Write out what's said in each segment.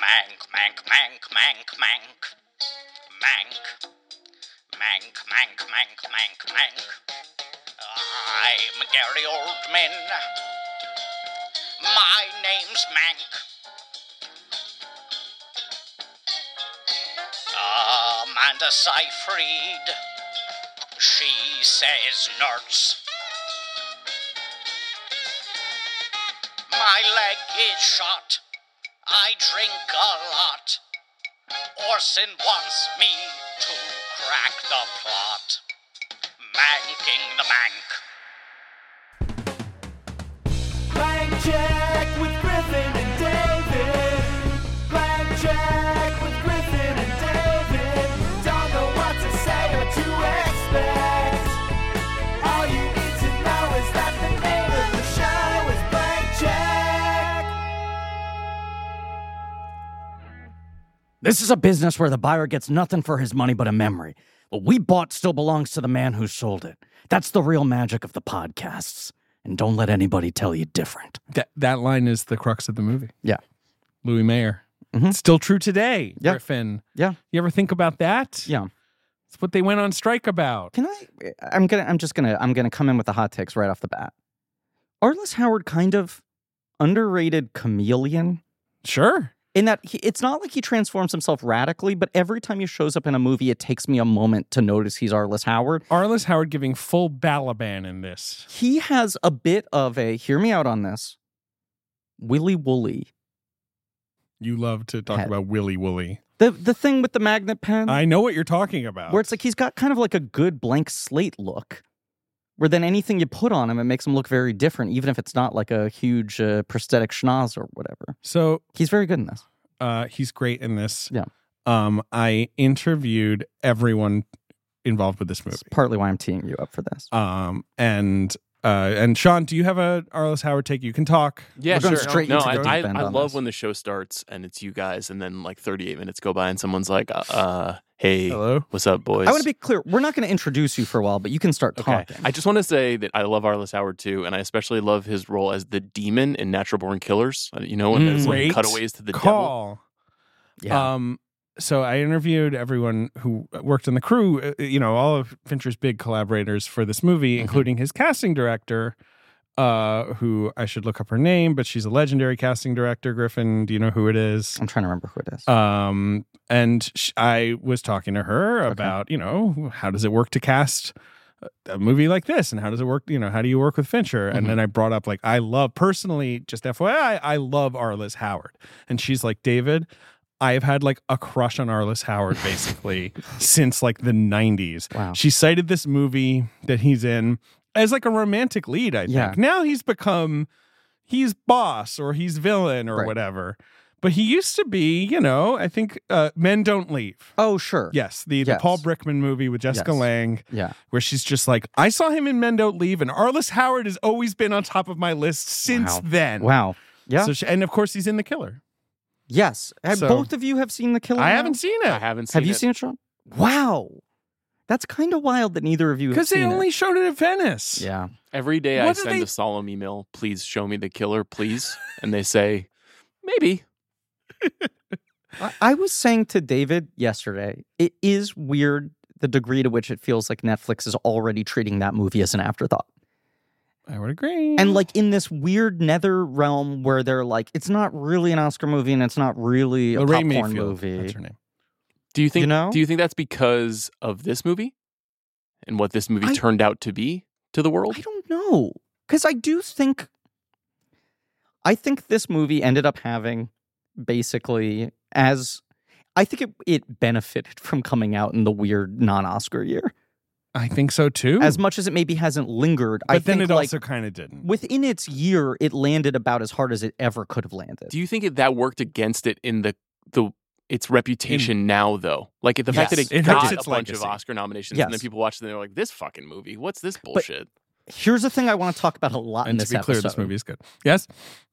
Mank, mank, mank, mank, mank. Mank. Mank, mank, mank, mank, mank. I'm Gary Oldman. My name's Mank. Amanda Um, Seyfried. She says nerds. My leg is shot. I drink a lot. Orson wants me to crack the plot. Manking the bank. Blank check with Griffin and David. Blank check with Griffin and David. Don't know what to say or to expect. All you need to know is that the name of the show is Blank Check. This is a business where the buyer gets nothing for his money but a memory. What we bought still belongs to the man who sold it. That's the real magic of the podcasts. And don't let anybody tell you different. That that line is the crux of the movie. Yeah. Mm-hmm. Louis Mayer. It's still true today, Yeah. Griffin. Yeah. You ever think about that? Yeah. It's what they went on strike about. Can I I'm gonna I'm just gonna I'm gonna come in with the hot takes right off the bat. Arliss Howard kind of underrated chameleon Sure. in that he, it's not like he transforms himself radically, but every time he shows up in a movie, it takes me a moment to notice he's Arliss Howard. Arliss Howard giving full Balaban in this. he has a bit of a hear me out on this willy woolly You love to talk Pet. about Willy Wooly. the the thing with the magnet pen I know what you're talking about. where it's like he's got kind of like a good blank slate look where then anything you put on him it makes him look very different even if it's not like a huge uh, prosthetic schnoz or whatever so he's very good in this Uh, he's great in this. Yeah. Um, I interviewed everyone involved with this movie. it's partly why i'm teeing you up for this Um, and uh, and Sean, do you have a Arliss Howard take? You can talk. Yeah, We're going sure. straight no, into I, the I, deep end I on love this. when the show starts and it's you guys, and then like 38 minutes go by and someone's like, uh, uh "Hey, Hello. what's up, boys?" i want to be clear we're not going to introduce you for a while but you can start Okay. talking I just want to say that I love Arliss Howard too, and I especially love his role as the demon in Natural Born Killers. Uh, You know, when there's like Mm, Great cutaways to the devil. Call. yeah Um, so I interviewed everyone who worked in the crew. uh, You know, all of Fincher's big collaborators for this movie, including his casting director, uh, who I should look up her name, but she's a legendary casting director. Griffin, do you know who it is? i'm trying to remember who it is um and sh- i was talking to her about you know how does it work to cast a- a movie like this and how does it work you know how do you work with fincher and then i brought up like i love personally just fyi i love arliss howard and she's like david I've had like a crush on Arliss Howard basically since like the 90s. Wow. She cited this movie that he's in as like a romantic lead, I Yeah. think. Now he's become he's boss or he's villain or Right. whatever. But he used to be, you know, I think uh, Men Don't Leave. oh sure Yes, the, the Yes. Paul Brickman movie with Jessica Yes. Lange, yeah where she's just like, I saw him in Men Don't Leave, and Arliss Howard has always been on top of my list since Wow. then. wow yeah So she, and of course, he's in The Killer. yes And So- both of you have seen the killer I Now? haven't seen it. I haven't seen Have you it. seen it, Sean? Wow, that's kind of wild that neither of you have Because they seen only it. showed it at Venice. Yeah, Every day I What do send they- a solemn email, please show me the killer, please. And they say, maybe. I, I was saying to David yesterday, it is weird the degree to which it feels like Netflix is already treating that movie as an afterthought, I would agree. and like in this weird nether realm where they're like, it's not really an Oscar movie and it's not really a Lorraine popcorn Mayfield, That's movie. her name. Do you think know? do you think that's because of this movie? And what this movie I- turned out to be to the world? I don't know. Because I do think, I think this movie ended up having basically as, I think it, it benefited from coming out in the weird non Oscar year. I think so too. As much as it maybe hasn't lingered, but I then think it like also kind of didn't. within its year, it landed about as hard as it ever could have landed. Do you think it, that worked against it in the the its reputation now though? Like the Yes. fact that it, It hurts got a its bunch of legacy. Oscar nominations and then Yes. people watched it and they're like, this fucking movie, what's this bullshit? Here's the thing I want to talk about a lot in and uh, this to be clear, episode. this movie is good. Yes,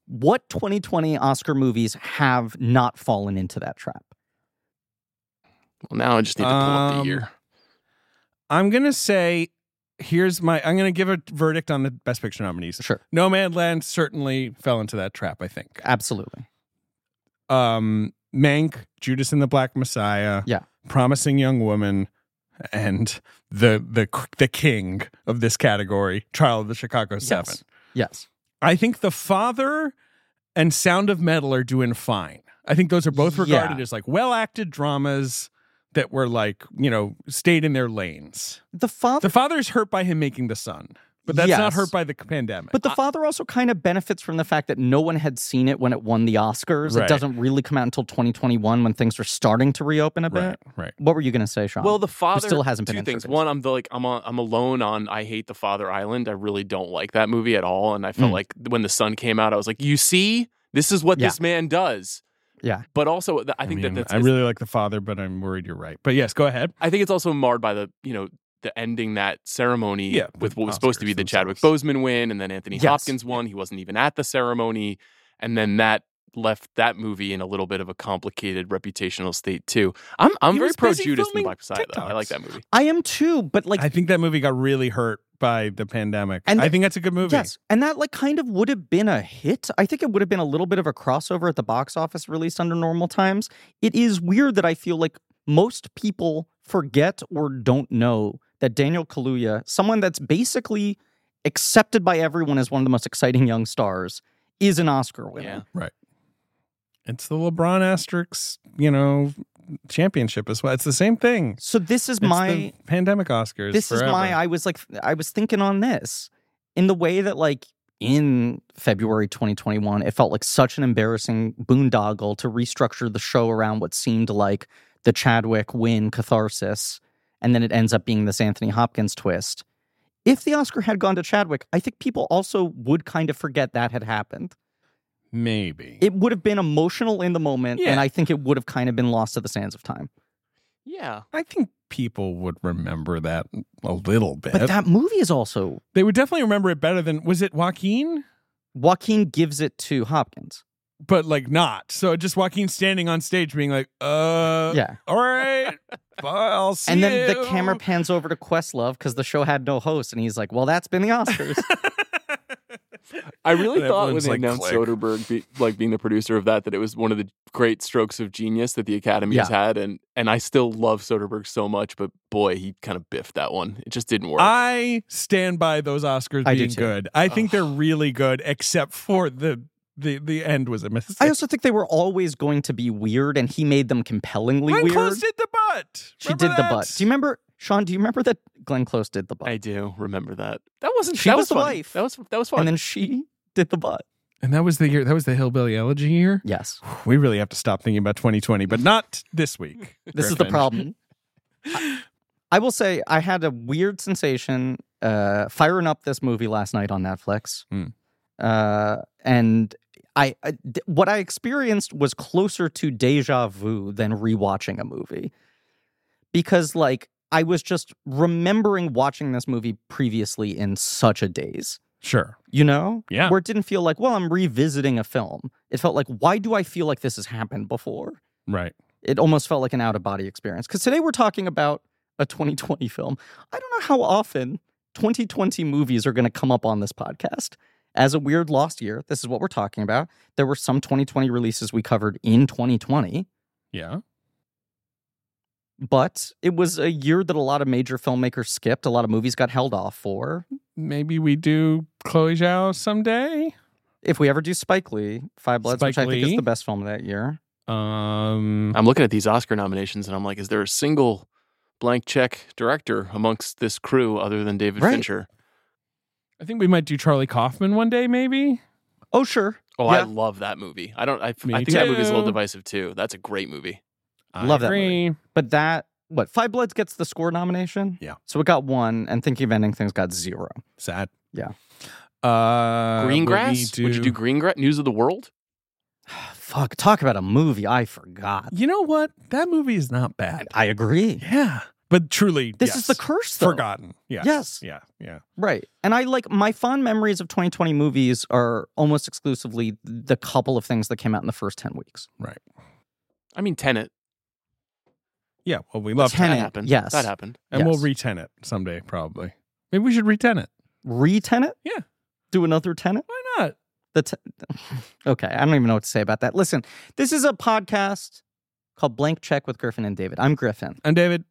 What 2020 Oscar movies have not fallen into that trap? well now I just need to pull up the Um, year. I'm gonna say. Here's my. I'm gonna give a verdict on the Best Picture nominees. Sure, No Man Land certainly fell into that trap. I think. absolutely. Um, Mank, Judas and the Black Messiah, Yeah. Promising Young Woman, and the the the king of this category, Trial of the Chicago Seven. Yes. Yes. I think The Father and Sound of Metal are doing fine. I think those are both regarded Yeah. as like well acted dramas that were like you know stayed in their lanes. The father The Father is hurt by him making the son, but that's not Yes. hurt by the pandemic. But the father also kind of benefits from the fact that no one had seen it when it won the Oscars. Right. It doesn't really come out until 2021 when things are starting to reopen a bit. right, right. What were you going to say, Sean? Well, the father still hasn't been two things. introduced. One, I'm the, like I'm on, I'm alone on I hate the Father Island. I really don't like that movie at all. And I felt Mm. like when the sun came out, I was like, you see, this is what Yeah. this man does. Yeah. But also, th- I think mean, that that's I really like the father, but I'm worried you're right. But yes, go ahead. I think it's also marred by the you know the ending that ceremony Yeah, with the what was supposed to be Oscars the Chadwick themselves. Boseman win and then Anthony Yes. Hopkins won. He wasn't even at the ceremony, and then that left that movie in a little bit of a complicated reputational state too. I'm I'm He very was pro busy Judas and the filming Black Messiah. Though. I like TikToks. that movie. I am too, but like, I think that movie got really hurt by the pandemic. And I the- think that's a good movie. yes. And that like kind of would have been a hit. I think it would have been a little bit of a crossover at the box office released under normal times. It is weird that I feel like most people forget or don't know that Daniel Kaluuya, someone that's basically accepted by everyone as one of the most exciting young stars, is an Oscar winner. Yeah. It's the LeBron Asterix, you know, championship as well. It's the same thing. So this is It's my the pandemic Oscars. this is my forever. I was like I was thinking on this in the way that like in February 2021 it felt like such an embarrassing boondoggle to restructure the show around what seemed like the Chadwick win catharsis and then it ends up being this Anthony Hopkins twist. If the Oscar had gone to Chadwick, I think people also would kind of forget that had happened. maybe. It would have been emotional in the moment Yeah. and I think it would have kind of been lost to the sands of time. Yeah, I think people would remember that a little bit. But that movie is also they would definitely remember it better than was it Joaquin? Joaquin gives it to Hopkins. But like not. So just Joaquin standing on stage being like, uh Yeah. all right. bye, I'll see And then the you." camera pans over to Questlove because the show had no host, and he's like, "Well, that's been the Oscars." I really And thought when everyone's they like, announced "Click." Soderbergh be, like being the producer of that, that it was one of the great strokes of genius that the Academy has had, and and I still love Soderbergh so much, but boy, he kind of biffed that one. It just didn't work. I stand by those Oscars I do being too. good. I think Ugh. they're really good, except for the the the end was a mistake. I also think they were always going to be weird, and he made them compellingly Glenn weird. Close did the butt. she Remember did that? the butt. Do you remember, Sean? Do you remember that Glenn Close did the butt, I do remember that. That wasn't. She that was was the funny. wife. That was that was fun. and then she did the butt? And that was the year. That was the hillbilly elegy year. Yes, We really have to stop thinking about 2020, but not this week. this is the Griffin. problem. I- I will say I had a weird sensation uh, firing up this movie last night on Netflix, Hmm. uh, and I, I th- what I experienced was closer to deja vu than rewatching a movie, because like I was just remembering watching this movie previously in such a daze Sure. you know? Yeah. Where it didn't feel like, well, I'm revisiting a film. It felt like, why do I feel like this has happened before? Right. It almost felt like an out of body experience. Because today we're talking about a 2020 film. I don't know how often 2020 movies are going to come up on this podcast. As a weird lost year, this is what we're talking about. There were some 2020 releases we covered in 2020, Yeah. but it was a year that a lot of major filmmakers skipped. A lot of movies got held off for. Maybe we do Chloe Zhao someday. If we ever do Spike Lee, Five Bloods, which Spike I think is Lee? the best film of that year, Um. I'm looking at these Oscar nominations, and I'm like, is there a single blank check director amongst this crew other than David Right. Fincher? I think we might do Charlie Kaufman one day, maybe. Oh, sure. Oh, I Yeah. love that movie. I don't. I, I Me think that movie is a little too. divisive too. That's a great movie. Love that agree. But that, what, Five Bloods gets the score nomination? Yeah. So it got one, and Thinking of Ending Things got zero. Sad. Yeah. Uh, would we Greengrass. Would you do Greengrass? News of the World. Fuck, talk about a movie I forgot. You know what? That movie is not bad. I agree. Yeah. But truly, This yes. is the curse, though. forgotten. Yes. Yes. Yeah. Yeah. Right. And I like my fond memories of 2020 movies are almost exclusively the couple of things that came out in the first 10 weeks. I mean, Tenet. Yeah. Well, we love Tenet. That happened. yes. that happened. and we'll Yes. re-ten it someday, probably. Maybe we should re-ten it. Re Tenet? Yeah. Do another Tenet? Why not? The te- okay, I don't even know what to say about that. Listen, this is a podcast called Blank Check with Griffin and David. I'm Griffin. And David,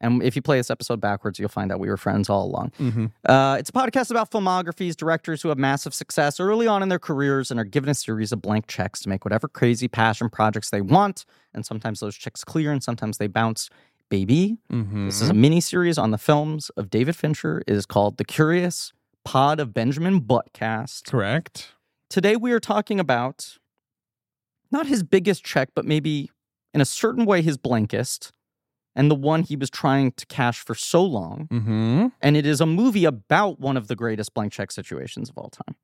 And if you play this episode backwards, you'll find out we were friends all along. mhm. Uh, it's a podcast about filmographies, directors who have massive success early on in their careers and are given a series of blank checks to make whatever crazy passion projects they want. And sometimes those checks clear and sometimes they bounce. Baby, mm-hmm. this is a mini series on the films of David Fincher. It is called The Curious Pod of Benjamin Buttcast. correct. Today we are talking about not his biggest check, but maybe in a certain way his blankest and the one he was trying to cash for so long Mm-hmm. and it is a movie about one of the greatest blank check situations of all time,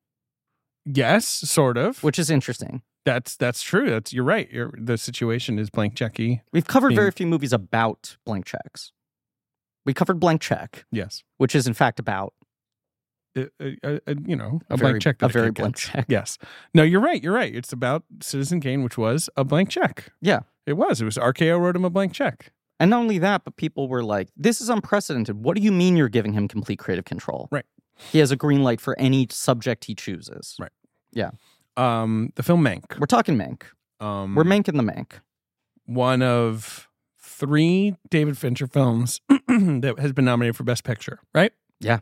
Yes, sort of. which is interesting. that's that's true. That's you're right. You're, the situation is blank checky. We've covered Being- very few movies about blank checks. We covered Blank Check, Yes, which is in fact about Uh, uh, uh, you know, a, a, blank very, check. a that I very can't get. blank check. Yes. No, you're right. You're right. It's about Citizen Kane, which was a blank check. Yeah. It was. It was RKO wrote him a blank check. And not only that, but people were like, "This is unprecedented. What do you mean you're giving him complete creative control? Right. He has a green light for any subject he chooses. Right. Um, the film Mank. We're talking Mank. Um, We're Mank in the Mank. one of three David Fincher films that has been nominated for Best Picture, right? Yeah.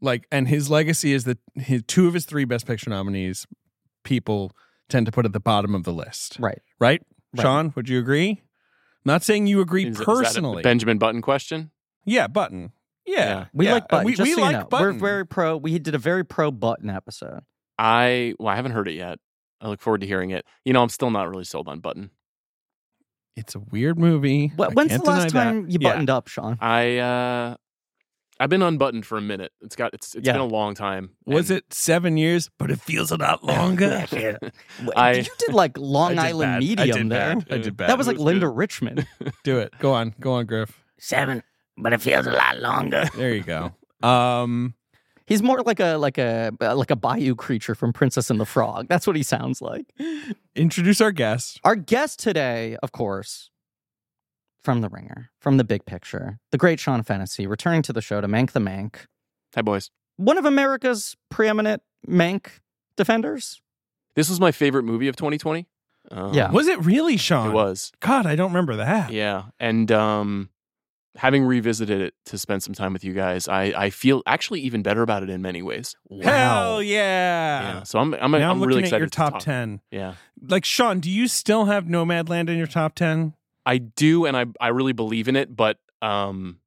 Like, and his legacy is that his two of his three Best Picture nominees, people tend to put at the bottom of the list, Right. right? Right. Sean, would you agree? Not saying you agree Is- is that a personally. Benjamin Button question. yeah, Button. Yeah, Yeah. We yeah. uh, like Button. We, just we so you like know. Button. We're very pro. We did a very pro Button episode. I well, I haven't heard it yet. I look forward to hearing it. You know, I'm still not really sold on Button. It's a weird movie. Wh- I When's the can't last deny that. time you Yeah. buttoned up, Sean? I uh I've been unbuttoned for a minute. It's got it's it's Yeah. been a long time. Was and- it seven years? But it feels a lot longer. I- you did like Long I did Island bad. I Medium did there. bad. I did bad. That was It like was Linda good. Richmond. Do it. Go on. Go on, Griff. Seven, but it feels a lot longer. There you go. Um, He's more like a like a like a bayou creature from Princess and the Frog. That's what he sounds like. introduce our guest. Our guest today, of course, from The Ringer, from the big picture, the great Sean Fantasy, returning to the show to Mank the Mank, Hi boys. one of America's preeminent Mank defenders. This was my favorite movie of 2020. Um, Yeah. Was it really It Sean? was. God, I don't remember that. Yeah. And um having revisited it to spend some time with you guys, I I feel actually even better about it in many ways. Hell Yeah. yeah. So I'm I'm, Now I'm, I'm, looking really at excited your to top talk. ten. Yeah. Like Sean, do you still have Nomadland in your top ten? I do and I I really believe in it, but um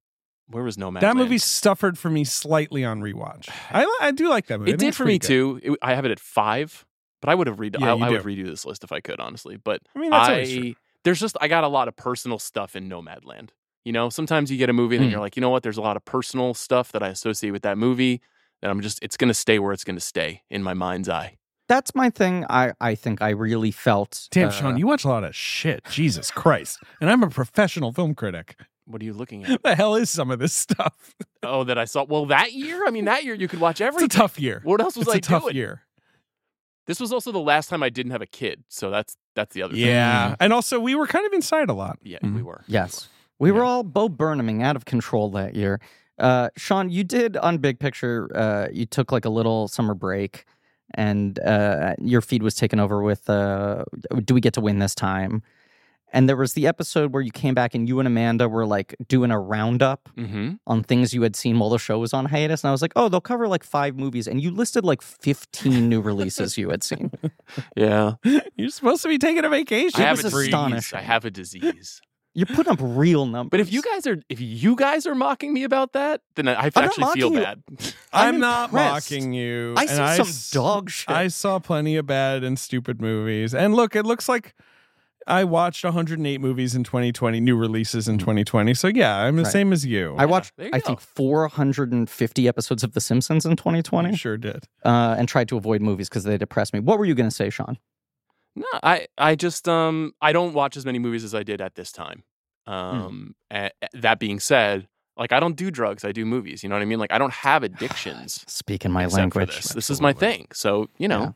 where was Nomad? That movie suffered for me slightly on rewatch. I li- I do like that movie. I It think did it's for me pretty good. too. It, I have it at five, but I would have redo. Yeah, I, you I would do. redo this list if I could, honestly. But I mean, that's always true. I there's just I got a lot of personal stuff in Nomadland. You know, sometimes you get a movie and then Mm. you're like, you know what? There's a lot of personal stuff that I associate with that movie that I'm just it's gonna stay where it's gonna stay in my mind's eye. That's my thing. I I think I really felt. Damn, uh, Sean, you watch a lot of shit. Jesus Christ. And I'm a professional film critic. What are you looking at? The hell is some of this stuff? oh, that I saw. Well, that year, I mean, that year you could watch It's a everything. tough year. what else was It's a I tough doing? year. This was also the last time I didn't have a kid, so that's that's the other thing. Mm-hmm. Mm-hmm. Yeah. And also, we were kind of inside a lot. Yeah, Mhm. we were. Yes. We were Yeah. all Bo Burnhaming out of control that year. Uh, Sean, you did on Big Picture, uh, you took like a little summer break and uh, your feed was taken over with uh, Do We Get to Win This Time? And there was the episode where you came back and you and Amanda were like doing a roundup Mm-hmm. on things you had seen while the show was on hiatus. And I was like, oh, they'll cover like five movies. And you listed like 15 new releases you had seen. Yeah. You're supposed to be taking a vacation. I have was a disease. astonishing. I have a disease. You're putting up real numbers. But if you guys are if you guys are mocking me about that, then I, I not actually feel mocking you. bad. I'm, I'm not impressed. mocking you. I and see some s- dog shit. I saw plenty of bad and stupid movies. And look, it looks like I watched 108 movies in 2020, new releases in 2020. So yeah, I'm the Mm-hmm. Right. same as you. I watched, there you I go. think, 450 episodes of The Simpsons in 2020. You sure did. uh, and tried to avoid movies because they depressed me. What were you going to say, Sean? no, I I just um I don't watch as many movies as I did at this time. Um, a- a- that being said, like I don't do drugs, I do movies. You know what I mean? Like I don't have addictions. Speak in my except language. For this. this is my Absolutely. thing. So you know,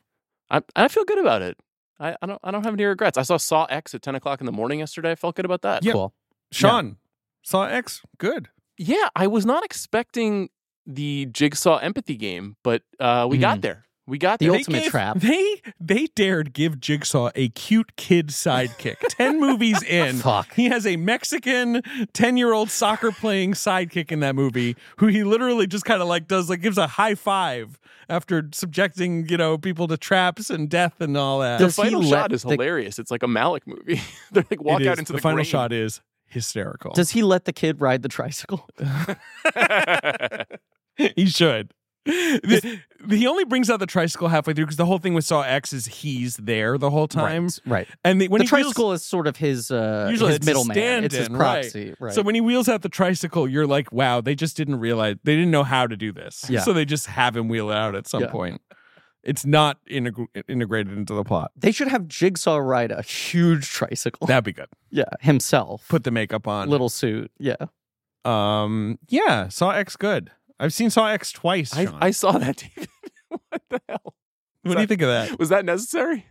I I feel good about it. I, I don't I don't have any regrets. I saw Saw X at ten o'clock in the morning yesterday. I felt good about that. Yeah. Cool. Sean saw X. Good. Yeah, I was not expecting the jigsaw empathy game, but uh, we got there. We got The there. They ultimate gave- trap. They they dared give Jigsaw a cute kid sidekick. Ten movies in, Fuck. he has a Mexican ten year old soccer playing sidekick in that movie, who he literally just kind of like does like gives a high five after subjecting you know people to traps and death and all that. the Does he final let shot is the- hilarious. It's like a Malik movie. They're like walk It out is- into the, the, final grain. shot is hysterical. Does he let the kid ride the tricycle? he should. The, he only brings out the tricycle halfway through because the whole thing with Saw X is he's there the whole time. Right. And the, when the he feels- tricycle is sort of his uh, Usually his it's a middleman. It's his stand-in, right. proxy. Right. So when he wheels out the tricycle, you're like, wow, they just didn't realize they didn't know how to do this. Yeah. So they just have him wheel it out at some Yeah. point. It's not integ- integrated into the plot. they should have Jigsaw ride a huge tricycle. That'd be good. yeah, himself. Put the makeup on. little suit. Yeah. Um, yeah, Saw X good. I've seen Saw X twice. I, Sean. I saw that, David. what the hell? what do you think of that? Was that necessary?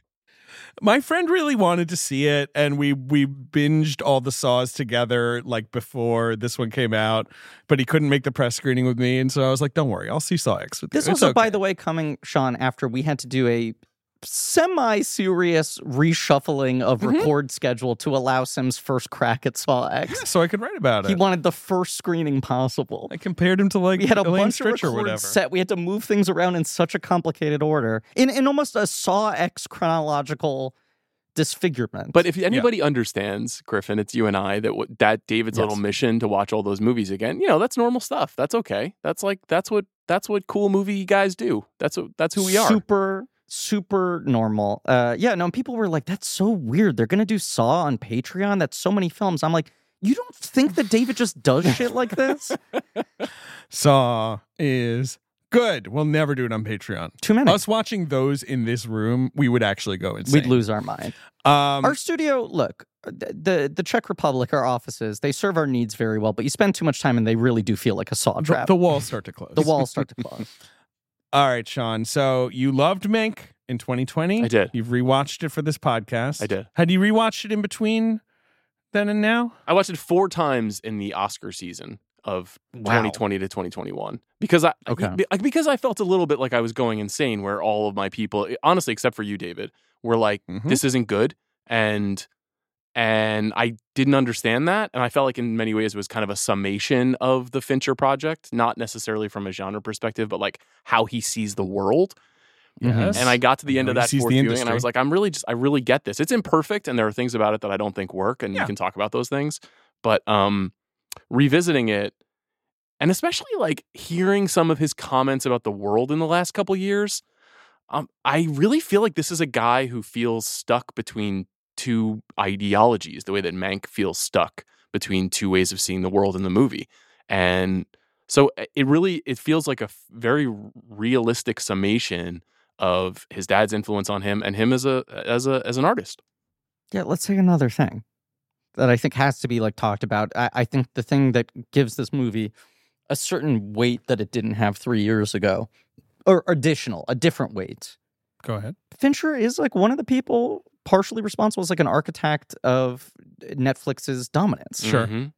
My friend really wanted to see it, and we we binged all the saws together like before this one came out, but he couldn't make the press screening with me, and so I was like, "Don't worry, I'll see Saw X with This you." also, by the way, coming Sean after we had to do a semi-serious reshuffling of Mm-hmm. record schedule to allow Sim's first crack at Saw X. so I could write about He it. wanted the first screening possible. I compared him to like We had a Elaine bunch of Stritch or whatever. records set. We had to move things around in such a complicated order, in in almost a Saw X chronological disfigurement. But if anybody understands Griffin, it's you and I that w- that David's Yes. little mission to watch all those movies again. You know, that's normal stuff. That's okay. That's like that's what that's what cool movie guys do. That's what that's who we are. Super, super normal. Uh, yeah, no, and people were like, that's so weird. They're going to do Saw on Patreon. That's so many films. I'm like, you don't think that David just does shit like this? Saw is good. We'll never do it on Patreon. Too many. Us watching those in this room, we would actually go insane. We'd lose our mind. Um, our studio, look, the, the the Czech Republic, our offices, they serve our needs very well, but you spend too much time and they really do feel like a saw the, trap. the walls start to close. the walls start to close. All right, Sean. So you loved Mink in 2020. I did. You've rewatched it for this podcast. I did. Had you rewatched it in between then and now? I watched it four times in the Oscar season of Wow. 2020 to 2021 because I Okay. be- because I felt a little bit like I was going insane where all of my people honestly except for you David were like Mm-hmm. Mhm. this isn't good and and I didn't understand that and I felt like in many ways it was kind of a summation of the Fincher project not necessarily from a genre perspective but like how he sees the world Mm-hmm. Yes. and I got to the end of He that sees fourth the viewing, and I industry. was like, I'm really just, I really get this. It's imperfect, and there are things about it that I don't think work, and Yeah. you can talk about those things. But um, revisiting it, and especially like hearing some of his comments about the world in the last couple years, um, I really feel like this is a guy who feels stuck between two ideologies, the way that Mank feels stuck between two ways of seeing the world in the movie, and so eh, it really it feels like a f- very realistic summation of his dad's influence on him and him as a as a as an artist. Yeah, let's say another thing that I think has to be like talked about. I, I think the thing that gives this movie a certain weight that it didn't have three years ago, or additional, a different weight. Go ahead. Fincher is like one of the people partially responsible as like an architect of Netflix's dominance. Sure. Mhm.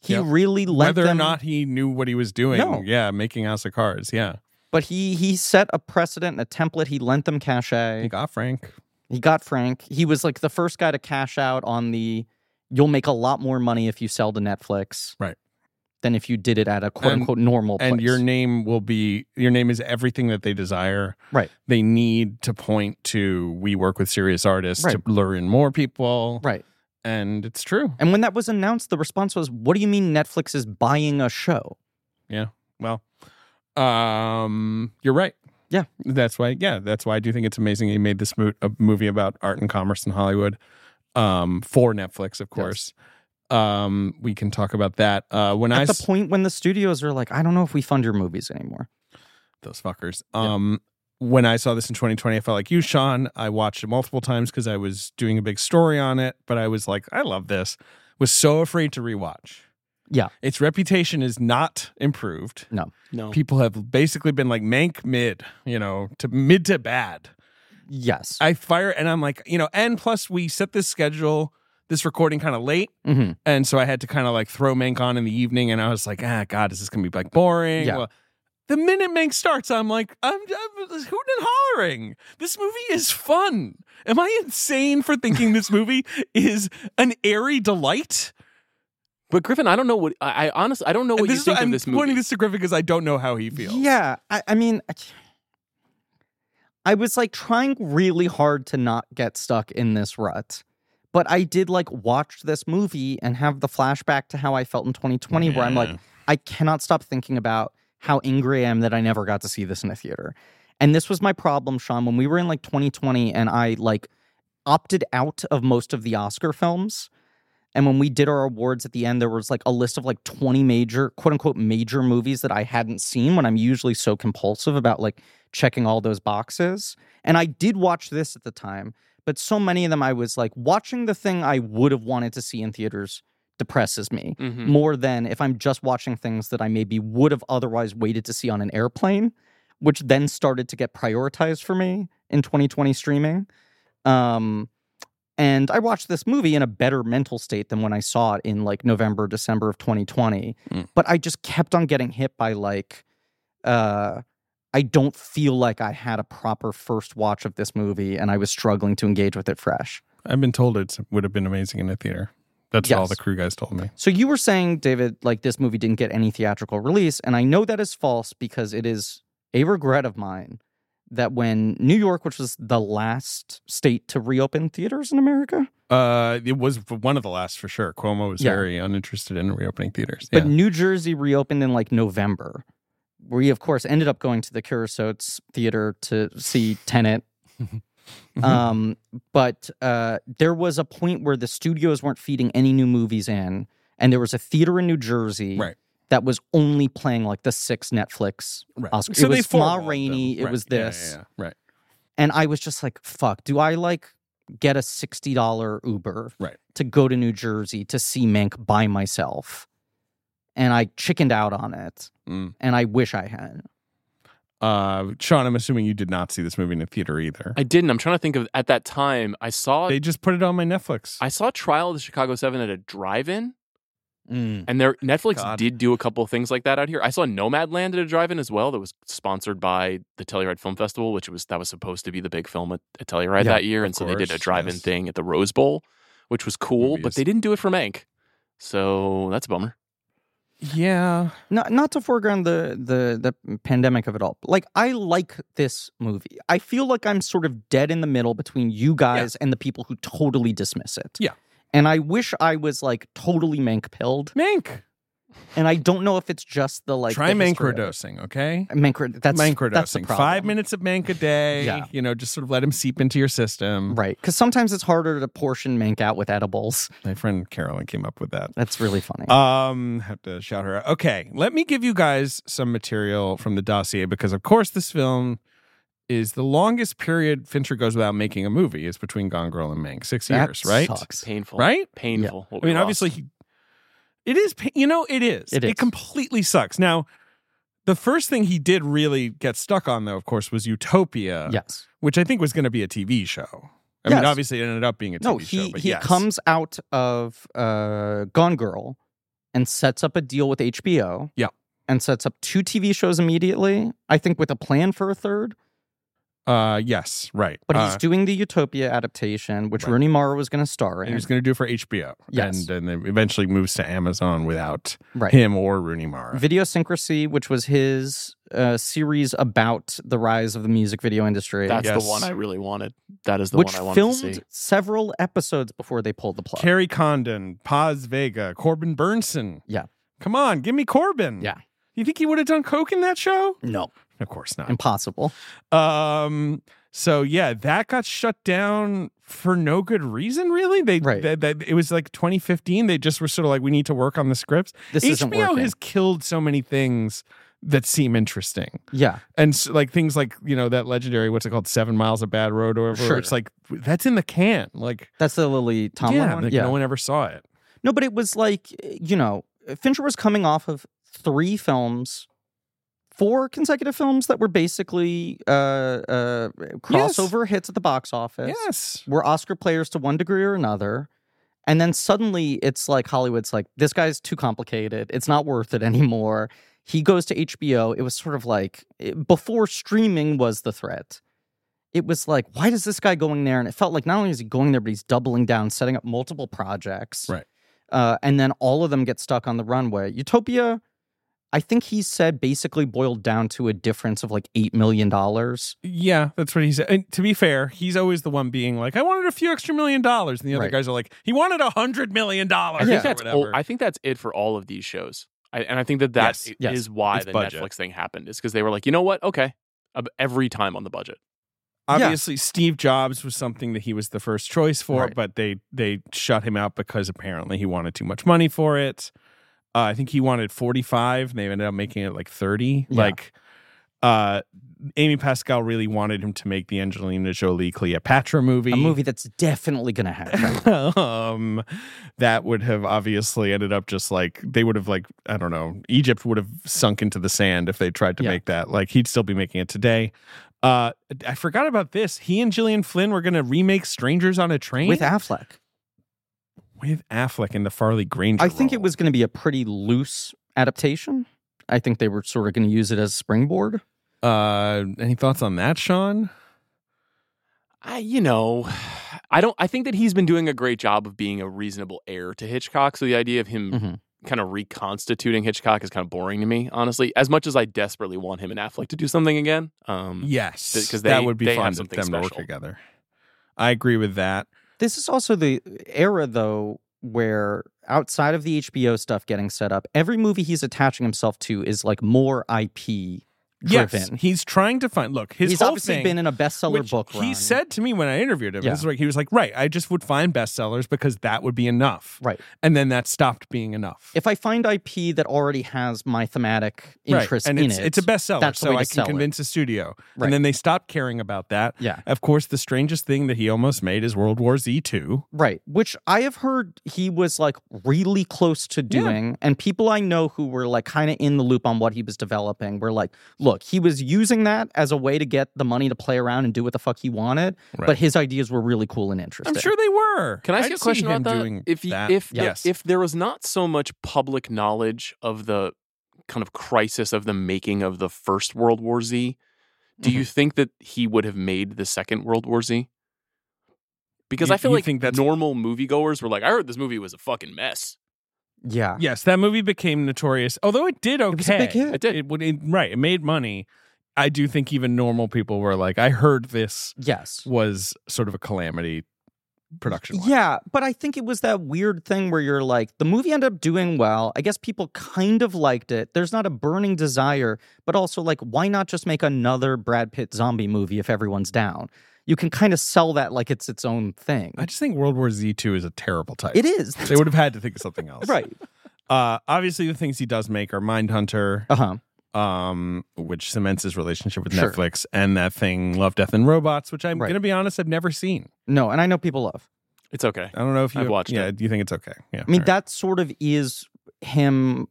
He Mm, Yep. really let Whether or them- not he knew what he was doing. No. Yeah, making House of Cards. Yeah. but he he set a precedent, and a template. He lent them cachet. He got Frank. He got Frank. He was like the first guy to cash out on the you'll make a lot more money if you sell to Netflix. Right. Than if you did it at a quote And- unquote normal place. And your name will be your name is everything that they desire. Right. They need to point to we work with serious artists Right. to lure in more people. Right. And it's true. And when that was announced, the response was, What do you mean Netflix is buying a show? Well, um, you're right. Yeah. that's why. Yeah, that's why I do think it's amazing he made this mo- a movie about art and commerce in Hollywood, um, for Netflix, of course. Um, we can talk about that. Uh, when I At the s- point when the studios are like, I don't know if we fund your movies anymore. those fuckers. Um, when I saw this in 2020, I felt like you, Sean. I watched it multiple times because I was doing a big story on it, but I was like, I love this. Was so afraid to rewatch. Yeah. its reputation is not improved. No. People have basically been like Mank mid, you know, to mid to bad. Yes. I fire and I'm like, you know, and plus we set this schedule, this recording kind of late. Mhm. And so I had to kind of like throw Mank on in the evening and I was like, ah, God, is this going to be like boring? Yeah. Well, The minute Mank starts, I'm like, I'm, I'm hooting and hollering. This movie is fun. Am I insane for thinking this movie is an airy delight? But Griffin, I don't know what I, I honestly I don't know what And you this is think why of I'm this pointing movie. this to Griffin because I don't know how he feels. Yeah, I, I mean, I was like trying really hard to not get stuck in this rut, but I did like watch this movie and have the flashback to how I felt in 2020, where I'm like, Yeah. I cannot stop thinking about how angry I am that I never got to see this in a theater. And this was my problem, Sean, when we were in like 2020 and I like opted out of most of the Oscar films. And when we did our awards at the end, there was like a list of like 20 major, quote unquote, major movies that I hadn't seen when I'm usually so compulsive about like checking all those boxes. And I did watch this at the time, but so many of them I was like, watching the thing I would have wanted to see in theaters depresses me Mhm. more than if I'm just watching things that I maybe would have otherwise waited to see on an airplane, which then started to get prioritized for me in 2020 streaming. Um, and I watched this movie in a better mental state than when I saw it in like November, December of 2020. Mm. But I just kept on getting hit by like, uh, I don't feel like I had a proper first watch of this movie and I was struggling to engage with it fresh. I've been told it would have been amazing in a theater. That's all Yes. the crew guys told me. So you were saying, David, like this movie didn't get any theatrical release, and I know that is false because it is a regret of mine that when New York, which was the last state to reopen theaters in America, Uh, it was one of the last for sure. Cuomo was Yeah. very uninterested in reopening theaters. but yeah. New Jersey reopened in like November. We of course ended up going to the Curacao Theater to see Tenet. Mm-hmm. um, but uh, there was a point where the studios weren't feeding any new movies in, and there was a theater in New Jersey Right. that was only playing like the six Netflix Right. Oscar. So it they was Ma forewalled Rainey. them. It Right. was Yeah, yeah, this, yeah. Right. and I was just like, "Fuck! Do I like get a sixty dollar Uber Right. to go to New Jersey to see Mank by myself?" And I chickened out on it, Mm. and I wish I had. Uh, Sean, I'm assuming you did not see this movie in a theater either. I didn't. I'm trying to think of at that time. I saw they just put it on my Netflix. I saw Trial of the Chicago Seven at a drive-in, Mm. and their Netflix God. did do a couple of things like that out here. I saw Nomadland at a drive-in as well. That was sponsored by the Telluride Film Festival, which was that was supposed to be the big film at, at Telluride Yeah, that year, of and so they did a course, drive-in yes. thing at the Rose Bowl, which was cool. Movie But is- they didn't do it for Mank, so that's a bummer. yeah. Not not to foreground the the the pandemic of it all. Like I like this movie. I feel like I'm sort of dead in the middle between you guys and the people who totally dismiss it. Yeah. And I wish I was like totally mank pilled. Mank. And I don't know if it's just the like Try the history Mancro of it. dosing, okay? Mancro that's Mancro that's the dosing. problem. Five minutes of Mank a day. Yeah. You know, just sort of let him seep into your system. Right. Because sometimes it's harder to portion mank out with edibles. My friend Carolyn came up with that. That's really funny. Um, have to shout her out. Okay, let me give you guys some material from the dossier because, of course, this film is the longest period Fincher goes without making a movie is between Gone Girl and Mank, six That years, right? Sucks. Painful, Right? Painful. what I we mean, lost. obviously, he, it is. pa- You know, it is. It is. It completely sucks. Now, the first thing he did really get stuck on, though, of course, was Utopia, Yes. which I think was going to be a TV show. I Yes. mean, obviously, it ended up being a TV No, show. he But he yes. comes out of uh, Gone Girl and sets up a deal with HBO. Yeah. and sets up two TV shows immediately. I think with a plan for a third. Uh, yes, right. But Uh, he's doing the Utopia adaptation, which right. Rooney Mara was going to star and he in. was going to do it for HBO. Yes. And then it eventually moves to Amazon without Right. him or Rooney Mara. Videosyncrasy, which was his uh, series about the rise of the music video industry, that's Yes. the one I really wanted. That is the which one I wanted to see. filmed several episodes before they pulled the plug. Carrie Condon, Paz Vega, Corbin Burnson. Yeah. Come on, give me Corbin. Yeah. You think he would have done Coke in that show? no, Of course not. impossible. Um. So yeah, that got shut down for no good reason. Really, they Right. that- that- it was like 2015. They just were sort of like, we need to work on the scripts. This isn't HBO working. has killed so many things that seem interesting, yeah, and so, like things like you know that legendary what's it called, Seven Miles of Bad Road, or whatever. Sure. It's like that's in the can. Like that's the Lily Tomlin yeah, one. like, no one ever saw it. No, but it was like, you know, Fincher was coming off of three films, four consecutive films that were basically uh, uh, crossover hits at the box office, Yes. were Oscar players to one degree or another. And then suddenly it's like Hollywood's like, this guy's too complicated. It's not worth it anymore. He goes to HBO. It was sort of like it- before streaming was the threat. It was like, why does this guy going there? And it felt like not only is he going there, but he's doubling down, setting up multiple projects. Right. Uh, and then all of them get stuck on the runway. Utopia, I think he said basically boiled down to a difference of like $8 million. Yeah, that's what he said. And to be fair, he's always the one being like, "I wanted a few extra million dollars," and the other Right. guys are like, "He wanted a hundred million dollars." I think or that's all- whatever. I think that's it for all of these shows. I, and I think that that Yes, i- yes. is why It's the budget. Netflix thing happened is because they were like, you know what? Okay, Ab- every time on the budget. Obviously, Steve Jobs was something that he was the first choice for, Right. but they they shut him out because apparently he wanted too much money for it. Uh, I think he wanted forty five, and they ended up making it like thirty. Yeah. Like, uh, Amy Pascal really wanted him to make the Angelina Jolie Cleopatra movie. A movie that's definitely going to happen. um that would have obviously ended up just like they would have like i don't know egypt would have sunk into the sand if they tried to Yeah. make that like he'd still be making it today uh i forgot about this he and gillian flynn were gonna remake strangers on a train With Affleck. with affleck in the farley granger I think it role. was going to be a pretty loose adaptation. I think they were sort of going to use it as a springboard. uh any thoughts on that sean I, you know, I don't. I think that he's been doing a great job of being a reasonable heir to Hitchcock. So the idea of him Mm-hmm. Mhm. kind of reconstituting Hitchcock is kind of boring to me, honestly. As much as I desperately want him and Affleck to do something again, um, yes 'cause that they- would be they fun have for something them to work special. together i agree with that This is also the era, though, where outside of the HBO stuff getting set up, every movie he's attaching himself to is like more IP driven. yes he's trying to find look his he's whole obviously thing, been in a bestseller Which book. He run. said to me when I interviewed him, Yeah. this is like, he was like, right, I just would find bestsellers because that would be enough. right. And then that stopped being enough. If I find IP that already has my thematic interest right. and in it's, it, it's a bestseller, that's the so way I to can sell it. convince a studio. Right. And then they stopped caring about that. Yeah. Of course, the strangest thing that he almost made is World War Z two. Right, which I have heard he was like really close to doing, and people I know who were like kind of in the loop on what he was developing were like, "Look, he was using that as a way to get the money to play around and do what the fuck he wanted, Right. but his ideas were really cool and interesting." I'm sure they were. Can I ask I'd you a see question him about that? Doing if y- that. if yes, if there was not so much public knowledge of the kind of crisis of the making of the first World War Z, do Mm-hmm. you think that he would have made the second World War Z? Because You- I feel you like think that's- normal moviegoers were like, I heard this movie was a fucking mess. Yeah, yes, that movie became notorious. Although it did okay, it was a big hit. It did. It would it, right. It made money. I do think even normal people were like, I heard this Yes, was sort of a calamity production. Yeah, but I think it was that weird thing where you're like, the movie ended up doing well. I guess people kind of liked it. There's not a burning desire, but also like, why not just make another Brad Pitt zombie movie if everyone's down? You can kind of sell that like it's its own thing. I just think World War Z two is a terrible title. It is They would have had to think of something else. right. Uh, obviously, the things he does make are Mindhunter, Uh huh. um, which cements his relationship with Sure. Netflix, and that thing Love, Death, and Robots, which I'm Right. going to be honest, I've never seen. No, and I know people love. It's okay. I don't know if you I've watched Yeah, it. do you think it's okay? Yeah. I mean, all right. that sort of is him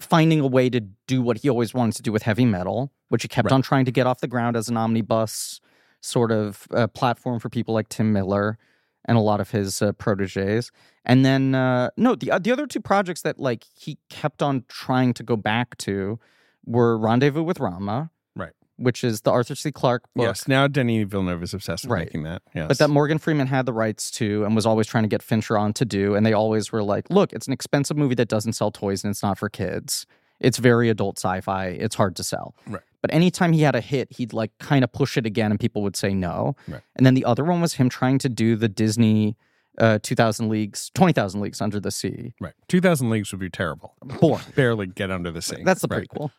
finding a way to do what he always wanted to do with heavy metal, which he kept Right. on trying to get off the ground as an omnibus sort of uh, platform for people like Tim Miller and a lot of his uh, proteges. And then uh, no, the the other two projects that like he kept on trying to go back to were Rendezvous with Rama, Right. Which is the Arthur C. Clarke book. Yes. Now Denny Villeneuve is obsessed with Right. making that. Yes. But that Morgan Freeman had the rights to and was always trying to get Fincher on to do. And they always were like, look, it's an expensive movie that doesn't sell toys and it's not for kids. It's very adult sci fi. It's hard to sell. Right. But anytime he had a hit, he'd like kind of push it again and people would say no. Right. And then the other one was him trying to do the Disney uh, 2000 Leagues, 20,000 Leagues Under the Sea. right. Two thousand leagues would be terrible. Boring. Barely get under the sea. That's the Right. prequel.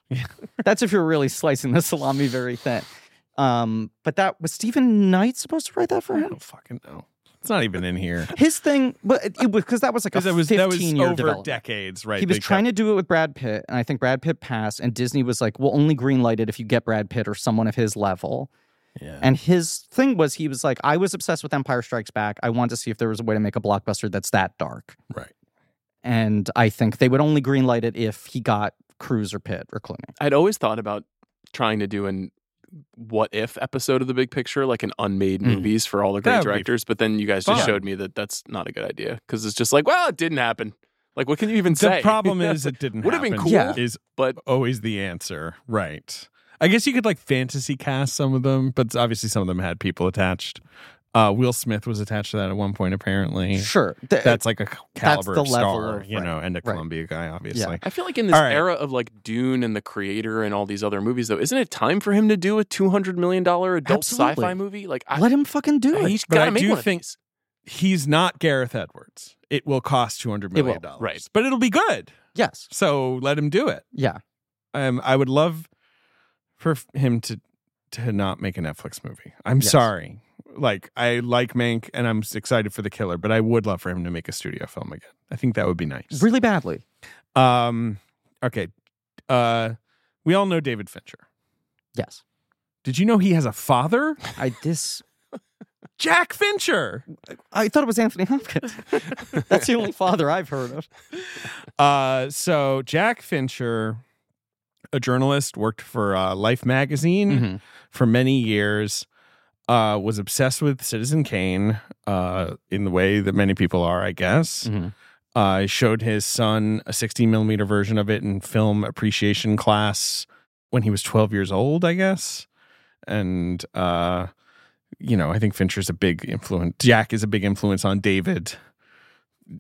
That's if you're really slicing the salami very thin. Um, but that was Stephen Knight supposed to write that for I him? don't fucking know. It's not even in here His thing, but it, it was because that was like a because that was that was 15 year over development. decades. Right. he was They kept- trying to do it with Brad Pitt, and I think Brad Pitt passed, and Disney was like, "We'll only greenlight it if you get Brad Pitt or someone of his level." Yeah. And his thing was, he was like, "I was obsessed with Empire Strikes Back. I wanted to see if there was a way to make a blockbuster that's that dark." Right. And I think they would only greenlight it if he got Cruise or Pitt or Clooney. I'd always thought about trying to do an what if episode of the big picture, like an unmade Mm. movies for all the great That would be directors. But then you guys just fun. showed me that that's not a good idea because it's just like, well, it didn't happen. Like, what can you even say? The problem is it didn't Would have been happen cool, Yeah. Is but always the answer, right? I guess you could like fantasy cast some of them, but obviously some of them had people attached. Uh, Will Smith was attached to that at one point, apparently. Sure. Th- That's like a c- caliber the of level star, of- you right, know, and a right. Columbia guy, obviously. I feel like in this All right. era of like Dune and The Creator and all these other movies, though, isn't it time for him to do a two hundred million dollar adult Absolutely. sci-fi movie? Like, I, let him fucking do it. Oh, he's But got I to make do one of think- these. He's not Gareth Edwards. It will cost two hundred It will, million dollars, right. But it'll be good. yes. So let him do it. Yeah. Um, I would love for f- him to to not make a Netflix movie. I'm Yes. sorry. Like I like Mank and I'm s- excited for The Killer, but I would love for him to make a studio film again. I think that would be nice. Really badly. Um okay. Uh we all know David Fincher. Yes. Did you know he has a father? I this Jack Fincher. I thought it was Anthony Hopkins. That's the only father I've heard of. Uh, so Jack Fincher, a journalist, worked for uh, Life magazine Mhm. for many years. Uh, was obsessed with Citizen Kane, uh, in the way that many people are, I guess. Mhm. Uh, he showed his son a 16 millimeter version of it in film appreciation class when he was 12 years old, I guess. And uh, you know, I think Fincher's a big influence. Jack is a big influence on David.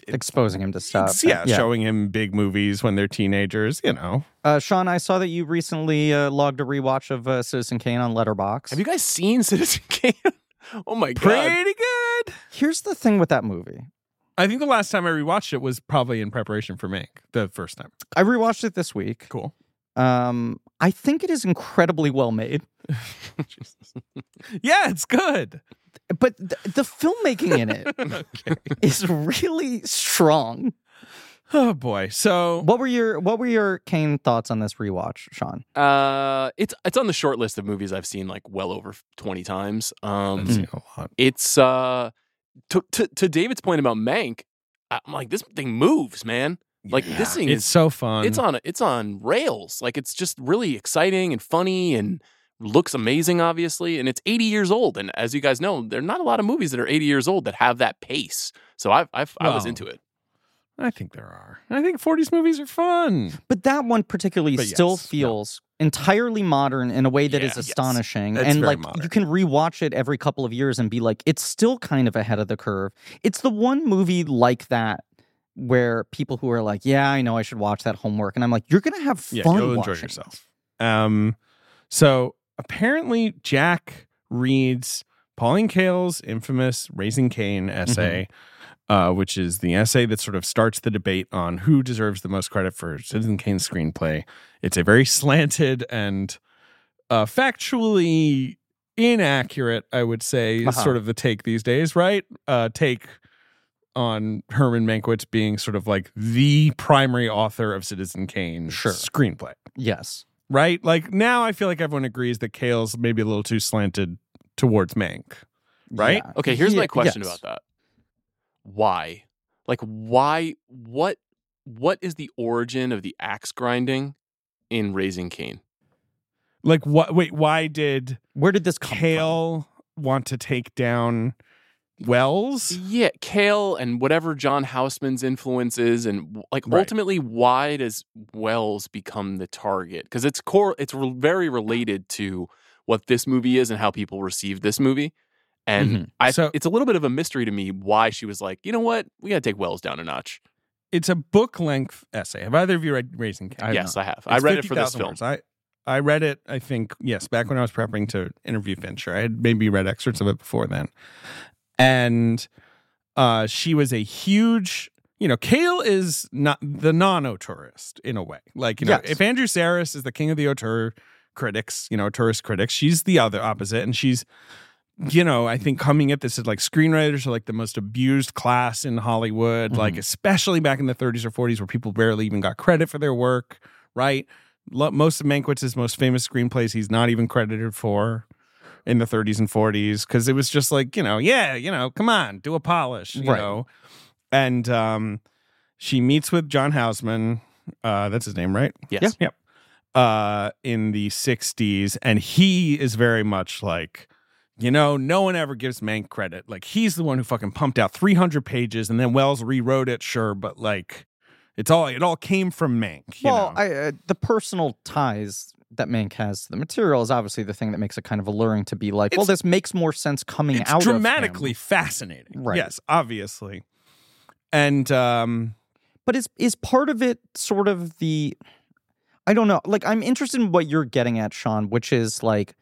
Exposing him to stuff. It's- yeah, showing him big movies when they're teenagers, you know. Uh, Sean, I saw that you recently uh, logged a rewatch of uh, Citizen Kane on Letterbox. Have you guys seen Citizen Kane? oh my god! Pretty good. Here's the thing with that movie. I think the last time I rewatched it was probably in preparation for Mank, the first time. I rewatched it this week. Cool. Um, I think it is incredibly well made, Yeah, it's good. but th- the filmmaking in it is really strong. Oh boy. So What were your What were your Kane thoughts on this rewatch, Sean? Uh, it's it's on the short list of movies I've seen like well over twenty times. Um, I've seen a lot. it's uh to, to to David's point about Mank, I'm like this thing moves, man. Like, this thing it's is- so fun. It's on it's on rails. Like it's just really exciting and funny and looks amazing, obviously. And it's 80 years old, and as you guys know, there are not a lot of movies that are 80 years old that have that pace. So I I, I was Well, into it. I think there are. I think 40s movies are fun. But that one particularly But still yes, no. feels entirely modern in a way that is Yeah, yes. astonishing. It's and very like you modern. can rewatch it every couple of years and be like, it's still kind of ahead of the curve. It's the one movie like that where people who are like, yeah, I know I should watch that homework. And I'm like, you're going to have fun. Yeah, you'll enjoy watching yourself. Um, so apparently Jack reads Pauline Kael's infamous "Raising Cain" essay, Mm-hmm. uh, which is the essay that sort of starts the debate on who deserves the most credit for Citizen Kane's screenplay. It's a very slanted and uh, factually inaccurate, I would say, is Uh-huh. sort of the take these days, right? Uh, take on Herman Mankiewicz being sort of like the primary author of Citizen Kane's Sure. screenplay, it. Yes. right? Like now, I feel like everyone agrees that Kale's maybe a little too slanted towards Mank. Right? Yeah. Okay, here's Yeah, my question yes. about that. Why? Like why what what is the origin of the axe grinding in Raising Cain? Like, what? Wait, why did Where did this come Kale want to take down E Wells? Yeah, Kale and whatever John Houseman's influence is, and like Right. ultimately, why does Wells become the target? Because it's core, it's re- very related to what this movie is and how people received this movie. And Mhm. I, Mm-hmm. So- it's a little bit of a mystery to me why she was like, you know what, we got to take Wells down a notch. It's a book length essay. Have either of you read Raising Cain? yes, I have. I It's read it for this 50,000 film. words. I I read it. I think yes, back when I was prepping to interview Fincher, I had maybe read excerpts of it before then, and uh, she was a huge. You know, Kale is not the non-auteurist in a way. Like, you know, Yes. if Andrew Saris is the king of the auteur critics, you know, tourist critics, she's the other opposite, and she's you know, I think coming at this is like screenwriters are like the most abused class in Hollywood, like especially back in the 30s or 40s where people barely even got credit for their work, right? Lo- Most of Mankiewicz's most famous screenplays he's not even credited for in the 30s and 40s because it was just like, you know, yeah, you know, come on, do a polish, you Right. know. And um, she meets with John Houseman. Uh, that's his name, right? Yes. Yep. Uh, in the 60s. And he is very much like, you know, no one ever gives Mank credit. Like, he's the one who fucking pumped out 300 pages and then Wells rewrote it, sure, but like, It's all it all came from Mank. you Well, know? I, uh, the personal ties that Mank has to the material is obviously the thing that makes it kind of alluring to be like, well, It's- this makes more sense coming it's out of him. dramatically fascinating. Right. Yes, obviously. And um But is is part of it sort of the I don't know. Like I'm interested in what you're getting at, Sean, which is like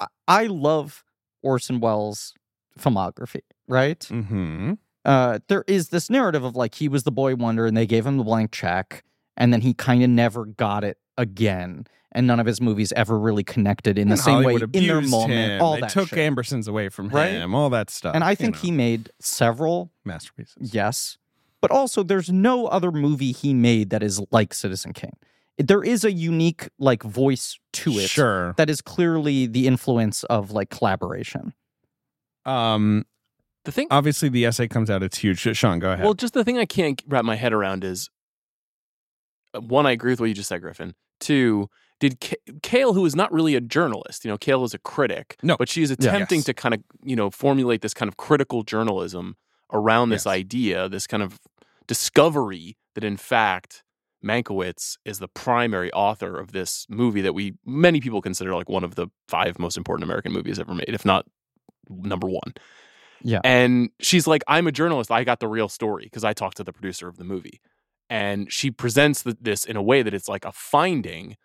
I, I love Orson Welles' filmography, right? mhm. Uh, there is this narrative of like he was the boy wonder and they gave him the blank check and then he kind of never got it again and none of his movies ever really connected in the And same Hollywood way in their abused moment him. all they that took shit. Ambersons away from Right? him, all that stuff. and i you think know, he made several masterpieces. Yes. But also, there's no other movie he made that is like Citizen Kane. There is a unique, like, voice to it Sure. that is clearly the influence of, like, collaboration. Um The thing obviously the essay comes out it's huge. Sean, go ahead. Well, just the thing I can't wrap my head around is uh, one, I agree with what you just said, Griffin. Two, did K- Kale, who is not really a journalist, you know, Kale is a critic, No. but she is Yeah. attempting Yes. to kind of, you know, formulate this kind of critical journalism around this Yes. idea, this kind of discovery that in fact Mankiewicz is the primary author of this movie that we many people consider like one of the five most important American movies ever made, if not number one. Yeah. And she's like, I'm a journalist. I got the real story because I talked to the producer of the movie. And she presents th- this in a way that it's like a finding,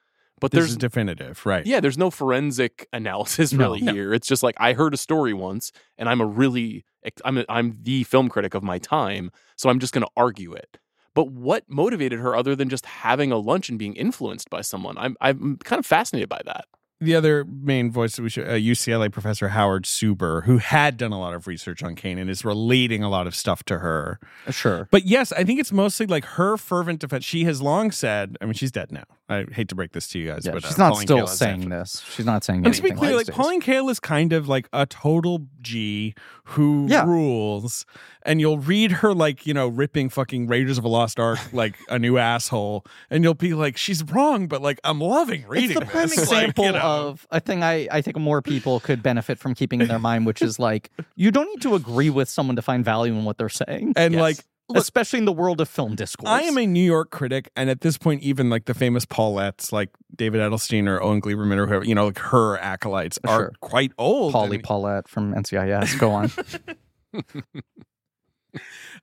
but this there's is definitive, right? yeah, there's no forensic analysis No. really here. It's just like I heard a story once, and I'm a really I'm a, I'm the film critic of my time, so I'm just going to argue it. But what motivated her other than just having a lunch and being influenced by someone? I'm I'm kind of fascinated by that. the other main voice that we should, uh, UCLA professor Howard Suber, who had done a lot of research on Kane and is relating a lot of stuff to her. Sure. But yes, I think it's mostly like her fervent defense. She has long said, I mean, she's dead now. I hate to break this to you guys, Yeah, but uh, she's not Pauline still Kael has saying said- this. She's not saying And to be anything. clear, these like days. Pauline Kael is kind of like a total G who Yeah. rules, and you'll read her like you know ripping fucking Raiders of the Lost Ark like a new asshole, and you'll be like, she's wrong, but like I'm loving It's reading. the prime this. Like, example you know. of a thing I, I think more people could benefit from keeping in their mind, which is like, you don't need to agree with someone to find value in what they're saying, and Yes. like especially in the world of film discourse. I am a New York critic, and at this point, even like the famous Paulettes, like David Edelstein or Owen Gleiberman or whoever, you know, like her acolytes are Sure. quite old. Polly and- Paulette from NCIS. Go on.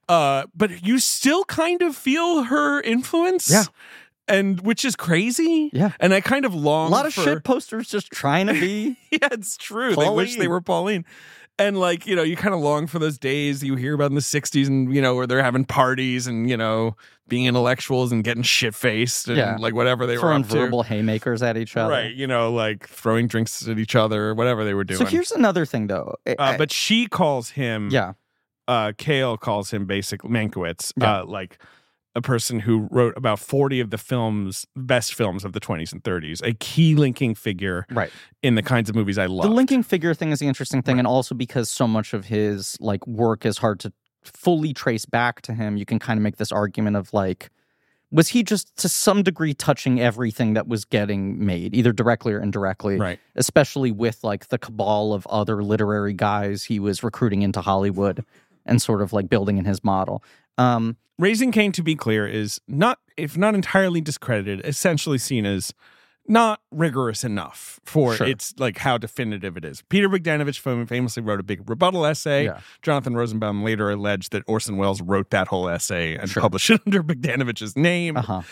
uh, but you still kind of feel her influence. Yeah. And which is crazy. Yeah. And I kind of a long lot of for- shit posters just trying to be yeah, it's true. They wish they Pauline. were Pauline. And like, you know, you kind of long for those days that you hear about in the 60s and, you know, where they're having parties and, you know, being intellectuals and getting shit faced and Yeah. like whatever they throwing were up to. verbal haymakers at each other. Right, you know, like throwing drinks at each other or whatever they were doing. So here's another thing, though. uh, but she calls him, yeah, uh, Kale calls him basically Mankiewicz, Yeah. uh, like a person who wrote about 40 of the films, best films of the 20s and 30s, a key linking figure right. in the kinds of movies I love. The linking figure thing is the interesting thing, and also because so much of his like work is hard to fully trace back to him, you can kind of make this argument of like, was he just to some degree touching everything that was getting made, either directly or indirectly? Right. Especially with like the cabal of other literary guys he was recruiting into Hollywood and sort of like building in his model. Um, Raising Cain, to be clear, is not, if not entirely discredited, essentially seen as not rigorous enough for Sure. its like how definitive it is. Peter Bogdanovich fam- famously wrote a big rebuttal essay. Yeah. Jonathan Rosenbaum later alleged that Orson Welles wrote that whole essay and Sure. published it under Bogdanovich's name. Uh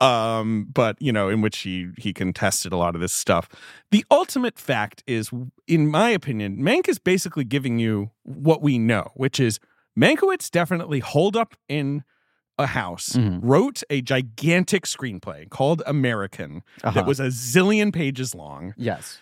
huh. Um, but you know, in which he he contested a lot of this stuff. The ultimate fact is, in my opinion, Mank is basically giving you what we know, which is Mankiewicz definitely holed up in a house, Mhm. wrote a gigantic screenplay called American Uh-huh. that was a zillion pages long, yes.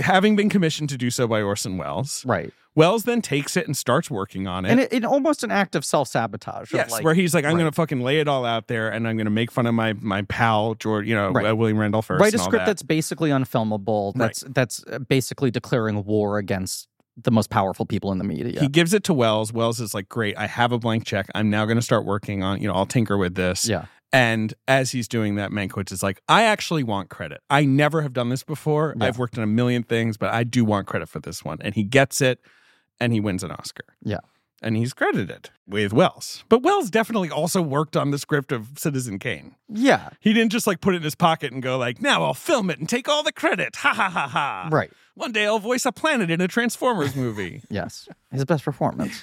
having been commissioned to do so by Orson Welles. Right. Wells then takes it and starts working on it. And it, it almost an act of self sabotage. Yes, like, where he's like, I'm right. going to fucking lay it all out there, and I'm going to make fun of my my pal George, you know, Right. uh, William Randolph Hearst. write a and all script that. that's basically unfilmable. Right. That's that's uh, basically declaring war against the most powerful people in the media. He gives it to Wells. Wells is like, "Great, I have a blank check. I'm now going to start working on. You know, I'll tinker with this." yeah. And as he's doing that, Mankiewicz is like, "I actually want credit. I never have done this before. Yeah. I've worked on a million things, but I do want credit for this one." And he gets it, and he wins an Oscar. Yeah. and he's credited with Wells. But Wells definitely also worked on the script of Citizen Kane. Yeah. He didn't just like put it in his pocket and go like, "Now I'll film it and take all the credit." Ha ha ha ha. Right. One day I'll voice a planet in a Transformers movie. Yes. His best performance.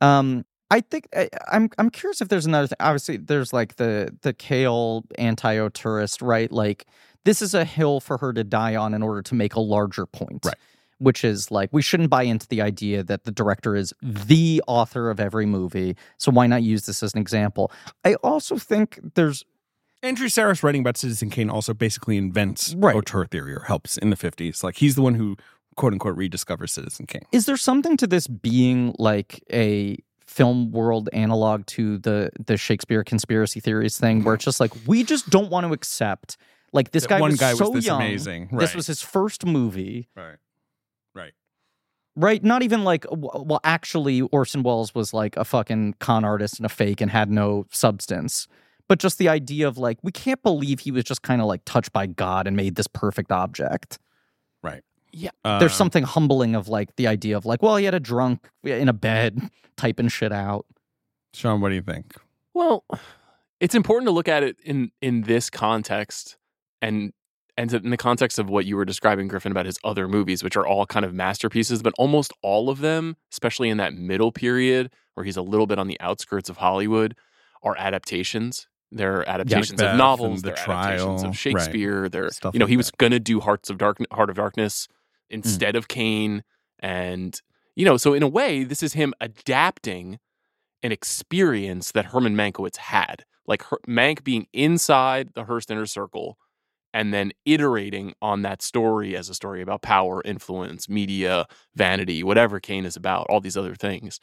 Um I think I, I'm I'm curious if there's another thing. Obviously, there's like the the Kale antio tourist, right? Like this is a hill for her to die on in order to make a larger point. Right. Which is like we shouldn't buy into the idea that the director is the author of every movie. So why not use this as an example? I also think there's Andrew Saris writing about Citizen Kane also basically invents Right. auteur theory or helps in the 50s. Like he's the one who quote unquote rediscovers Citizen Kane. is there something to this being like a film world analog to the the Shakespeare conspiracy theories thing where it's just like we just don't want to accept like this That guy one was guy was so this young amazing. this Right. was his first movie Right. Right. right not even like w- well actually Orson Welles was like a fucking con artist and a fake and had no substance but just the idea of like we can't believe he was just kind of like touched by god and made this perfect object there's Um, something humbling of like the idea of like, well, he had a drunk in a bed typing shit out. Sean, what do you think? Well, it's important to look at it in in this context and and in the context of what you were describing Griffin about his other movies which are all kind of masterpieces, but almost all of them, especially in that middle period where he's a little bit on the outskirts of Hollywood, are adaptations. They're adaptations Macbeth of novels, and The they're adaptations Trial, of right. Shakespeare, they're Stuff you know, like he was that. Hmm. going to do Hearts of Dark Heart of Darkness instead of Cain and you know, so in a way this is him adapting an experience that Herman Mankiewicz had, like her, Mank being inside the Hearst inner circle and then iterating on that story as a story about power, influence, media, vanity, whatever Kane is about, all these other things.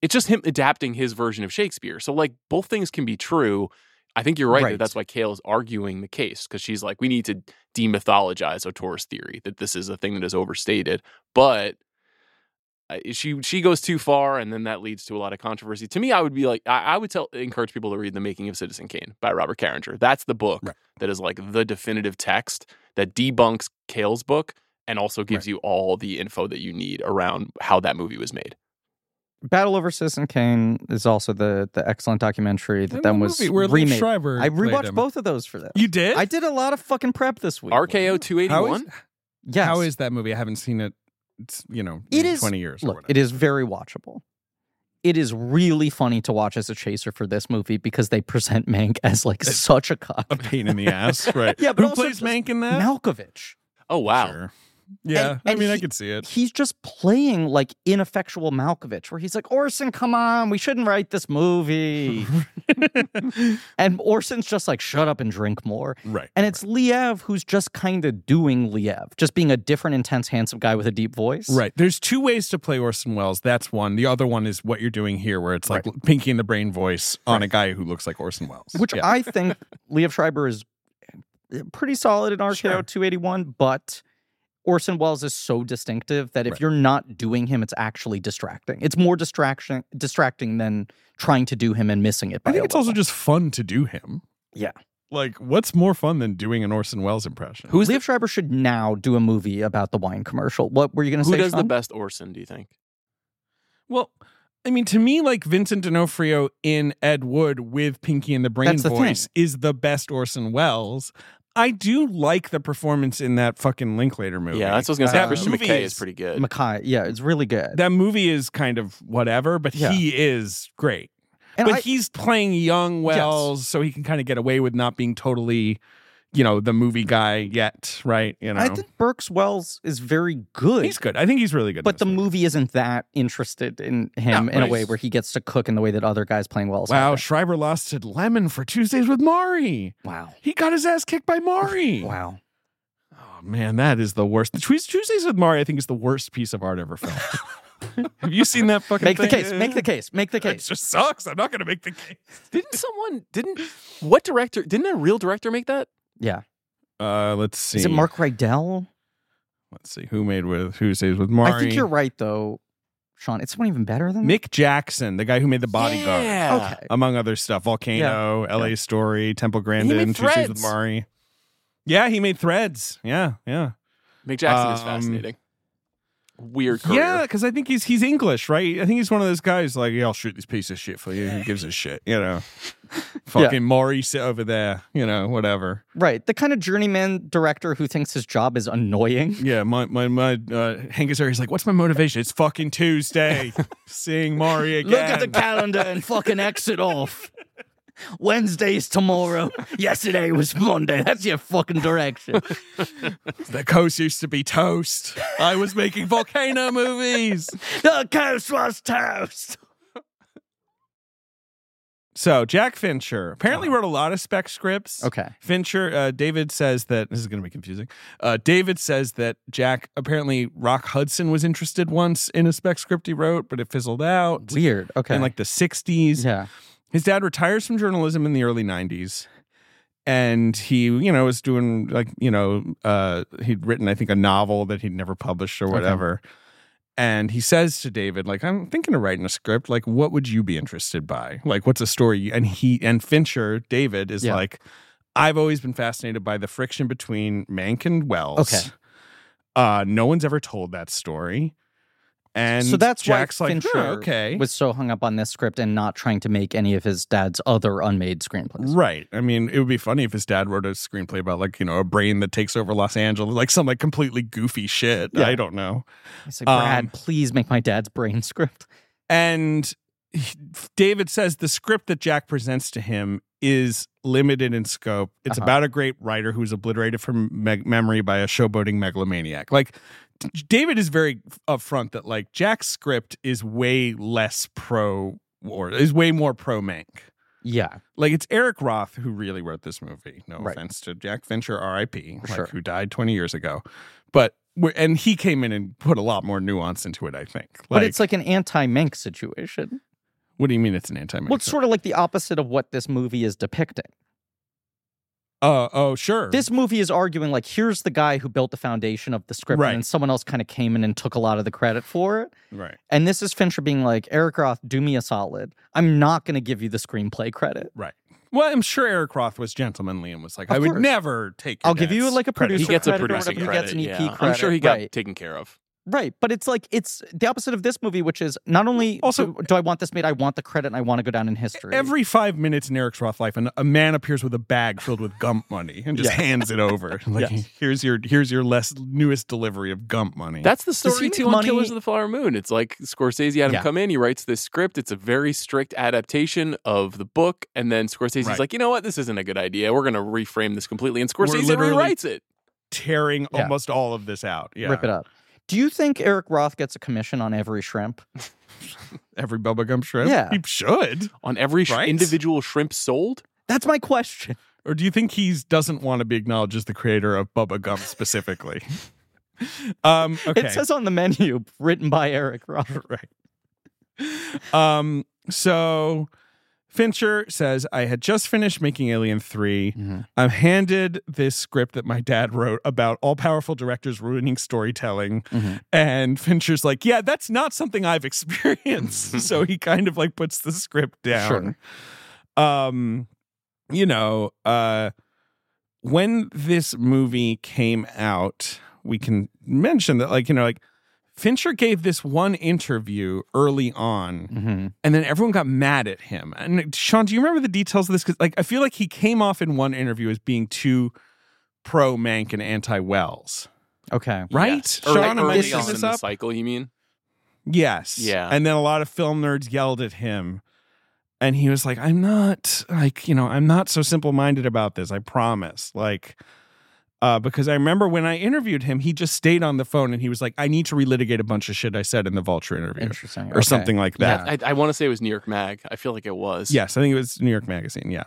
It's just him adapting his version of Shakespeare. So, like, both things can be true. I think you're right, Right. that that's why Kale is arguing the case because she's like, we need to demythologize O'Torre's theory that this is a thing that is overstated. But uh, she she goes too far, and then that leads to a lot of controversy. To me, I would be like, I, I would tell encourage people to read The Making of Citizen Kane by Robert Carringer. That's the book Right. that is like the definitive text that debunks Kale's book and also gives you all the info that you need around how that movie was made. Battle over Citizen Kane is also the the excellent documentary that And then the was movie where Liev remade. Schreiber I played rewatched him. both of those for this. You did? I did a lot of fucking prep this week. RKO two eighty How is, one. Yes. how is that movie? I haven't seen it. It's, you know, It in is- 20 years. or Look, whatever. it is very watchable. It is really funny to watch as a chaser for this movie because they present Mank as like It's- Oh, such a cock. a pain in the ass, right? Yeah, but who also plays just- Mank in that? Malkovich. Oh wow. Sure. Yeah, And- I and mean, I he- could see it. he's just playing like ineffectual Malkovich, where he's like, Orson, come on, we shouldn't write this movie. and Orson's just like, shut up and drink more. Right. And it's Liev who's just kind of doing Liev, just being a different, intense, handsome guy with a deep voice. Right. There's two ways to play Orson Welles. That's one. The other one is what you're doing here, where it's like Pinky and the Brain voice on a guy who looks like Orson Welles. Which Yeah. I think Liev Schreiber is eh, pretty solid in RKO Sure. 281, but Orson Welles is so distinctive that if Right. you're not doing him, it's actually distracting. It's more distraction distracting than trying to do him and missing it. By I think a it's also little. just fun to do him. Yeah. Like, what's more fun than doing an Orson Welles impression? Who's Liev Schreiber should now do a movie about the wine commercial. What were you going the, to say? who does the Sean? best Orson? Do you think? Well, I mean, to me, like Vincent D'Onofrio in Ed Wood with Pinky and the Brain That's the voice is the best Orson Welles. I do like the performance in that fucking Linklater movie. Yeah, that's what I was gonna say. That Christian movie McKay is is- pretty good. Mackay. Yeah, it's really good. that movie is kind of whatever, but Yeah. he is great. and but I, he's playing young Wells, so he can kind of get away with not being totally, you know, the movie guy yet, right? You know, I think Burks Wells is very good. he's good. I think he's really good. in But the this movie. movie isn't that interested in him No, in a but way he's- where he gets to cook in the way that other guys playing Wells. have Wow, been. Schreiber lost to Lemon for Tuesdays with Maury. Wow. He got his ass kicked by Maury. Wow. Oh man, that is the worst. The Tues- Tuesdays with Maury, I think, is the worst piece of art ever filmed. Have you seen that fucking Make the thing? case. Make the case. Make the It case. just sucks. I'm not going to make the case. Didn't someone? Didn't what director? Didn't a real director make that? Yeah. Uh, let's see. Is it Mark Rydell? Let's see who made with Tuesdays with Maury. I think you're right though, Sean. It's someone even better than that? Mick Jackson, the guy who made the Bodyguard, Yeah. Okay. among other stuff. Volcano, L.A. Story, Temple Grandin, Tuesdays with Threads. Maury. Yeah, he made Threads. Yeah, yeah. Mick Jackson is Um, fascinating. weird career. Yeah, because I think he's he's English, right? I think he's one of those guys like, yeah, I'll shoot these pieces of shit for you. Who gives a shit, you know? Fucking Maurice over there, you know, whatever. Right. The kind of journeyman director who thinks his job is annoying. Yeah, my my my uh, Hank Azaria's like, what's my motivation? It's fucking Tuesday, seeing Maury again. calendar and fucking exit off. Wednesday's tomorrow. Yesterday was Monday. That's your fucking direction. the coast used to be toast. I was making volcano movies. the coast was toast. So Jack Fincher apparently wrote a lot of spec scripts. Okay. Fincher, uh, David says that this is going to be confusing. Uh, David says that Jack apparently Rock Hudson was interested once in a spec script he wrote, but it fizzled out Weird. Okay. in like the '60s. yeah. His dad retires from journalism in the early 90s. And he, you know, was doing like, you know, uh, he'd written, I think, a novel that he'd never published or whatever. And he says to David, like, I'm thinking of writing a script. Like, what would you be interested by? Like, what's a story? you-" And he, and Fincher, David, is Yeah. like, I've always been fascinated by the friction between Mank and Wells. Okay. Uh, no one's ever told that story. And so that's Jack's why like, Fincher "Huh, okay. was so hung up on this script and not trying to make any of his dad's other unmade screenplays. Right. I mean, it would be funny if his dad wrote a screenplay about like, you know, a brain that takes over Los Angeles, like some like completely goofy shit. Yeah. I don't know. I said, Brad, Um, please make my dad's brain script. And he- David says the script that Jack presents to him is limited in scope. It's Uh-huh. about a great writer who's obliterated from meg- memory by a showboating megalomaniac. Like D- David is very upfront that like Jack's script is way less pro or is way more pro Mank. Yeah. like it's Eric Roth who really wrote this movie. No Right. offense to Jack Fincher, R.I.P., like, Sure. who died 20 years ago, but we're- and he came in and put a lot more nuance into it. I think. Like, But it's like an anti Mank situation. what do you mean it's an anti? Well, it's sort of like the opposite of what this movie is depicting. Oh, oh, sure. This movie is arguing like, here's the guy who built the foundation of the script, Right. and then someone else kind of came in and took a lot of the credit for it. right, And this is Fincher being like, Eric Roth, do me a solid. I'm not going to give you the screenplay credit. right. Well, I'm sure Eric Roth was gentlemanly and was like, Of I would course. never take. your I'll give you, dad's like, a credit he producer for gets a credit or producing whatever, he credit. gets an EP yeah. I'm credit, sure he got right. taken care of. Right. But it's like, it's the opposite of this movie, which is not only Also- do, do I want this made, I want the credit and I want to go down in history. Every five minutes in Eric's Roth life, an- a man appears with a bag filled with Gump money and just hands it over. Like, Yes. here's your here's your less newest delivery of Gump money. That's the he story make too on money? Killers of the Flower Moon. It's like Scorsese had him Yeah. come in, he writes this script. It's a very strict adaptation of the book, and then Scorsese's Right. like, you know what, this isn't a good idea. We're gonna reframe this completely, and We're Scorsese literally- rewrites it. tearing Yeah. almost all of this out. Yeah. Rip it up. Do you think Eric Roth gets a commission on every shrimp? Every Bubba Gum shrimp? Yeah. He should. On every sh- Right? individual shrimp sold, That's my question. Or do you think he doesn't want to be acknowledged as the creator of Bubba Gum specifically? um, okay. It says on the menu, written by Eric Roth. right. Um, so Fincher says, I had just finished making Alien 3. I'm handed this script that my dad wrote about all powerful directors ruining storytelling. And Fincher's like, Yeah, that's not something I've experienced. so he kind of like puts the script down. Um, you know, uh, when this movie came out, we can mention that, like, you know, like Fincher gave this one interview early on, Mm-hmm. and then everyone got mad at him. And Sean, do you remember the details of this? Because, like, I feel like he came off in one interview as being too pro Mank and anti Wells, Okay. right? Yes. Sean, Early- am I early making on in this the up? cycle, you mean? Yes. Yeah. And then a lot of film nerds yelled at him. And he was like, I'm not like, you know, I'm not so simple minded about this. I promise. Like, uh, because I remember when I interviewed him, he just stayed on the phone and he was like, I need to relitigate a bunch of shit I said in the Vulture interview Interesting. or something like that. I, I want to say it was New York Mag. I feel like it was. Yes, I think it was New York Magazine. Yeah.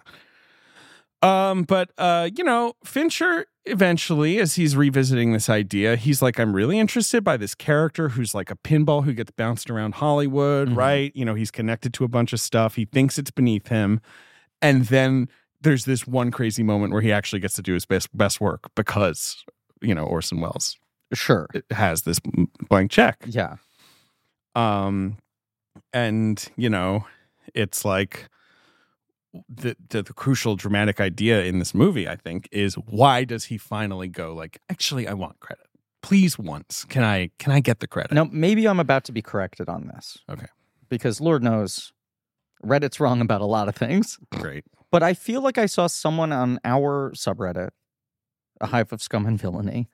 Um, but uh, you know, Fincher eventually, as he's revisiting this idea, he's like, I'm really interested by this character who's like a pinball who gets bounced around Hollywood, Mhm. right? You know, he's connected to a bunch of stuff. He thinks it's beneath him, and then there's this one crazy moment where he actually gets to do his best best work because you know Orson Welles eh, Sure. has this blank check Yeah. um and you know it's like the, the the crucial dramatic idea in this movie i think is why does he finally go like actually i want credit please once can I can I get the credit? Now, maybe I'm about to be corrected on this. Okay. Because Lord knows Reddit's wrong about a lot of things. Great. But I feel like I saw someone on our subreddit, a hive of scum and villainy,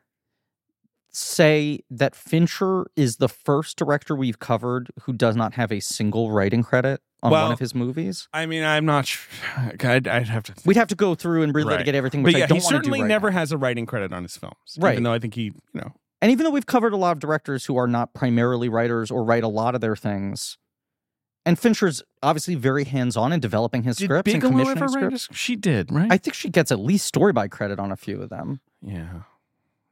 say that Fincher is the first director we've covered who does not have a single writing credit on Well- one of his movies. I mean, I'm not. Sh- I'd, I'd have to. We'd have to go through and relitigate Right. everything, but which yeah, I don't he want to do certainly right never now. has a writing credit on his films. Right. Even though I think he, you know, And even though we've covered a lot of directors who are not primarily writers or write a lot of their things, and Fincher's obviously very hands-on in developing his scripts and commissioning scripts. a- She did, right? I think she gets at least story by credit on a few of them. yeah.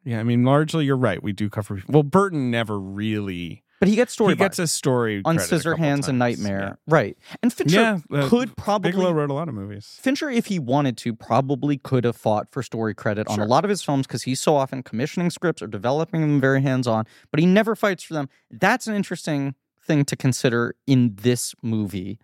Yeah, I mean, largely you're right. We do cover. Well, Burton never really. But he gets story he gets a story on credit a Scissor couple Hands and times. Nightmare. Right. And Yeah, Fincher yeah uh, could probably Bigelow wrote a lot of movies. Fincher, if he wanted to, probably could have fought for story credit on a Sure. lot of his films because he's so often commissioning scripts or developing them very hands-on, but he never fights for them. That's an interesting thing to consider in this movie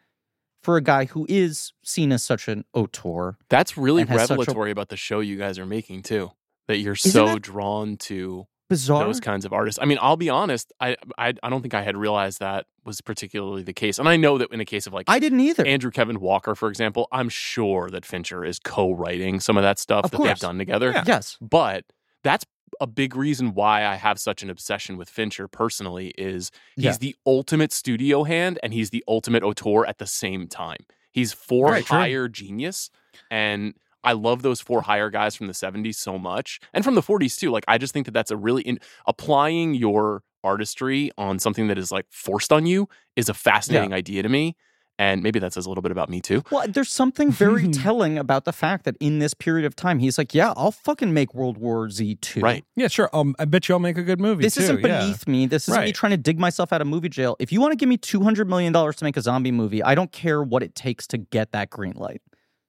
for a guy who is seen as such an auteur. That's really And has such a- revelatory about the show you guys are making too. That you're Isn't so it? drawn to Bizarre. those kinds of artists. I mean, I'll be honest. I, I I don't think I had realized that was particularly the case. And I know that in a case of like I didn't either. Andrew Kevin Walker, for example, I'm sure that Fincher is co-writing some of that stuff Of that course. they've done together. Yeah. Yes. But that's a big reason why I have such an obsession with Fincher personally is he's Yeah. the ultimate studio hand and he's the ultimate auteur at the same time. He's for Right, true. hire genius and I love those four hire guys from the 70s so much and from the 40s too. Like I just think that that's a really in- applying your artistry on something that is like forced on you is a fascinating idea to me and maybe that says a little bit about me too. Well, there's something very telling about the fact that in this period of time, he's like, yeah, I'll fucking make World War Z 2. Right. Yeah, sure. Um, I bet you I'll make a good movie. This too, isn't yeah. beneath me. This isn't me Right. trying to dig myself out of movie jail. If you want to give me $200 million to make a zombie movie, I don't care what it takes to get that green light.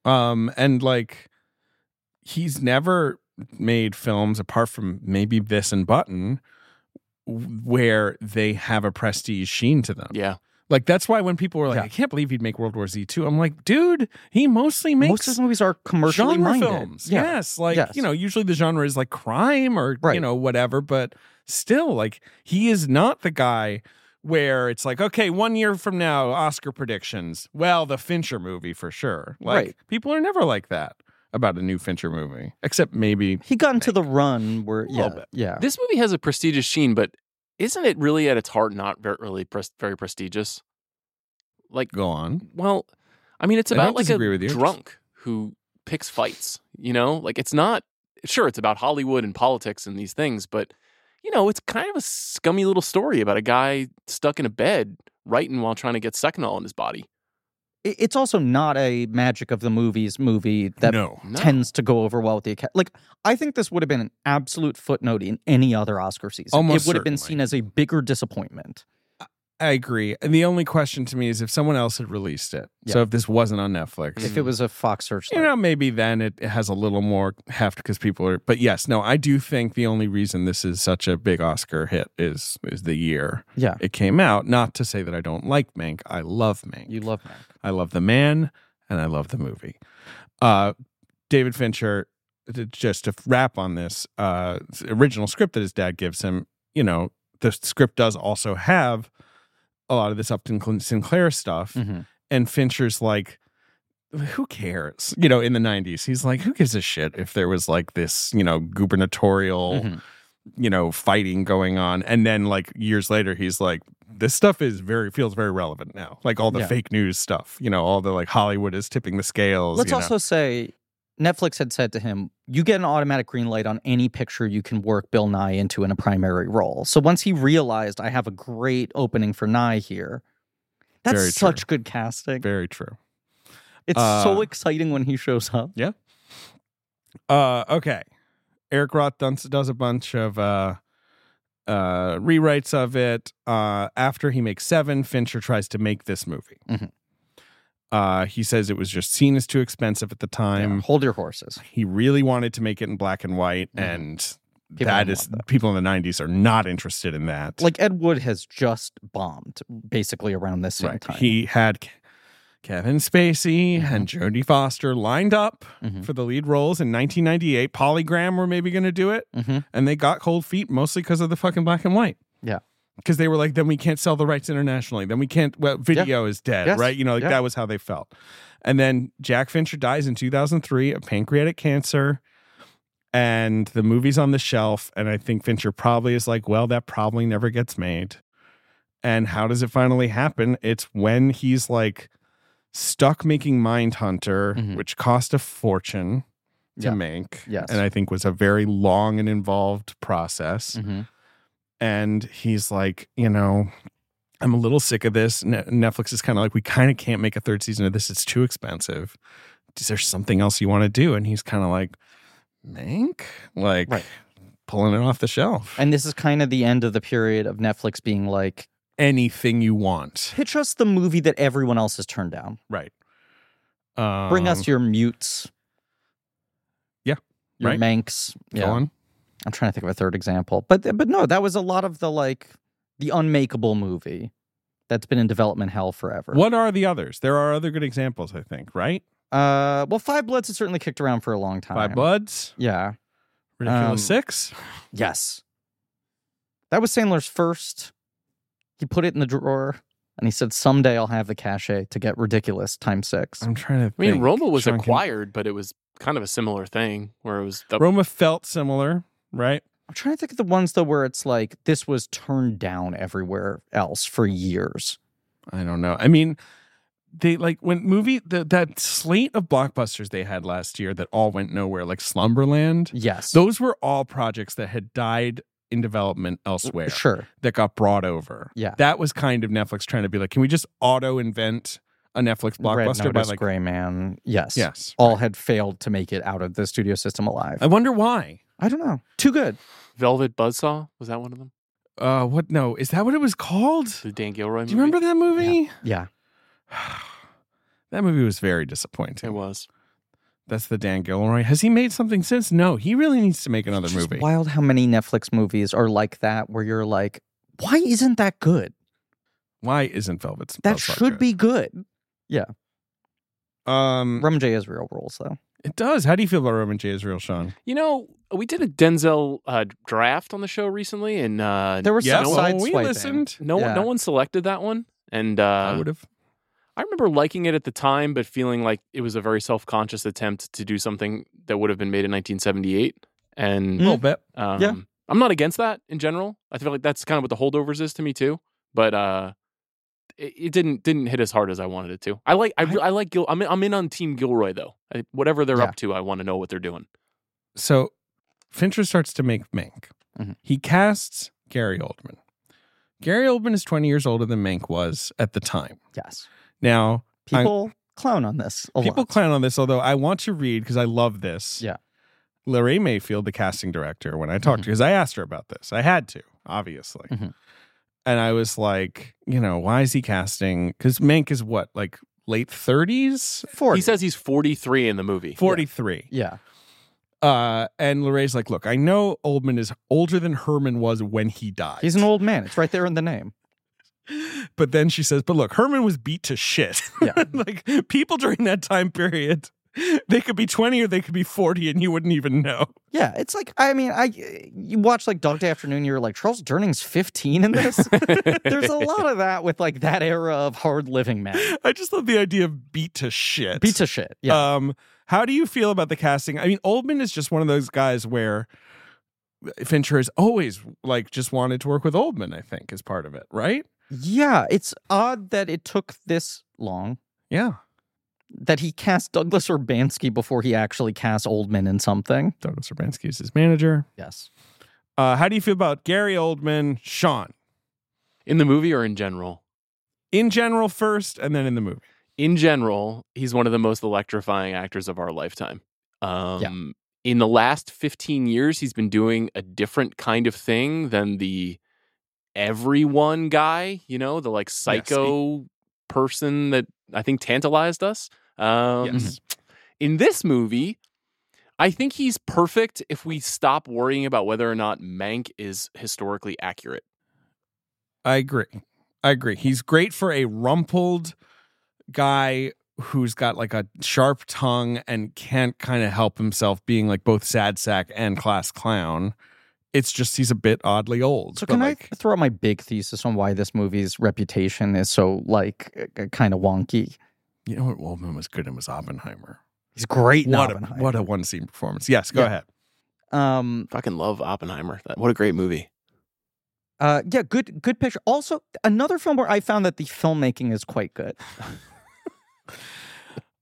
Um, and like, he's never made films apart from maybe this and Button, w- where they have a prestige sheen to them. Yeah. Like that's why when people were like, Yeah. "I can't believe he'd make World War Z 2 I'm like, "Dude, he mostly makes Most of his movies are commercially genre minded. films." Yeah. Yes, like Yes. you know, usually the genre is like crime or Right. you know whatever, but still, like he is not the guy where it's like, "Okay, one year from now, Oscar predictions." Well, the Fincher movie for sure. Like Right. people are never like that about a new Fincher movie, except maybe He got into the run where, yeah, little bit. yeah. Uh, This movie has a prestigious sheen, but isn't it really at its heart not ver- really pres- very prestigious? Like, go on. well, I mean, it's I don't about like a disagree with you. drunk who picks fights. You know, like it's not sure it's about Hollywood and politics and these things, but you know, it's kind of a scummy little story about a guy stuck in a bed writing while trying to get seconal in his body. It- It's also not a magic of the movies movie that no, No. tends to go over well with the Academy. Like, I think this would have been an absolute footnote in any other Oscar season. Almost it would have been certainly. seen as a bigger disappointment. I agree. And the only question to me is if someone else had released it. So Yeah. if this wasn't on Netflix, If it was a Fox searchlight. Hmm. you know, maybe then it it has a little more heft because people are. But yes, no, I do think the only reason this is such a big Oscar hit is is the year yeah. it came out. Not to say that I don't like Mank. I love Mank. You love Mank. I love the man, and I love the movie. Uh, David Fincher. th- Just to wrap on this uh, original script that his dad gives him, you know, the script does also have a lot of this Upton Clin- Sinclair stuff Mhm. and Fincher's like, who cares? You know, in the 90s, he's like, who gives a shit if there was like this, you know, gubernatorial, Mhm. you know, fighting going on. And then like years later, he's like, this stuff is very, feels very relevant now. Like all the Yeah. fake news stuff, you know, all the like Hollywood is tipping the scales. Let's you know. also say Netflix had said to him, "You get an automatic green light on any picture you can work Bill Nye into in a primary role." So once he realized, "I have a great opening for Nye here," that's Very such good casting. very true. it's uh, so exciting when he shows up. Uh, okay. Eric Roth does, does a bunch of uh, uh, rewrites of it. Uh, after he makes Seven, Fincher tries to make this movie. Mhm. Uh, he says it was just seen as too expensive at the Yeah, time. hold your horses. He really wanted to make it in black and white, Mhm. and People that don't is want that. people in the '90s are not interested in that. Like Ed Wood has just bombed basically around this same Right. time. Mm-hmm. He had K- Kevin Spacey and Jodie Foster lined up Mhm. for the lead roles in 1998. Polygram were maybe going to do it, Mhm. and they got cold feet mostly because of the fucking black and white. Yeah. Because they were like, then we can't sell the rights internationally. Then we can't, well, video is dead, Yes. right? You know, like Yeah. that was how they felt. And then Jack Fincher dies in 2003 of pancreatic cancer, and the movie's on the shelf. And I think Fincher probably is like, well, that probably never gets made. And how does it finally happen? It's when he's like stuck making Mindhunter, Mhm. which cost a fortune to Yeah. make. Yes. And I think was a very long and involved process Mhm. and he's like, you know, I'm a little sick of this. Ne- Netflix is kind of like, we kind of can't make a third season of this. It's too expensive. Is there something else you want to do? And he's kind of like, Mank, like Right. pulling it off the shelf. And this is kind of the end of the period of Netflix being like, Anything you want, pitch us the movie that everyone else has turned down. right? Um, Bring us your mutes. Yeah, Your right. Manx. go Yeah. on. I'm trying to think of a third example. But but no, that was a lot of the like the unmakeable movie that's been in development hell forever. What are the others? There are other good examples, I think. Right? Uh well Five Bloods has certainly kicked around for a long time. Five Bloods, Yeah. Ridiculous Um, Six. Yes. That was Sandler's first. He put it in the drawer and he said, Someday I'll have the cachet to get ridiculous times six. I'm trying to. I mean, think. Roma was Sean Connery. acquired, but it was kind of a similar thing where it was the, Roma felt similar, right? I'm trying to think of the ones though where it's like this was turned down everywhere else for years. I don't know. I mean, they like when movie the, that slate of blockbusters they had last year that all went nowhere, like Slumberland. Yes. Those were all projects that had died in development elsewhere Sure. that got brought over. Yeah. that was kind of Netflix trying to be like, can we just auto invent a Netflix Red blockbuster by Notice, like, Gray Man. Yes. yes. All had failed to make it out of the studio system alive. I wonder why. I don't know. Too good. Velvet Buzzsaw. Was that one of them? Uh, what? No, is that what it was called? The Dan Gilroy movie. Do you remember that movie? Yeah. That movie was very disappointing. It was. That's the Dan Gilroy. Has he made something since? No, he really needs to make another It's just movie. wild how many Netflix movies are like that where you're like, why isn't that good? Why isn't Velvet? That Buzzsaw should be good. good? Um, Rum J Israel rules though. it does. How do you feel about Roman J. Israel, Sean? You know, we did a Denzel uh, draft on the show recently, and uh, There were Yeah, some well, side Oh, we swiping. listened. no one, yeah. no one selected that one. And uh, I would have. hmm? I remember liking it at the time, but feeling like it was a very self conscious attempt to do something that would have been made in 1978. And A little bit. um, Mm, Yeah. I'm not against that in general. I feel like that's kind of what the holdovers is to me too. But uh, it, it didn't didn't hit as hard as I wanted it to. I like I, re- I like Gil. I'm in, I'm in on Team Gilroy though. I, whatever they're Yeah. up to, I want to know what they're doing. So Fincher starts to make Mank. Mhm. He casts Gary Oldman. Gary Oldman is 20 years older than Mank was at the time. Yes. Now, I- People clown on this. A people lot. clown on this, although I want to read because I love this. Yeah. Mm-hmm. Larry Mayfield, the casting director, when I talked to because I asked her about this. I had to, obviously. Mhm. And I was like, you know, why is he casting? Because Mank is what, like late 30s? 40. He says he's 43 in the movie. 43. Yeah. Uh, and Larray's like, look, I know Oldman is older than Herman was when he died. He's an old man. It's right there in the name. But then she says, but look, Herman was beat to shit. Yeah. like people during that time period, they could be 20 or they could be 40 and you wouldn't even know. Yeah, it's like I mean, I you watch like Dog Day Afternoon, you're like Charles Durning's 15 in this. There's a lot of that with like that era of hard living men. I just love the idea of beat to shit. Beat to shit. Yeah. Um, how do you feel about the casting? I mean, Oldman is just one of those guys where Fincher has always like just wanted to work with Oldman, I think, is part of it, right? yeah, it's odd that it took this long Yeah. that he cast Douglas Urbanski before he actually cast Oldman in something. Douglas Urbanski is his manager. Yes. Uh, how do you feel about Gary Oldman, Sean? in the movie or in general. In general, first, and then in the movie. in general, he's one of the most electrifying actors of our lifetime. Um, In the last 15 years, he's been doing a different kind of thing than the everyone guy, you know, the like psycho person that I think tantalized us. Um, Yes. In this movie, I think he's perfect if we stop worrying about whether or not Mank is historically accurate. I agree. I agree. He's great for a rumpled guy who's got like a sharp tongue and can't kind of help himself being like both sad sack and class clown. It's just he's a bit oddly old. So but, can like, I throw out my big thesis on why this movie's reputation is so like kind of wonky? You know what Waldman was good in was Oppenheimer. He's great. in What a, Oppenheimer. what a one scene performance. Yes, go Yeah. ahead. um Fucking love Oppenheimer. That- What a great movie. uh yeah good good picture. Also another film where I found that the filmmaking is quite good.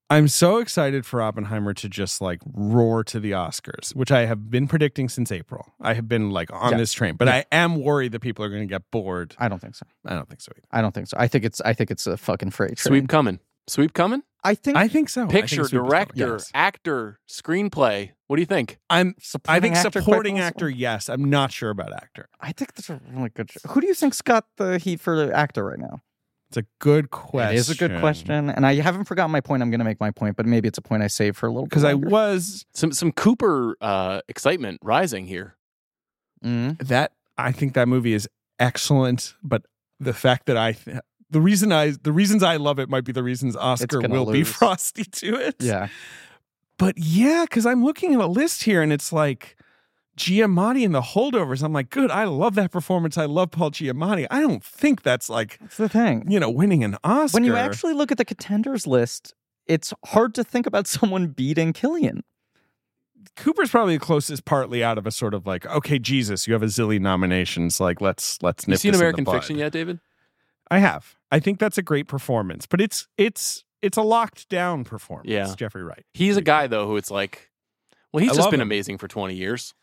I'm so excited for Oppenheimer to just like roar to the Oscars, which I have been predicting since April. I have been like on Yeah. this train, but Yeah. I am worried that people are going to get bored. I don't think so. I don't think so. Either. I don't think so. I think it's I think it's a fucking freight train. Sweep coming. Sweep coming. I think I think so. Oh, I think Picture, Sweep is coming. director, Yes. actor, screenplay. What do you think? I'm. I think actor quite supporting possible. actor. Yes, I'm not sure about actor. I think that's a really good. Show. Who do you think's got the heat for the actor right now? It's a good question. It is a good question, and I haven't forgotten my point. I'm going to make my point, but maybe it's a point I save for a little bit because I longer. was Some some Cooper uh, excitement rising here. Mm. that I think that movie is excellent, but the fact that I th- the reason I the reasons I love it might be the reasons Oscar gonna will be lose. frosty to it. Yeah, But yeah, because I'm looking at a list here and it's like Giamatti and the holdovers. I'm like, good, I love that performance. I love Paul Giamatti. I don't think that's like, that's the thing. you know, winning an Oscar. When you actually look at the contenders list, it's hard to think about someone beating Killian. Cooper's probably the closest partly out of a sort of like, okay, Jesus, you have a zillion nominations. Like, let's let's nip You seen this in the American bud. Fiction yet, David? I have. I think that's a great performance, but it's it's it's a locked down performance. Yeah. Jeffrey Wright, He's a guy though who it's like, well, he's I just love been him. amazing for twenty years.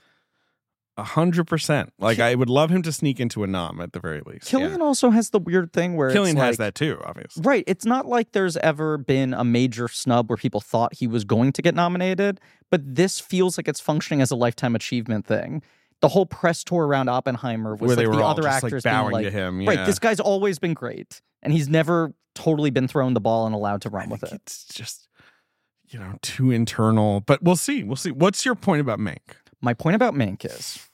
a hundred percent. Like I would love him to sneak into a nom at the very least. Killian also has the weird thing where yeah. it's Killian has like- that too, obviously. Right. It's not like there's ever been a major snub where people thought he was going to get nominated, but this feels like it's functioning as a lifetime achievement thing. The whole press tour around Oppenheimer was Where they like were the all other just actors like bowing being to like, him. Yeah. right, this guy's always been great, and he's never totally been thrown the ball and allowed to I run with think it. It's just you know too internal, but we'll see. We'll see. What's your point about Mank? My point about Mank is,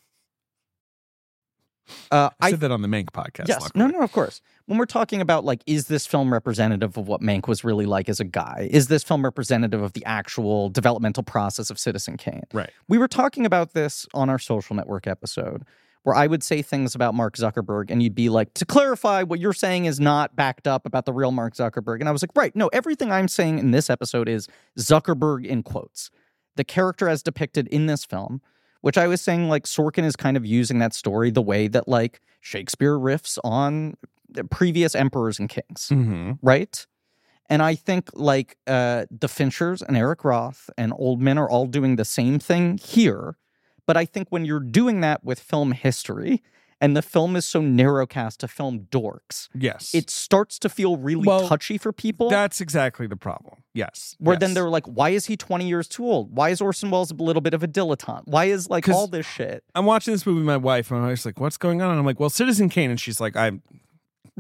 uh, I I said that on the Mank podcast. Yes. luckily. No, no, of course. When we're talking about like, is this film representative of what Mank was really like as a guy? Is this film representative of the actual developmental process of Citizen Kane? Right. We were talking about this on our social network episode where I would say things about Mark Zuckerberg and you'd be like, to clarify, what you're saying is not backed up about the real Mark Zuckerberg. And I was like, right, no, everything I'm saying in this episode is Zuckerberg in quotes. The character as depicted in this film, which I was saying, like, Sorkin is kind of using that story the way that, like, Shakespeare riffs on the previous emperors and kings, Mhm. right? And I think, like, uh, the Finchers and Eric Roth and Oldman are all doing the same thing here. But I think when you're doing that with film history, and the film is so narrowcast to film dorks, Yes. it starts to feel really Well, touchy for people that's exactly the problem. Yes. where yes. then they're like, why is he 20 years too old? Why is Orson Welles a little bit of a dilettante? Why is like 'Cause- all this shit? I'm watching this movie with my wife, and my wife's like, "What's going on?" And I'm like, "Well, Citizen Kane," and she's like, "I'm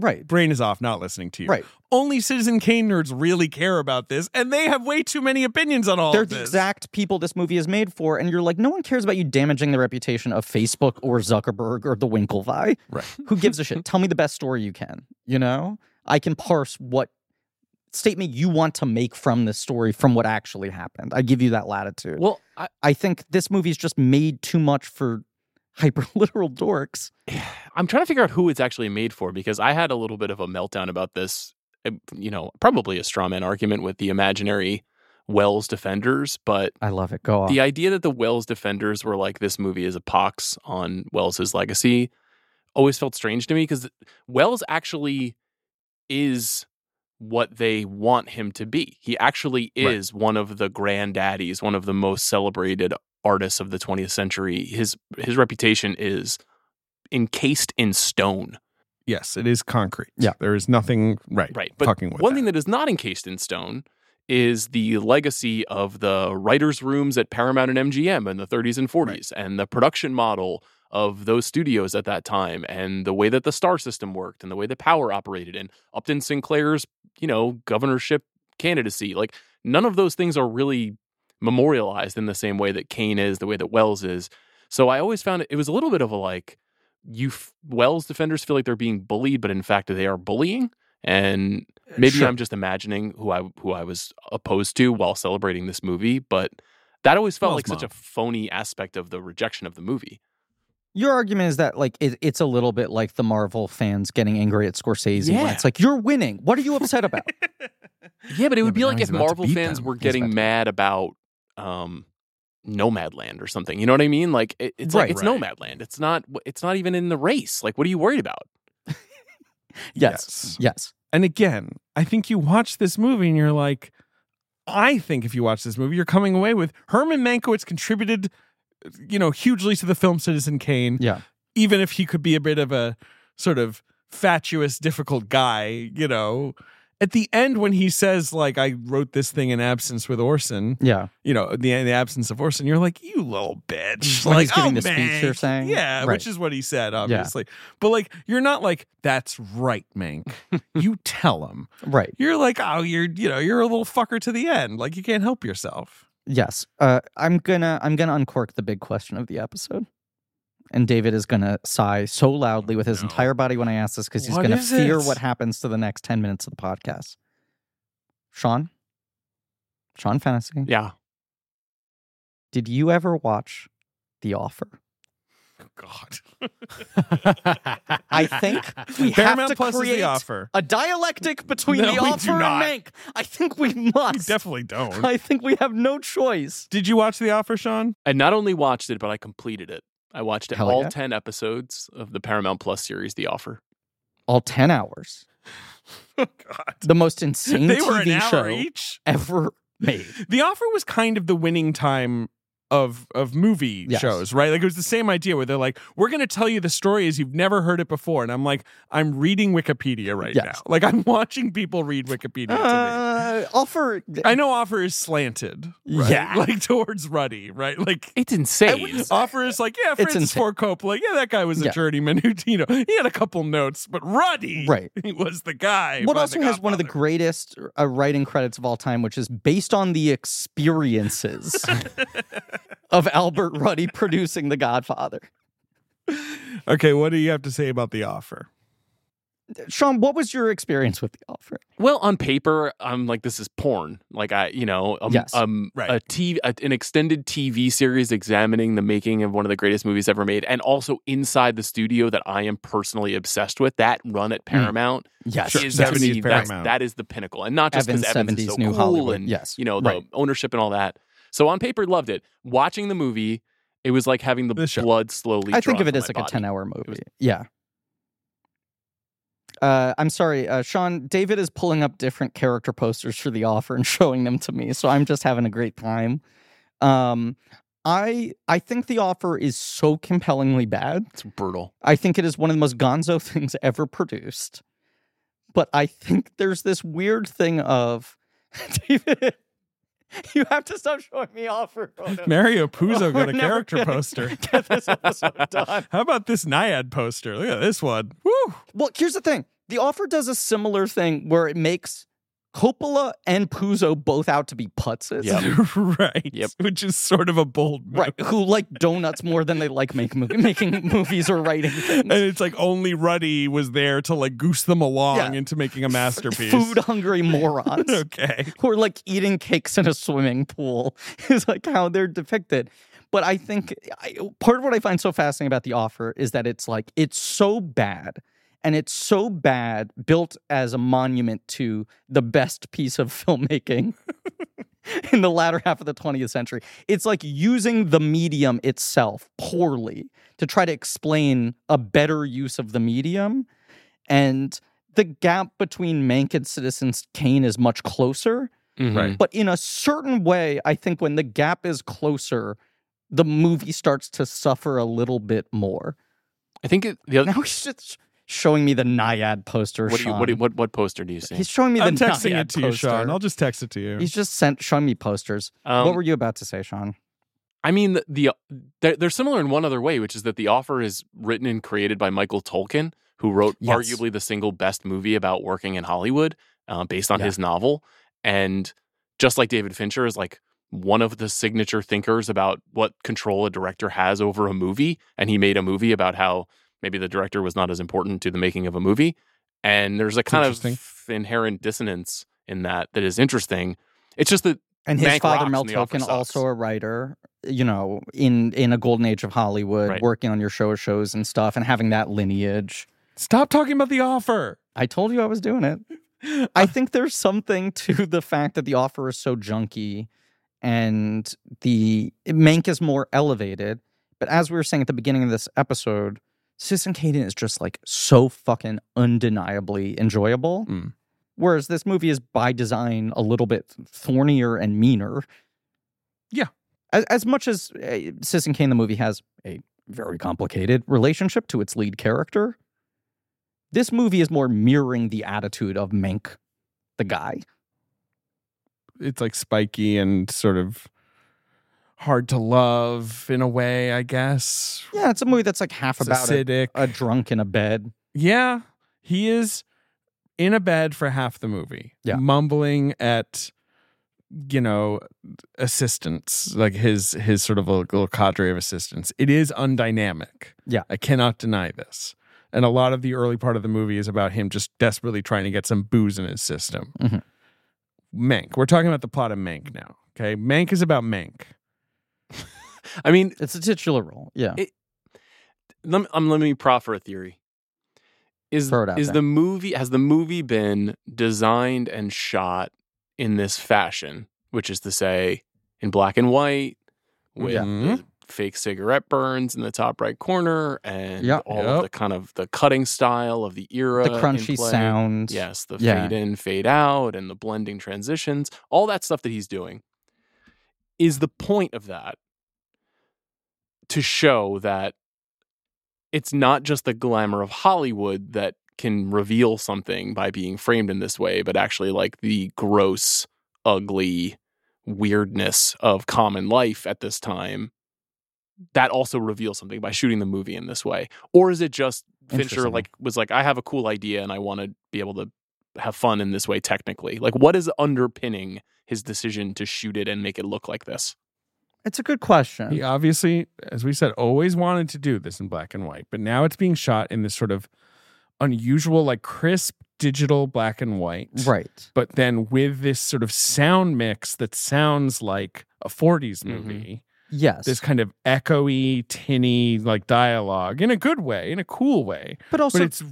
Right. brain is off, not listening to you. Right. Only Citizen Kane nerds really care about this, and they have way too many opinions on all They're of the this. exact people this movie is made for. And you're like, no one cares about you damaging the reputation of Facebook or Zuckerberg or the Winklevi. Right. Who gives a shit? Tell me the best story you can. You know, I can parse what statement you want to make from this story from what actually happened. I give you that latitude. Well, I, I think this movie's just made too much for hyperliteral dorks. I'm trying to figure out who it's actually made for because I had a little bit of a meltdown about this. uh, You know, probably a straw man argument with the imaginary Wells defenders, but I love it. Go on. the idea that the Wells defenders were like this movie is a pox on Wells's legacy always felt strange to me because Wells actually is what they want him to be. He actually Right. is one of the granddaddies, one of the most celebrated artists of the 20th century. His his reputation is encased in stone. Yes, it is concrete. Yeah. There is nothing right. Right. But fucking with one that. thing that is not encased in stone is the legacy of the writers' rooms at Paramount and MGM in the 30s and 40s and the production model of those studios at that time and the way that the star system worked and the way the power operated and Upton Sinclair's, you know, governorship candidacy. Like none of those things are really memorialized in the same way that Kane is, the way that Wells is. So I always found it, it was a little bit of a like you f- Wells defenders feel like they're being bullied, but in fact they are bullying and maybe Uh, Sure. I'm just imagining who I who I was opposed to while celebrating this movie, but that always felt Well, like it's such a mom. phony aspect of the rejection of the movie. Your argument is that like it, it's a little bit like the Marvel fans getting angry at Scorsese. when Yeah. it's like you're winning. What are you upset about? Yeah, but it Yeah, would but be now like he's if about to Marvel beat fans them. were He's getting about to- mad about um Nomadland or something. You know what I mean? Like it, it's like Right. it's Right. Nomadland. It's not it's not even in the race. Like what are you worried about? yes. yes, And again, I think you watch this movie and you're like, I think if you watch this movie, you're coming away with Herman Mankiewicz contributed, you know, hugely to the film Citizen Kane. Yeah. Even if he could be a bit of a sort of fatuous, difficult guy, you know. At the end, when he says, like, I wrote this thing in absence with Orson, yeah. you know, the, the absence of Orson, you're like, you little bitch. Mm-hmm. When like, he's giving oh, the speech Mank." you're saying? Yeah, Right. which is what he said, obviously. But like, you're not like, that's right, Mank. you tell him. Right. You're like, oh, you're, you know, you're a little fucker to the end. Like, you can't help yourself. Yes. Uh, I'm gonna I'm gonna uncork the big question of the episode. And David is gonna sigh so loudly with his No. entire body when I ask this because he's What gonna is fear it? what happens to the next ten minutes of the podcast. Sean? Sean Fantasy. Yeah. Did you ever watch The Offer? God. I think we Paramount have to Plus create is the offer. a dialectic between No, the we do offer and not. Mank. I think we You must. definitely don't. I think we have no choice. Did you watch the offer, Sean? I not only watched it, but I completed it. I watched it Hell all yeah. 10 episodes of the Paramount Plus series The Offer. All ten hours. Oh, God. The most insane They TV were an hour show each. ever made. The offer was kind of the winning time of of movie Yes. shows, right? Like it was the same idea where they're like, "We're going to tell you the story as you've never heard it before," and I'm like, "I'm reading Wikipedia right Yes. now. Like I'm watching people read Wikipedia to me." Uh, offer. I know offer is slanted, right? Yeah. like towards Ruddy, right? Like. It's insane. Offer is like, yeah, Francis insane. Ford Coppola. Yeah, that guy was a Yeah. journeyman who, you know, he had a couple notes, but Ruddy Right. he was the guy. What by also The has one of the Godfather. greatest uh, writing credits of all time, which is based on the experiences of Albert Ruddy producing The Godfather. Okay, what do you have to say about the offer? Sean, what was your experience with The Offer? Well, on paper, I'm like, this is porn. Like I, you know, um, Yes. um, Right. a TV, a, an extended TV series examining the making of one of the greatest movies ever made, and also inside the studio that I am personally obsessed with. That run Mm. at Paramount Yes. Sure. is to 70s me, that's, Paramount. that is the pinnacle, and not just because Evans, Evans, is 70s so New cool Hollywood. and Yes. you know the Right. ownership and all that. So on paper, loved it. Watching the movie, it was like having the This show. blood slowly. I think drawn of it from as my like a body. 10 hour movie. was- yeah. Uh, I'm sorry, uh, Sean. David is pulling up different character posters for the offer and showing them to me, so I'm just having a great time. Um, I I think the offer is so compellingly bad. It's brutal. I think it is one of the most gonzo things ever produced. But I think there's this weird thing of David. You have to stop showing me offer. photos. Mario We're Puzo got a never character gonna poster. Get this episode done. How about this Naiad poster? Look at this one. Woo! Well, here's the thing. The offer does a similar thing where it makes Coppola and Puzo both out to be putzes. Yeah. right. Yep. Which is sort of a bold move. Right. Who like donuts more than they like make, mo- making movies or writing things. And it's like only Ruddy was there to like goose them along Yeah. into making a masterpiece. Food hungry morons okay. who are like eating cakes in a swimming pool is like how they're depicted. But I think I, part of what I find so fascinating about The Offer is that it's like, it's so bad. And it's so bad, built as a monument to the best piece of filmmaking in the latter half of the 20th century. It's like using the medium itself poorly to try to explain a better use of the medium. And the gap between Mank and Citizens Kane is much closer. Right. But in a certain way, I think when the gap is closer, the movie starts to suffer a little bit more. I think it, the other. Now he's just showing me the Naiad poster. Uh, What, do you, what, do you- what what poster do you see? Sean. He's showing me the I'm texting Naiad it to you, Sean. poster. I'll just text it to you. He's just sent showing me posters. Um, what were you about to say, Sean? I mean, the, the uh, they're, they're similar in one other way, which is that the offer is written and created by Michael Tolkien, who wrote Yes. arguably the single best movie about working in Hollywood, uh, based on Yeah. his novel, and just like David Fincher is like one of the signature thinkers about what control a director has over a movie, and he made a movie about how maybe the director was not as important to the making of a movie, and there's a kind interesting. of inherent dissonance in that that is interesting. It's just that And his Bank father, rocks Mel and The Offer Tolkien, sucks. also a writer, you know, in in a golden age of Hollywood, Right. working on your show shows and stuff, and having that lineage. Stop talking about the offer. I told you I was doing it. I think there's something to the fact that the offer is so junky and the Mank is more elevated. But as we were saying at the beginning of this episode, Citizen Caden is just like so fucking undeniably enjoyable. Mm. Whereas this movie is by design a little bit thornier and meaner. Yeah. As, as much as uh, Citizen Kane, the movie, has a very complicated relationship to its lead character, this movie is more mirroring the attitude of Mink, the guy. It's like spiky and sort of hard to love in a way, I guess. Yeah, it's a movie that's like half about a, Acidic. a drunk in a bed. Yeah, he is in a bed for half the movie, Yeah. mumbling at you know assistants, like his his sort of a little cadre of assistants. It is undynamic. Yeah. I cannot deny this. And a lot of the early part of the movie is about him just desperately trying to get some booze in his system. Mhm. Mank. We're talking about the plot of Mank now. Okay, Mank is about Mank. I mean, It's a titular role. Yeah. It- let me, um, let me proffer a theory. Is Throw it out is there. the movie has the movie been designed and shot in this fashion, which is to say, in black and white with Yeah. the fake cigarette burns in the top right corner and Yeah. all Yep. of the kind of the cutting style of the era, the in crunchy play. sound. Yes, the Yeah. fade in, fade out, and the blending transitions, all that stuff that he's doing. Is the point of that to show that it's not just the glamour of Hollywood that can reveal something by being framed in this way, but actually like the gross, ugly weirdness of common life at this time. That also reveals something by shooting the movie in this way, or is it just Fincher Interesting. like was like I have a cool idea and I want to be able to have fun in this way technically? Like, what is underpinning his decision to shoot it and make it look like this? It's a good question. He obviously, as we said, always wanted to do this in black and white, but now it's being shot in this sort of unusual, like crisp digital black and white. Right. But then with this sort of sound mix that sounds like a 40s movie, Mm-hmm. Yes. this kind of echoey, tinny, like dialogue in a good way, in a cool way, but also but it's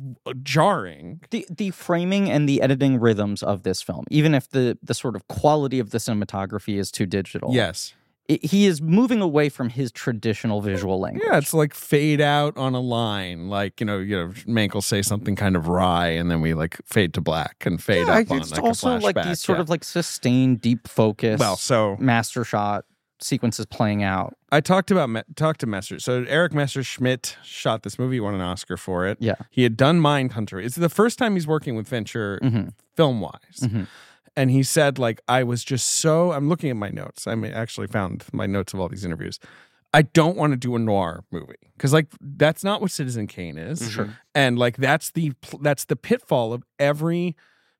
jarring. the the framing and the editing rhythms of this film, even if the the sort of quality of the cinematography is too digital. Yes. it- he is moving away from his traditional visual language. Yeah, it's like fade out on a line. Like, you know, you know, Mank will say something kind of wry, and then we like fade to black and fade Yeah, up on it's like also a like flashback. these sort Yeah. of like sustained, deep focus, Well, so master shot sequences playing out. I talked about Me- talked to Messer. So Eric Messer Schmidt shot this movie, won an Oscar for it. Yeah. he had done Mindhunter. It's the first time he's working with Venture Mhm. film wise, Mhm. and he said like I was just so. I'm looking at my notes. I mean, actually found my notes of all these interviews. I don't want to do a noir movie because like that's not what Citizen Kane is Mm-hmm. Sure. and like that's the pl- that's the pitfall of every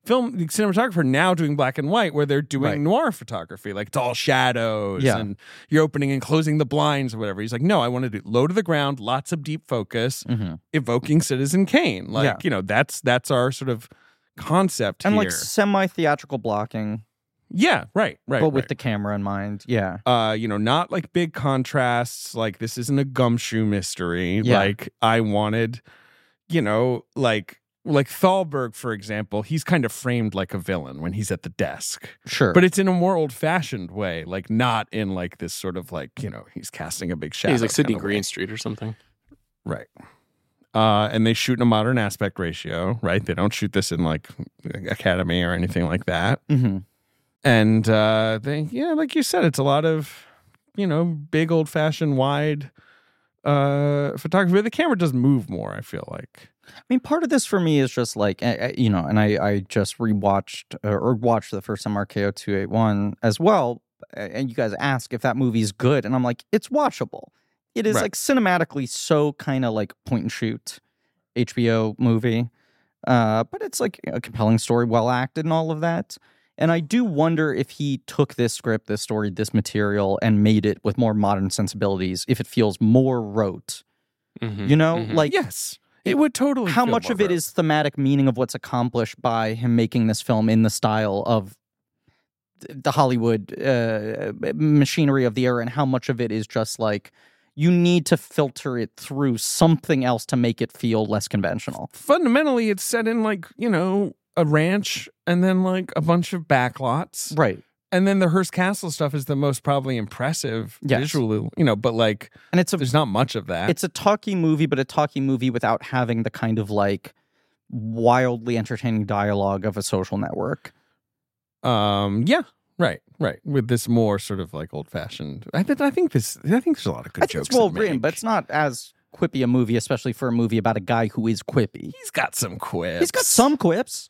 film the cinematographer now doing black and white where they're doing Right. noir photography like it's all shadows Yeah. and you're opening and closing the blinds or whatever he's like no i want to do low to the ground lots of deep focus Mhm. evoking citizen kane like Yeah. you know that's that's our sort of concept and here like semi theatrical blocking, yeah right right but right. with the camera in mind. Yeah, uh, you know, not like big contrasts. Like this isn't a gumshoe mystery. Yeah. Like I wanted, you know, like like Thalberg, for example, he's kind of framed like a villain when he's at the desk. sure. But it's in a more old fashioned way, like not in like this sort of like, you know, he's casting a big shadow. He's like Sidney kinda way. Greenstreet or something. Right. Uh, and they shoot in a modern aspect ratio, right? They don't shoot this in like Academy or anything like that hmm and uh they yeah like you said it's a lot of you know big old fashioned wide uh photography But the camera does move more i feel like I mean, part of this for me is just like eh, eh, you know, and I I just rewatched uh, or watched the first MRKO two eight one as well, eh, and you guys ask if that movie's good, and I'm like, it's watchable. It is Right. like cinematically so kind of like point and shoot HBO movie, uh, but it's like a compelling story, well acted, and all of that. And I do wonder if he took this script, this story, this material, and made it with more modern sensibilities. If it feels more rote, Mhm. you know, Mhm. like yes It would totally. How feel much more of it real. is thematic meaning of what's accomplished by him making this film in the style of th- the Hollywood uh, machinery of the era, and how much of it is just like you need to filter it through something else to make it feel less conventional. fundamentally it's set in like you know a ranch and then like a bunch of backlots Right. and then the hearst castle stuff is the most probably impressive Yes. visually you know but like And it's a there's not much of that it's a talkie movie, but a talkie movie without having the kind of like wildly entertaining dialogue of a social network. um yeah right right with this more sort of like old fashioned i, th- I think this i think there's a lot of good I think jokes it's well in written, Mank. but it's not as quippy a movie, especially for a movie about a guy who is quippy. he's got some quips He's got some quips.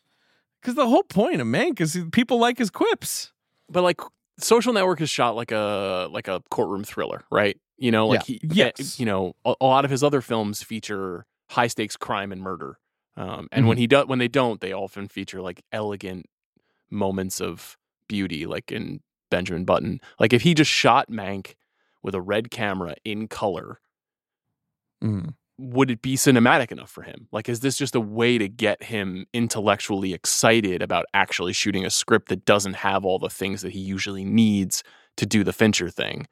because the whole point of mank is people like his quips but like social network is shot like a like a courtroom thriller right you know like he eh, Yes. you know a, a lot of his other films feature high stakes crime and murder um, and when he does when they don't they often feature like elegant moments of beauty like in benjamin button like if he just shot mank with a red camera in color Mm. would it be cinematic enough for him like is this just a way to get him intellectually excited about actually shooting a script that doesn't have all the things that he usually needs to do the fincher thing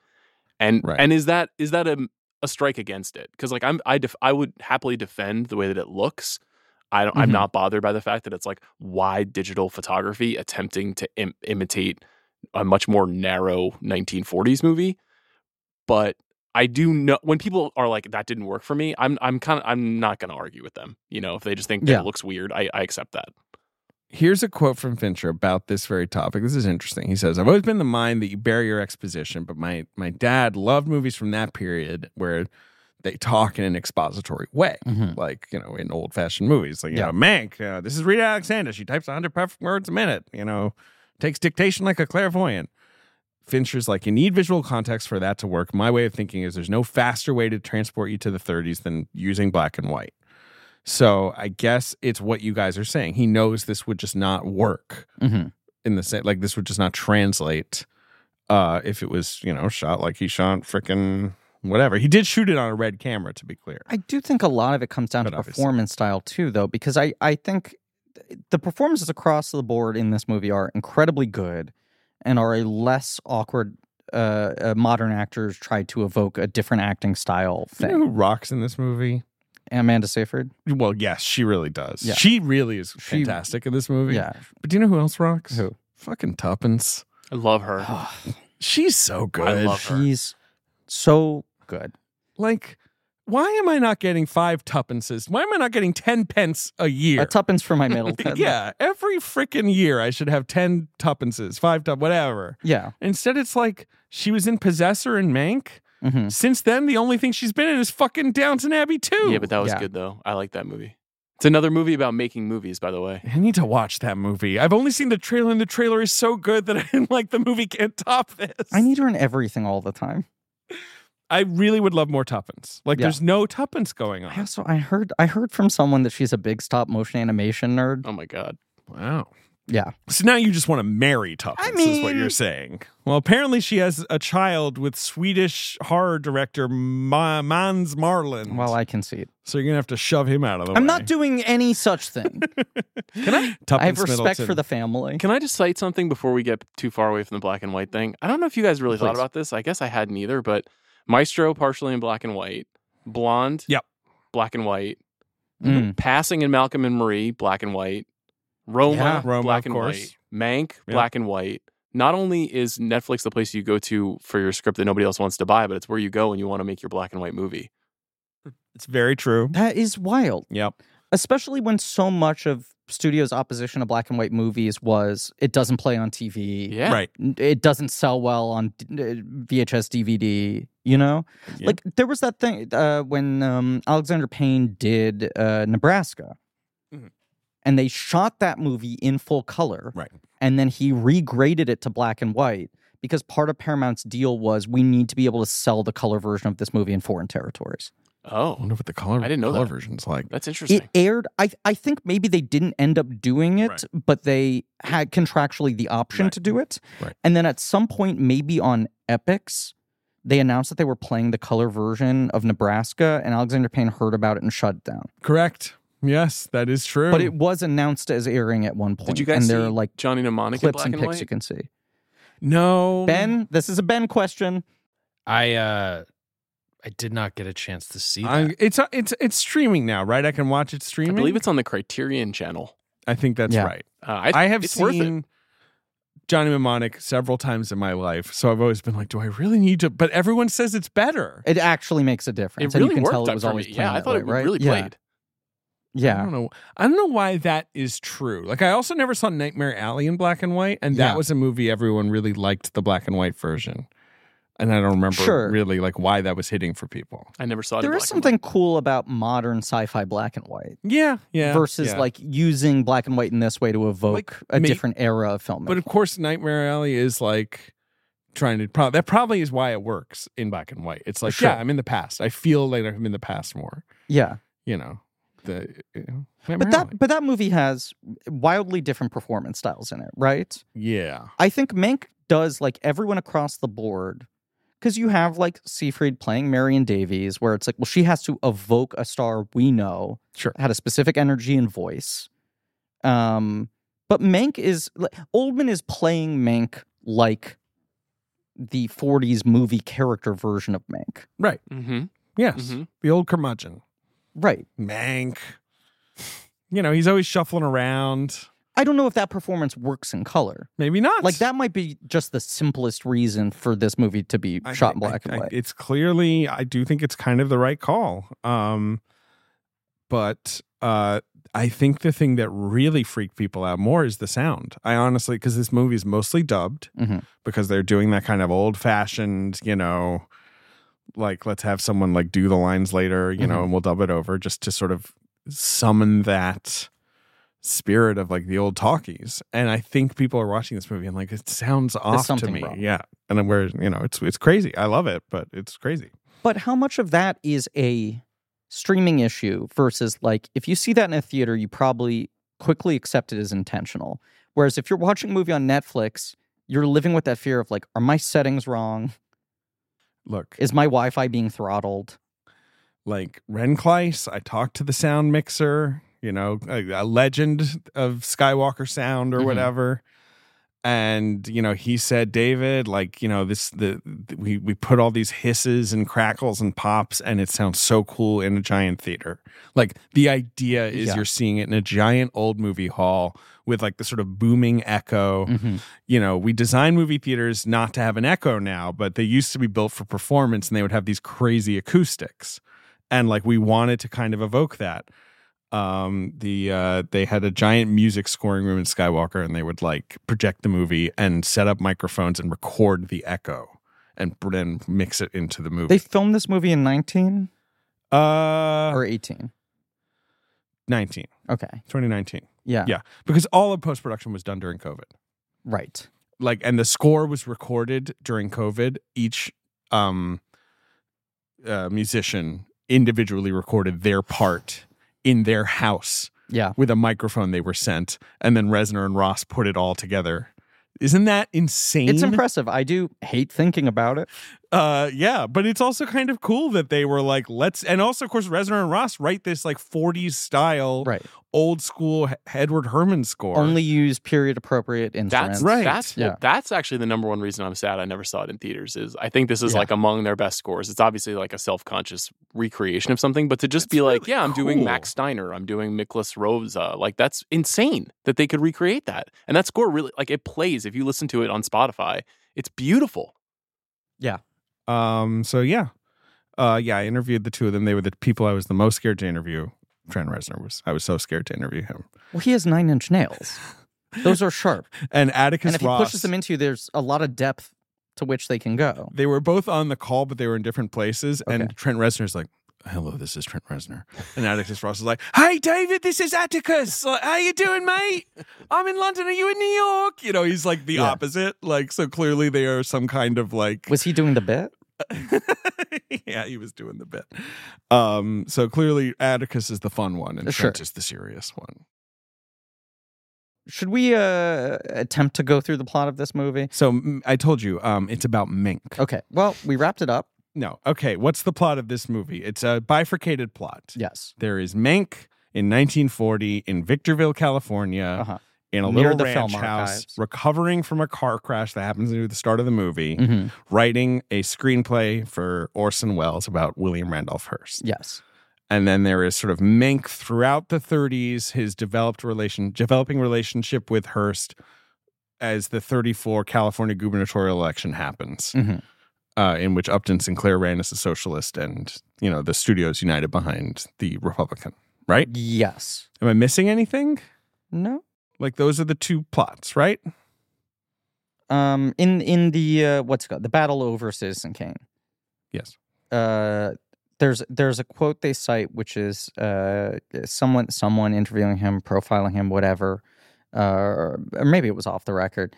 and Right. and is that is that a, a strike against it because like i'm I, def- I would happily defend the way that it looks i don't i'm Mhm. not bothered by the fact that it's like why digital photography attempting to Im- imitate a much more narrow 1940s movie but I do know when people are like that didn't work for me. I'm I'm kind of I'm not going to argue with them. You know, if they just think that Yeah. it looks weird, I, I accept that. Here's a quote from Fincher about this very topic. This is interesting. He says, "I've always been in the mind that you bury your exposition, but my my dad loved movies from that period where they talk in an expository way, Mhm. like you know, in old fashioned movies, like you Yeah. know, Mank. You know, this is Rita Alexander. She types 100 perfect words a minute. You know, takes dictation like a clairvoyant." Fincher's like, you need visual context for that to work. My way of thinking is there's no faster way to transport you to the 30s than using black and white. So I guess it's what you guys are saying. He knows this would just not work Mhm. in the same like this would just not translate uh if it was, you know, shot like he shot freaking whatever. He did shoot it on a red camera to be clear. I do think a lot of it comes down But to obviously. performance style too, though, because I I think th- the performances across the board in this movie are incredibly good and are a less awkward. Uh, uh, modern actors try to evoke a different acting style You know thing. who rocks in this movie? Amanda Seyfried, Well, yes, she really does. Yeah. She really is She- fantastic in this movie. yeah, But do you know who else rocks? Who? Fucking Tuppence. I love her. She's so good. love her. she's so good. Like, why am I not getting five Tuppences? Why am I not getting ten pence a year? A tuppence for my middle. yeah, every freaking year I should have 10 tuppences, five tup, whatever. yeah. Instead, it's like she was in Possessor and Mank. hmm Since then, the only thing she's been in is fucking Downton Abbey 2. Yeah, but that was Yeah. good though. I like that movie. It's another movie about making movies, by the way. I need to watch that movie. I've only seen the trailer, and the trailer is so good that I'm like, the movie can't top this. I need her in everything all the time. I really would love more tuppence. Like, Yeah. there's no tuppence going I on. also I heard I heard from someone that she's a big stop motion animation nerd. Oh my god. Wow. Yeah. So now you just want to marry Tuppence, I is what mean- you're saying. Well, apparently she has a child with Swedish horror director Ma- Mans Marlund. Well, I can see it. So you're gonna have to shove him out of the way. I'm not doing any such thing. Can I? I have respect for the family. Can I just cite something before we get too far away from the black and white thing? I don't know if you guys really thought Please. about this. I guess I hadn't either, but Maestro partially in black and white, Blonde, Yep. black and white, Mm. Passing in Malcolm and Marie, black and white. Roma, Yeah, Roma, black of and course. white. Mank, Yeah. black and white. Not only is Netflix the place you go to for your script that nobody else wants to buy, but it's where you go when you want to make your black and white movie. It's very true. That is wild, Yep. especially when so much of studios' opposition to black and white movies was it doesn't play on TV. Yeah. Right. n- It doesn't sell well on d- uh, VHS DVD, you know? Yeah. Like there was that thing uh, when um, Alexander Payne did uh, Nebraska. Mhm. And they shot that movie in full color. Right. and then he regraded it to black and white because part of Paramount's deal was we need to be able to sell the color version of this movie in foreign territories. I Oh, wonder what the color. I didn't know color that. version's like. that's interesting. It aired. I I think maybe they didn't end up doing it, Right. but they had contractually the option Right. to do it. Right. And then at some point, maybe on Epics, they announced that they were playing the color version of Nebraska, and Alexander Payne heard about it and shut it down. Correct. Yes, that is true. But it was announced as airing at one point. Hmm. Did you guys and see there are like Johnny Mnemonic in clips black and and, pics white? Hmm. you can see. no Ben, this is a Ben question. I uh I did not get a chance to see that. I, it's it's it's streaming now, right? I can watch it I streaming. believe it's on the Criterion Channel. I think that's Yeah. right. Uh, I, I have it's worth it. seen Johnny Mnemonic several times in my life, so I've always been like, "Do I really need to?" But everyone says it's better. It actually makes a difference. It and really you can worked tell out it was for always me. planned Yeah, I that thought way, it right? really yeah. played. Hmm. I Yeah. don't know. I don't know why that is true. Like, I also never saw Nightmare Alley in black and white, and that Yeah. was a movie everyone really liked the black and white version. And I don't remember Sure. really like why that was hitting for people. I never saw it. in There black is and something cool about modern sci-fi black and white Yeah, yeah. versus yeah. like using black and white in this way to evoke a make- different era of filmmaking. But of course, Nightmare Alley is like trying to. Pro- that probably is why it works in black and white. It's like, Sure. yeah, I'm in the past. I feel like I'm in the past more. yeah. You know, the uh, you know, Nightmare But Alley. that but that movie has wildly different performance styles in it, right? yeah, I think Mank does like everyone across the board because you have like Siegfried playing Marion Davies, where it's like, well, she has to evoke a star we know Sure. had a specific energy and voice. Um, but Mank is like, Oldman is playing Mank like the 40s movie character version of Mank, right. Mhm, Yes, Mm-hmm. mhm. the old curmudgeon, right? Mank. You know, he's always shuffling around. I don't know if that performance works in color. Maybe not. Like that might be just the simplest reason for this movie to be I shot thi- in black I- and I- white. It's clearly, I do think it's kind of the right call. Um, but uh, I think the thing that really freaked people out more is the sound. I honestly, because this movie is mostly dubbed Mhm. because they're doing that kind of old fashioned, you know, like let's have someone like do the lines later, you Mm-hmm. know, and we'll dub it over just to sort of summon that spirit of like the old talkies. And I think people are watching this movie and like it sounds off to something me. wrong. Yeah. And then where you know it's it's crazy. I love it, but it's crazy. But how much of that is a streaming issue versus like if you see that in a theater, you probably quickly accept it as intentional. Whereas if you're watching a movie on Netflix, you're living with that fear of like, are my settings wrong? Look, Is my Wi Fi being throttled? like Ren Kleiss, I talked to the sound mixer, you know, a, a legend of Skywalker sound or Mhm. whatever. And you know, he said, David, like you know, this the we we put all these hisses and crackles and pops, and it sounds so cool in a giant theater. Like the idea is Yeah. you're seeing it in a giant old movie hall with like the sort of booming echo you know, we design movie theaters not to have an echo now, but they used to be built for performance and they would have these crazy acoustics. And like we wanted to kind of evoke that. Um, the uh, they had a giant music scoring room in Skywalker and they would like project the movie and set up microphones and record the echo and then mix it into the movie. They filmed this movie in 19 uh, or 18. 19, Okay. 2019. Yeah. Yeah. Because all of post production was done during COVID. Right. like and the score was recorded during covid each um uh, musician individually recorded their part in their house Yeah. with a microphone they were sent and then Reznor and Ross put it all together isn't that insane It's impressive. I do hate thinking about it. uh yeah but it's also kind of cool that they were like let's and also of course Reznor and Ross write this like 40s style Right. old school H- Edward Herman score Only use period appropriate instruments. That's Right. That's Yeah. that's actually the number one reason I'm sad I never saw it in theaters. Is I think this is Yeah. like among their best scores. It's obviously like a self conscious recreation of something, but to just It's be like, really yeah, I'm doing cool. Max Steiner, I'm doing Miklas Rosa, like that's insane that they could recreate that. And that score really like it plays if you listen to it on Spotify. It's beautiful. Um, so yeah. Uh yeah, I interviewed the two of them. They were the people I was the most scared to interview. Trent Reznor was I was so scared to interview him. Well, he has nine inch nails. Those are sharp. And Atticus and if Ross. he pushes them into you, there's a lot of depth to which they can go. they were both on the call, but they were in different places. Okay. And Trent Reznor's like, Hello, this is Trent Reznor. And Atticus Ross is like, Hey David, this is Atticus. Like, how you doing, mate? I'm in London. Are you in New York? You know, he's like the Yeah. opposite. Like, so clearly they are some kind of like Was he doing the bit? yeah, he was doing the bit. Um, so clearly Atticus is the fun one and Uh, Sure. Trent is the serious one. Should we uh, attempt to go through the plot of this movie? So mm, I told you, um, it's about mink. Okay. Well, we wrapped it up. No, okay. What's the plot of this movie? It's a bifurcated plot. Yes. There is mink in 1940 in Victorville, California, Uh-huh. in a Near little the ranch film house, archives. recovering from a car crash that happens near the start of the movie, Mhm. writing a screenplay for Orson Welles about William Randolph Hearst. Yes. and then there is sort of Mink throughout the 30s, his developed relation, developing relationship with Hearst as the 34 California gubernatorial election happens, Mhm. uh, in which Upton Sinclair ran as a socialist, and you know the studios united behind the Republican. Right? Yes. Am I missing anything? No. Like those are the two plots, right? Um. In in the uh, what's it called the battle over Citizen Kane. Yes. Uh, there's there's a quote they cite which is uh someone someone interviewing him profiling him whatever uh, or or maybe it was off the record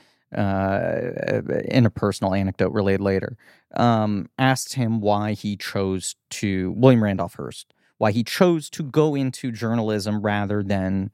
uh in a personal anecdote relayed later um asked him why he chose to William Randolph Hearst why he chose to go into journalism rather than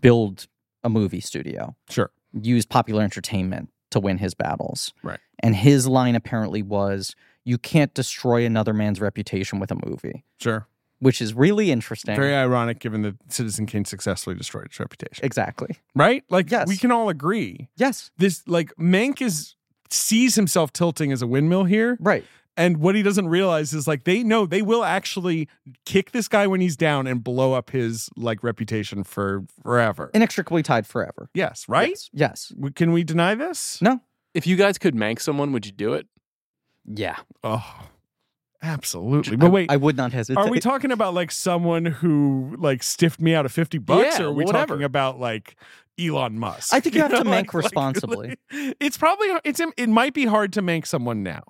build a movie studio Sure. use popular entertainment to win his battles. Right. And his line apparently was, "You can't destroy another man's reputation with a movie," Sure. which is really interesting. Very ironic given that Citizen Kane successfully destroyed its reputation. exactly. Right? Like Yes. we can all agree. Yes. This like Mank is sees himself tilting as a windmill here. Right. And what he doesn't realize is like they know they will actually kick this guy when he's down and blow up his like reputation for forever. Inextricably tied forever. yes, right? Yes. Yes. W- Can we deny this? No. If you guys could mank someone, would you do it? Yeah. Oh, absolutely. But wait, I would not hesitate. are we talking about like someone who like stiffed me out of 50 bucks Yeah, or are we whatever. talking about like Elon Musk? I think you have to know, mank responsibly. it's probably it's it might be hard to mank someone now.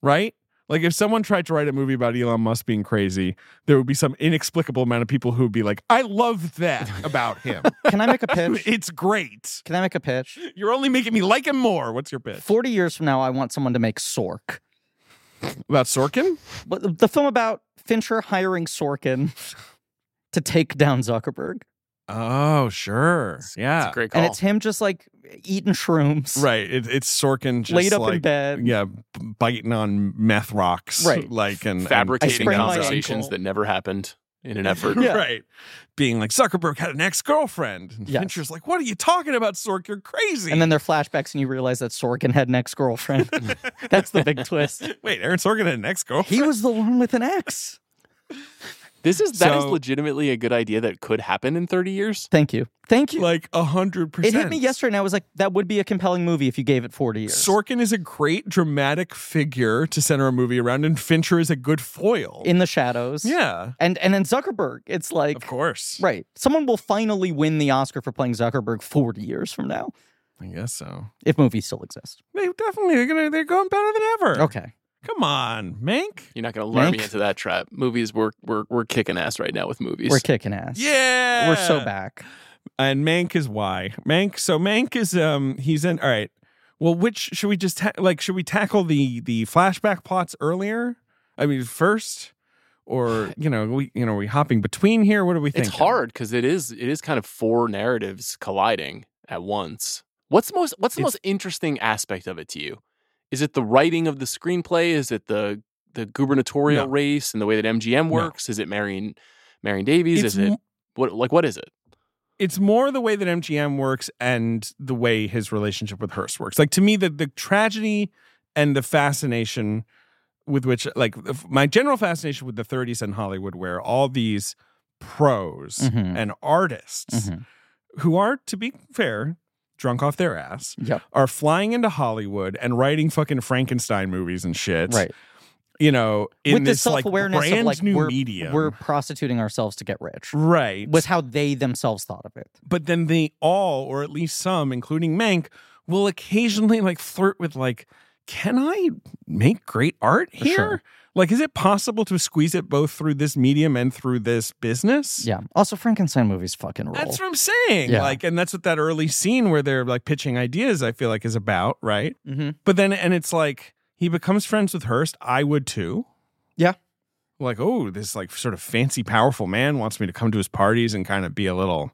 Right? Like if someone tried to write a movie about Elon Musk being crazy, there would be some inexplicable amount of people who would be like, "I love that about him. Can I make a pitch? it's great. Can I make a pitch? You're only making me like him more." What's your pitch? Forty years from now, I want someone to make Sork, About Sorkin? but the- the film about Fincher hiring Sorkin to take down Zuckerberg, Oh, sure. Yeah. It's a great call. and it's him just like eating shrooms, Right. It, it's Sorkin just laid up like, in bed, yeah, b- biting on meth rocks, Right. Like and and- Fabricating sprained my conversations ankle. that never happened in an effort. Yeah. right? Being like Zuckerberg had an ex girlfriend, and Yes. Fincher's like, "What are you talking about, Sork? You're crazy." And then there are flashbacks, and you realize that Sorkin had an ex girlfriend. That's the big twist. wait, Aaron Sorkin had an ex girlfriend. He was the one with an ex. This is that is So- legitimately a good idea that could happen in 30 years. Thank you. Thank you. Like a hundred it percent. hit me yesterday, and I was like, that would be a compelling movie if you gave it 40 years. Sorkin is a great dramatic figure to center a movie around, and Fincher is a good foil. In the shadows. yeah, And, and then Zuckerberg, it's like, of course. right. Someone will finally win the Oscar for playing Zuckerberg 40 years from now, I guess so. if movies still exist. They definitely they're gonna they're going better than ever. Okay. Come on, Mank. You're not going to lure me Mank? into that trap. Movies, we're, we're, we're kicking ass right now with movies. We're kicking ass. Yeah, We're so back. and Mank is why Mank. So Mank is um he's in. All right. Well, which should we just ta- like should we tackle the the flashback plots earlier? I mean, first, or you know we you know are we hopping between here. What do we think? it's hard because it is it is kind of four narratives colliding at once. What's most what's the It's- most interesting aspect of it to you? Is it the writing of the screenplay? Is it the the gubernatorial No. race and the way that MGM No. works? Is it Marion Marion Davies? It's is it m- what like what is it? It's more the way that MGM works and the way his relationship with Hearst works. Like to me, the the tragedy and the fascination with which like f- my general fascination with the 30s and Hollywood, where all these pros Mm-hmm. Mhm. and artists. Mhm. who are, to be fair, drunk off their ass, Yep. are flying into Hollywood and writing fucking Frankenstein movies and shit. Right. You know, in with this, the self awareness like brand of like, new we're, medium. we're prostituting ourselves to get rich. right. was how they themselves thought of it. but then they all, or at least some, including Mank, will occasionally like flirt with like, can I make great art here? Sure. Like, is it possible to squeeze it both through this medium and through this business? Yeah. Also, Frankenstein movies fucking rule. That's what I'm saying. Yeah. Like, and that's what that early scene where they're like pitching ideas, I feel like, is about, right? Mhm. But then, and it's like he becomes friends with Hearst. I would too. Yeah. Like, oh, this like sort of fancy, powerful man wants me to come to his parties and kind of be a little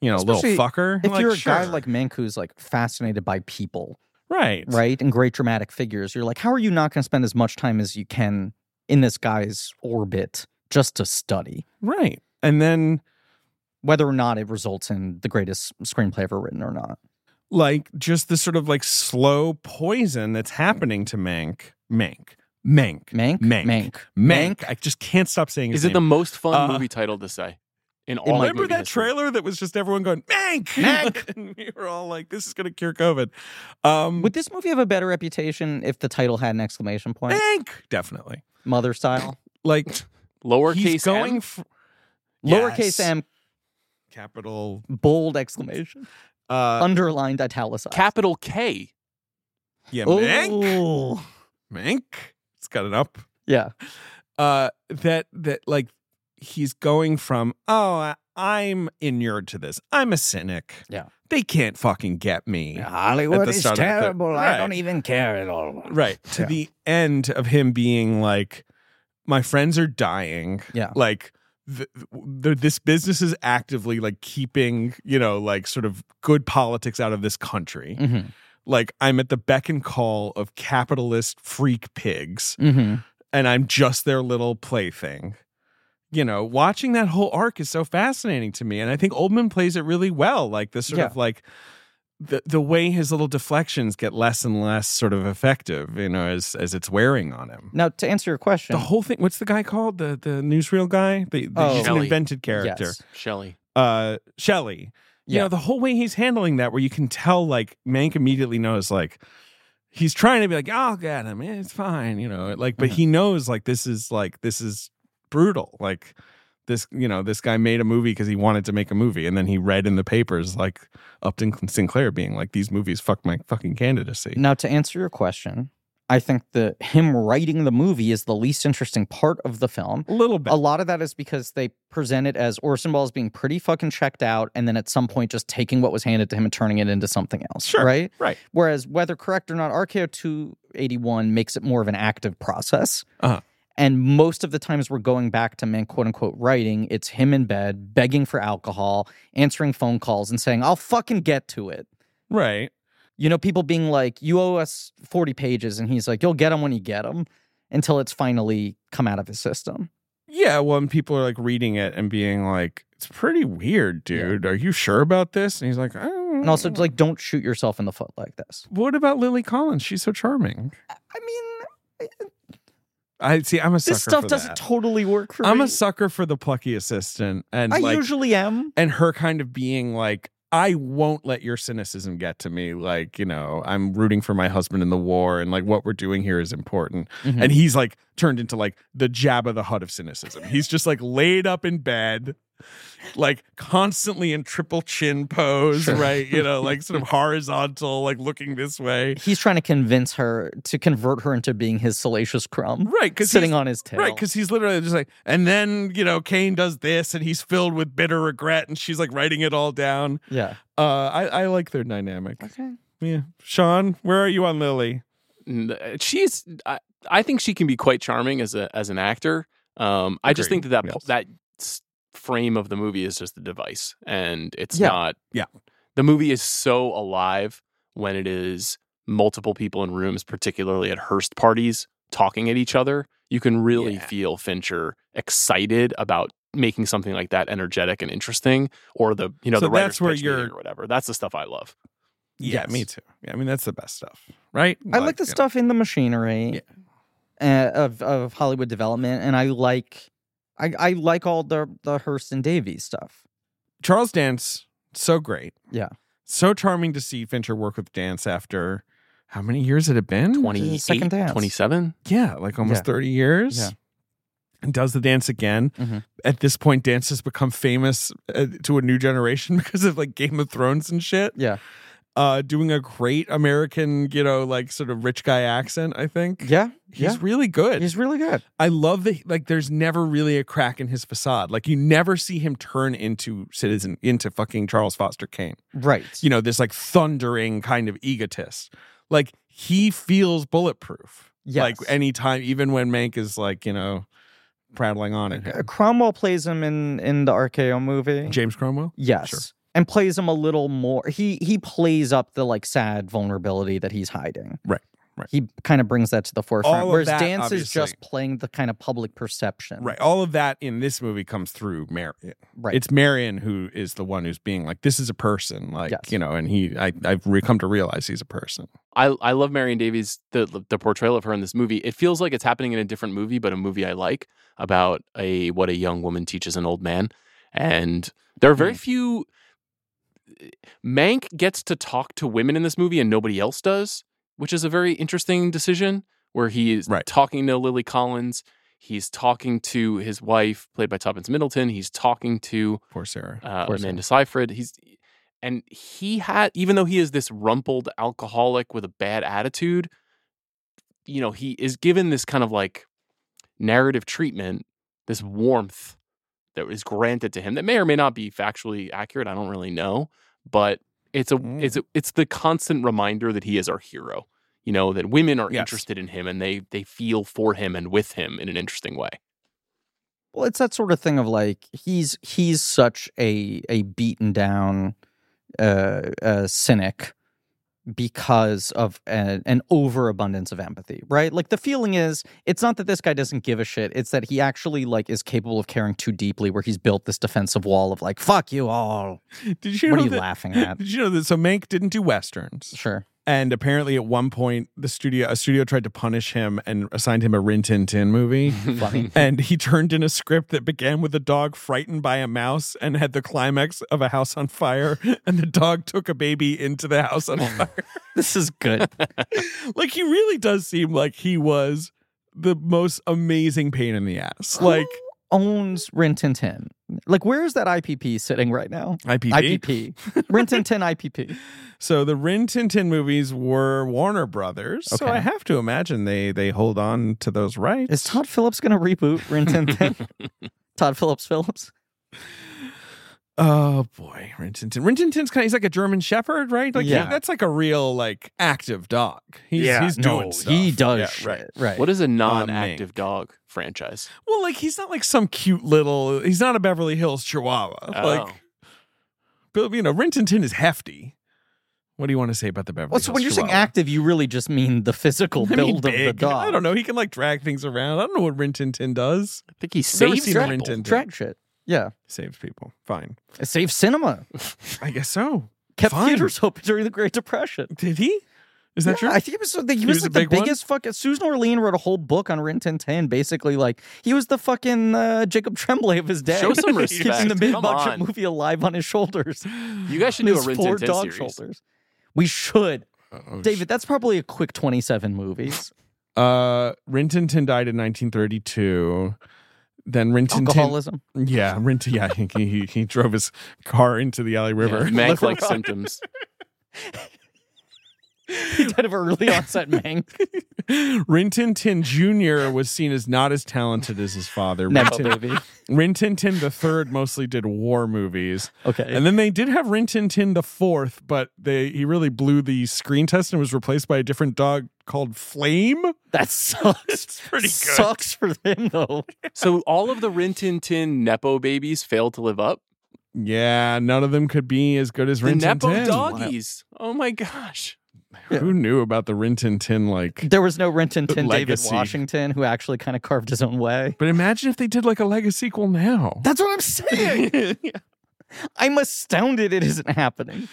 you know, Especially little fucker. If Like, you're a guy sure. like Mank who's like fascinated by people, right, right, and great dramatic figures, you're like, how are you not going to spend as much time as you can in this guy's orbit just to study right, and then whether or not it results in the greatest screenplay ever written or not? like just this sort of like slow poison that's happening to Mank, Mank, Mank, Mank, Mank, Mank, Mank. Mank. I just can't stop saying. His Is it the name. most fun Uh, movie title to say in all? of Remember movie that history? trailer that was just everyone going Mank, Mank! and we were all like, "This is going to cure COVID." Um, Would this movie have a better reputation if the title had an exclamation point, Mank, definitely. mother style, Like Lowercase he's going M? fr- Yes. lowercase m, capital bold exclamation, uh underlined, italicized, capital K. yeah Oh. mank Ooh. mank it's got it up Yeah. uh that that like he's going from oh I, i'm inured to this i'm a cynic Yeah. they can't fucking get me At Hollywood the is start of the- terrible. I Right. don't even care at all. right to the end of him being like my friends are dying Yeah. like th- th- this business is actively like keeping you know like sort of good politics out of this country Mm-hmm. like I'm at the beck and call of capitalist freak pigs Mm-hmm. and I'm just their little plaything. You know, watching that whole arc is so fascinating to me. And I think Oldman plays it really well. Like this sort Yeah. of like the the way his little deflections get less and less sort of effective, you know, as as it's wearing on him. Now, to answer your question, The whole thing what's the guy called? The the newsreel guy? The, the Oh. he's an Shelley. invented character. Yes. Shelley. Uh Shelley you Yeah. know the whole way he's handling that where you can tell like mank immediately knows like he's trying to be like i'll get him eh, it's fine you know like but Mhm. he knows like this is like this is brutal like this you know this guy made a movie because he wanted to make a movie and then he read in the papers like upton sinclair being like these movies fuck my fucking candidacy Now, to answer your question, I think that him writing the movie is the least interesting part of the film. a little bit A lot of that is because they present it as Orson Welles being pretty fucking checked out, and then at some point just taking what was handed to him and turning it into something else, Sure, right? right. Whereas, whether correct or not, RKO two eighty one makes it more of an active process. Uh-huh. And most of the times we're going back to man, quote unquote, writing. It's him in bed, begging for alcohol, answering phone calls, and saying, "I'll fucking get to it." right You know, people being like, "You owe us forty pages," and he's like, "You'll get them when you get them," until it's finally come out of his system. Yeah, well, and people are like reading it and being like, "It's pretty weird, dude. Are you sure about this?" And he's like, "Mm, I don't And also, know." like, don't shoot yourself in the foot like this. what about Lily Collins? She's so charming. I mean, I see. I'm a sucker. this stuff for doesn't that. totally work for I'm me. a sucker for the plucky assistant, and I like, usually am. and her kind of being like, I won't let your cynicism get to me. Like, you know, I'm rooting for my husband in the war, and like what we're doing here is important. Mhm. And he's like turned into like the Jabba the Hutt of cynicism. He's just like laid up in bed. Like constantly in triple chin pose, right? You know, like sort of horizontal, like looking this way. He's trying to convince her to convert her into being his salacious crumb, Right, because sitting on his tail. Right, because he's literally just like, and then you know, Kane does this, and he's filled with bitter regret, and she's like writing it all down. yeah. Uh, I, I like their dynamic. Okay. Yeah, Sean, where are you on Lily? N- uh, She's. I, I think she can be quite charming as a as an actor. Um, I just Agreed. think that that po- Yes. that s- frame of the movie is just a device, and it's Yeah. not. Yeah. the movie is so alive when it is multiple people in rooms, particularly at Hearst parties, talking at each other. You can really Yeah. feel Fincher excited about making something like that energetic and interesting, or the you know So the writers that's where pitch meeting you're- or whatever. That's the stuff I love. Yeah, Yes. me too. Yeah, I mean that's the best stuff, right? I like the you know. stuff in the machinery uh, of of Hollywood development, and I like I, I like all the the Hearst and Davies stuff. Charles Dance, so great. Yeah. so charming to see Fincher work with Dance after how many years had it been? 28, second dance. 27. Yeah, like almost Yeah. 30 years. Yeah. And does the dance again. Mhm. At this point, dance has become famous uh, to a new generation because of like Game of Thrones and shit. Yeah. Uh, doing a great American, you know, like sort of rich guy accent, I think. Yeah, He's yeah. really good. He's really good. I love that, like, there's never really a crack in his facade. Like, you never see him turn into citizen, into fucking Charles Foster Kane Right. you know, this like thundering kind of egotist. Like he feels bulletproof. Yes. Like anytime, even when Mank is like, you know, prattling on at Uh, him. Cromwell plays him in in the RKO movie. James Cromwell? yes. Sure. and plays him a little more. He he plays up the like sad vulnerability that he's hiding. Right, right. He kind of brings that to the forefront. All of Whereas that, dance is obviously. just playing the kind of public perception. Right. All of that in this movie comes through Marion. Um, Right. It's Marion who is the one who's being like, this is a person. Like, Yes. you know, and he, I, I've re- come to realize he's a person. I I love Marion Davies the the portrayal of her in this movie. It feels like it's happening in a different movie, but a movie I like about a what a young woman teaches an old man. And there are very few. eh, Mank gets to talk to women in this movie, and nobody else does, which is a very interesting decision. Where he is Right. talking to Lily Collins, he's talking to his wife, played by Toppins Middleton. He's talking to Poor Sarah. uh, course. Amanda Seyfried. He's and he had even though he is this rumpled alcoholic with a bad attitude, you know, he is given this kind of like narrative treatment, this warmth that is granted to him that may or may not be factually accurate. I don't really know, but it's a Mm. it's a, it's the constant reminder that he is our hero. You know that women are Yes. interested in him and they they feel for him and with him in an interesting way. Well, it's that sort of thing of like he's he's such a a beaten down uh, uh, cynic because of an, an overabundance of empathy, right? Like the feeling is it's not that this guy doesn't give a shit; it's that he actually like is capable of caring too deeply, where he's built this defensive wall of like "fuck you all." Did you What know are you that- laughing at? Did you know that? So Mank didn't do westerns. Sure. And apparently, at one point, the studio a studio tried to punish him and assigned him a Rin Tin Tin movie. Funny. and he turned in a script that began with a dog frightened by a mouse and had the climax of a house on fire. And the dog took a baby into the house on fire. this is good. like he really does seem like he was the most amazing pain in the ass. Like Owns Rin Tin Tin. Like, where is that IPP sitting right now? IPP. IPP. Rin Tin Tin IPP. So the Rin Tin Tin movies were Warner Brothers. So Okay. I have to imagine they they hold on to those rights. Is Todd Phillips going to reboot Rin Tin Tin? Todd Phillips Phillips. Oh boy, Rin Tin Tin. Rin Tin Tin's kind of he's like a German Shepherd, right? Like Yeah. yeah. that's like a real like active dog. He's Yeah, he's no, doing stuff. He does Yeah, shit, right. right. What is a Mank. non-active dog franchise? Well, like he's not like some cute little. He's not a Beverly Hills Chihuahua. Oh. Like, but, you know, Rin Tin Tin is hefty. What do you want to say about the Beverly? well, so Hills when you're saying Chihuahua? active, you really just mean the physical I mean, build of the big. dog. I don't know. He can like drag things around. I don't know what Rin Tin Tin does. I think he never saves seen a people. Rin Tin Tin. Drag shit. Yeah. Saves people. Fine. It saved cinema. I guess so. Kept Fine. theaters open during the Great Depression. Did he? Is that Yeah, true? I think it was, he, He was, was a like, the big one? biggest fucking. Susan Orlean wrote a whole book on Rin Tin Tin, basically like he was the fucking uh, Jacob Tremblay of his day. Show some Keeping respect. the Come mid-budget on. movie alive on his shoulders. You guys should do a His Rin four Tin Tin dog series. shoulders. We should. Oh, David, that's probably a quick 27 movies. Uh, Rin Tin Tin died in 1932. Then Rin Tin Tin, Alcoholism. yeah, Rin Tin, yeah, he, he he drove his car into the alley Yeah, river. Mank like Liver. symptoms. He died of early onset Mank. Rin Tin Tin Jr. was seen as not as talented as his father. Rin Never, Tin, baby. Rin Tin Tin the third mostly did war movies, Okay. and then they did have Rin Tin Tin the fourth, but they he really blew the screen test and was replaced by a different dog called Flame. That sucks. It's pretty good. Sucks for them, though. So all of the Rin Tin Tin Nepo babies failed to live up. Yeah, none of them could be as good as The Rin Tin Nepo Tin. doggies. Oh my gosh. Who knew about the Rin Tin Tin like? There was no Rin Tin Tin David Legacy. Washington, who actually kind of carved his own way. But imagine if they did like a Lego sequel now. That's what I'm saying. I'm astounded it isn't happening.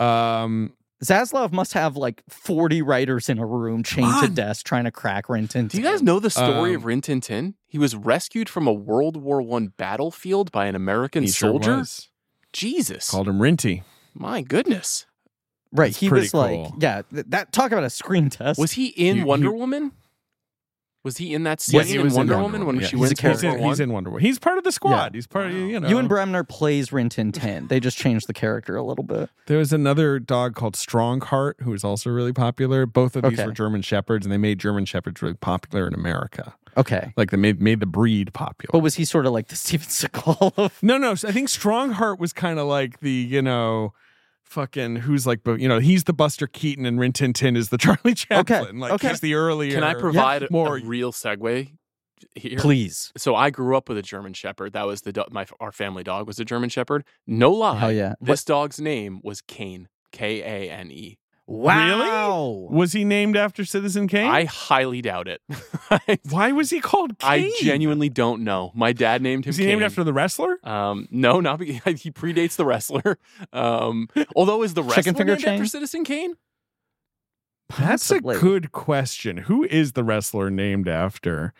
Um, Zaslav must have like 40 writers in a room chained to desks trying to crack Rin Tin Do Tin. you guys know the story Um, of Rin Tin Tin? He was rescued from a World War One battlefield by an American he sure soldier. was. Jesus. called him Rinty. my goodness. Right. It's He pretty was like, cool. yeah, th- that talk about a screen test. Was he in He- Wonder he- Woman? Was he in that scene Yeah, he in, was in Wonder Wonder Woman Woman, when yeah. she He's wins a character. He's World War in, One? he's in Wonder Woman. He's part of the squad. He's part of Wow. you know. Ewan Bremner plays Rin Tin Tin. They just changed the character a little bit. there was another dog called Strongheart who was also really popular. Both of these Okay. were German shepherds, and they made German shepherds really popular in America. Okay. Like they made made the breed popular. But was he sort of like the Steven Seagal of No, no. so I think Strongheart was kind of like the, you know, fucking who's like, you know, he's the Buster Keaton and Rin Tin Tin is the Charlie Chaplin. Like okay. he's the earlier. Can I provide a- more- a real segue here. Please. So I grew up with a German Shepherd. That was the do- my our family dog was a German Shepherd. No lie, Hell yeah. this dog's name was Kane. K A N E. Wow. Was he named after Citizen Kane? I highly doubt it. I, Why was he called Kane? I genuinely don't know. My dad named him. Is he named Kane. after the wrestler? Um, no, not be- he predates the wrestler. Um, although is the wrestler Chicken finger named after chain? Citizen Kane? That's a Possibly. good question. Who is the wrestler named after?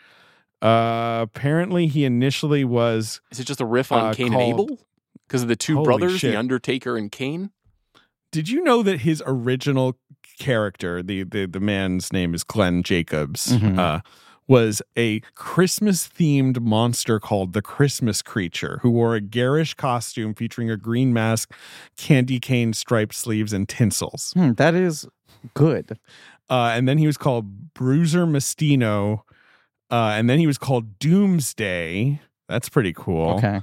Uh, apparently, he initially was. Is it just a riff on Uh, Cain and called- Abel? Because of the two Holy brothers, shit. the Undertaker and Kane. Did you know that his original character, the the, the man's name is Glenn Jacobs, Mhm. uh, was a Christmas themed monster called the Christmas Creature, who wore a garish costume featuring a green mask, candy cane striped sleeves, and tinsels. Hmm, that is good. uh, and then he was called Bruiser Mastino, uh, and then he was called Doomsday. That's pretty cool. Okay.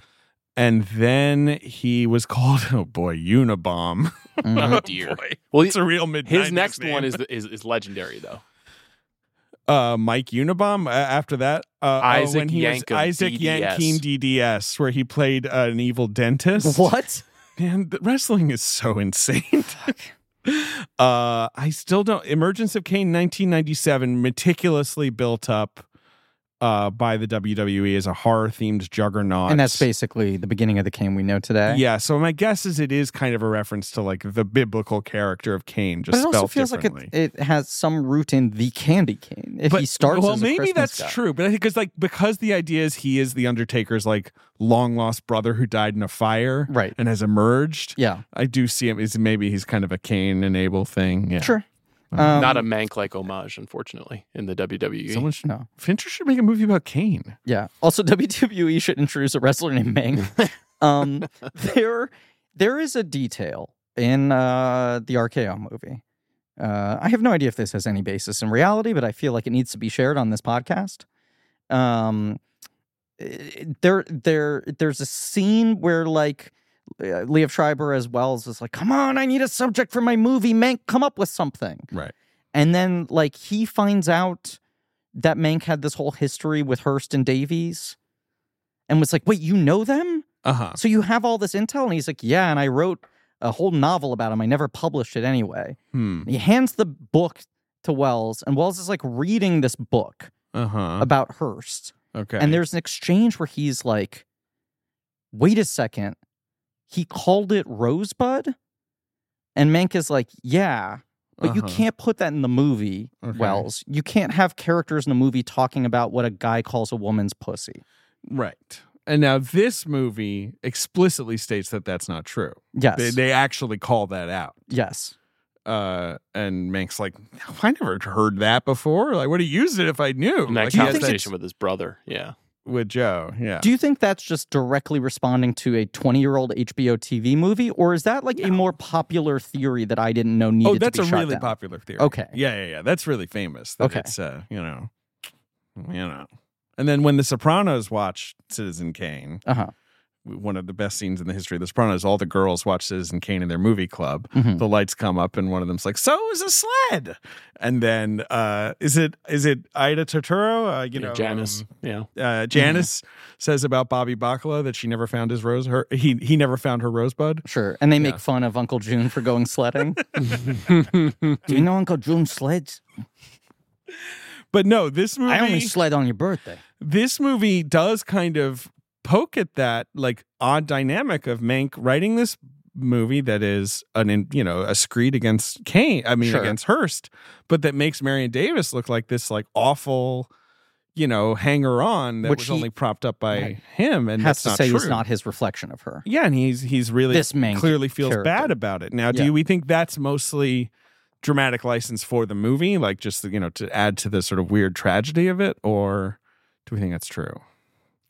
And then he was called, oh boy, Unabomb. Mhm. Oh dear. Well, It's a real mid. his next name. one is, is is legendary though. uh, Mike Unabomb. Uh, after that, uh, oh, Isaac when he Yankem, was Isaac DDS. Yankem DDS, where he played uh, an evil dentist. What? Man, the wrestling is so insane. uh, I still don't. Emergence of Kane 1997, meticulously built up uh, by the WWE as a horror themed juggernaut. And that's basically the beginning of the game we know today. Yeah, so my guess is it is kind of a reference to like the biblical character of Kane, just But it also spelled feels like it, differently. it has some root in the candy cane. If he starts, well, as a maybe Christmas that's guy. true. But I think because like because the idea is he is the Undertaker's like long lost brother who died in a fire, Right. and has emerged. Yeah. I do see him. Is maybe he's kind of a Cain and Abel thing. Yeah. Sure. Um, Not a mank like homage, unfortunately, in the E. WWE. Someone should, No. Fincher should make a movie about Cain. Yeah. Also, WWE should introduce a wrestler named Meng. um, there, there is a detail in uh, the RKO movie. Uh, I have no idea if this has any basis in reality, but I feel like it needs to be shared on this podcast. Um, eh, there, there, there's a scene where like uh, Liev Schreiber as Wells is like, "Come on, I need a subject for my movie, Mank. Come up with something." Right. And then like he finds out that Mank had this whole history with Hearst and Davies and was like, wait, you know them? Uh huh. So you have all this intel? And he's like, yeah. And I wrote a whole novel about him. I never published it anyway. Hmm. And he hands the book to Wells, and Wells is like reading this book Uh huh. about Hearst. Okay. And there's an exchange where he's like, wait a second. He called it Rosebud? And Mank is like, yeah. But you Uh-huh. can't put that in the movie, Okay. Wells. You can't have characters in a movie talking about what a guy calls a woman's pussy. right. And now this movie explicitly states that that's not true. Yes. They they actually call that out. yes. Uh, and Mank's like, I never heard that before. Like, would have used it if I knew. in Like, that he has conversation with his brother. Yeah. with Joe. Yeah. Do you think that's just directly responding to a 20 year old HBO TV movie, or is that like a more popular theory that I didn't know needed oh, that's to a be shot really down? popular theory. Okay. Yeah, yeah, yeah. That's really famous. That Okay. It's, uh, you know, you know. And then when the Sopranos watched Citizen Kane, Uh huh. one of the best scenes in the history of The Sopranos. All the girls watch Citizen Kane in their movie club. Mhm. The lights come up, and one of them's like, "So is a sled." And then, uh, is it is it Ida Totoro? Uh, you Yeah, know, Janice. um, yeah. uh, Janice says about Bobby Bacala that she never found his rose. Her he he never found her rosebud. Sure. And they make Yeah. fun of Uncle June for going sledding. Do you know Uncle June sleds? But no, this movie. I only sled on your birthday. this movie does kind of poke at that like odd dynamic of Mank writing this movie that is an in- you know a screed against Kane I mean Sure. against Hearst but that makes Marion Davis look like this like awful you know hanger on that Which was he- only propped up by Right. him and Has that's to not say true. it's not his reflection of her. yeah and he's he's really This Mank clearly feels character. bad about it now do Yeah. we think that's mostly dramatic license for the movie like just you know to add to the sort of weird tragedy of it or do we think that's true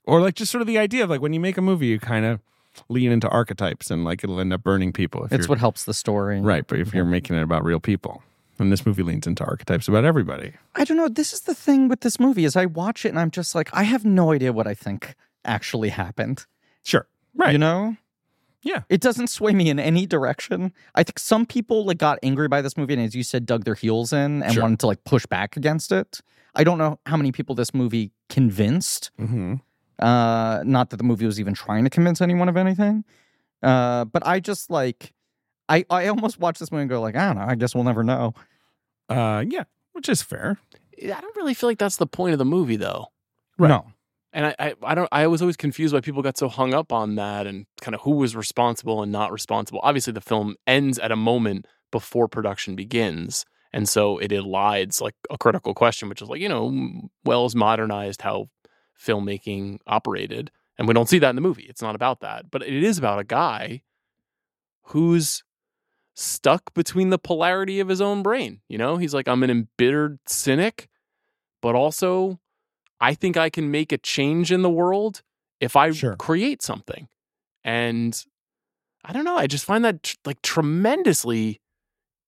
or like just sort of the idea of like when you make a movie you kind of lean into archetypes and like it'll end up burning people if It's you're what Mhm. helps the story. right but if you're making it about real people and this movie leans into archetypes about everybody I don't know. This is the thing with this movie is I watch it and I'm just like, I have no idea what I think actually happened. sure right You know? Yeah. It doesn't sway me in any direction. I think some people like got angry by this movie and as you said dug their heels in and Sure. wanted to like push back against it. I don't know how many people this movie convinced. Mm-hmm. Uh not that the movie was even trying to convince anyone of anything. Uh but I just like I I almost watched this movie and go like, I don't know, I guess we'll never know. Uh, yeah, which is fair. I don't really feel like that's the point of the movie, though. Right. No. And I, I, I don't. I was always confused why people got so hung up on that and kind of who was responsible and not responsible. Obviously, the film ends at a moment before production begins, and so it elides like a critical question, which is like you know, Wells modernized how filmmaking operated, and we don't see that in the movie. It's not about that, but it is about a guy who's stuck between the polarity of his own brain. You know, he's like, I'm an embittered cynic, but also I think I can make a change in the world if I Sure. create something. And I don't know. I just find that tr- like tremendously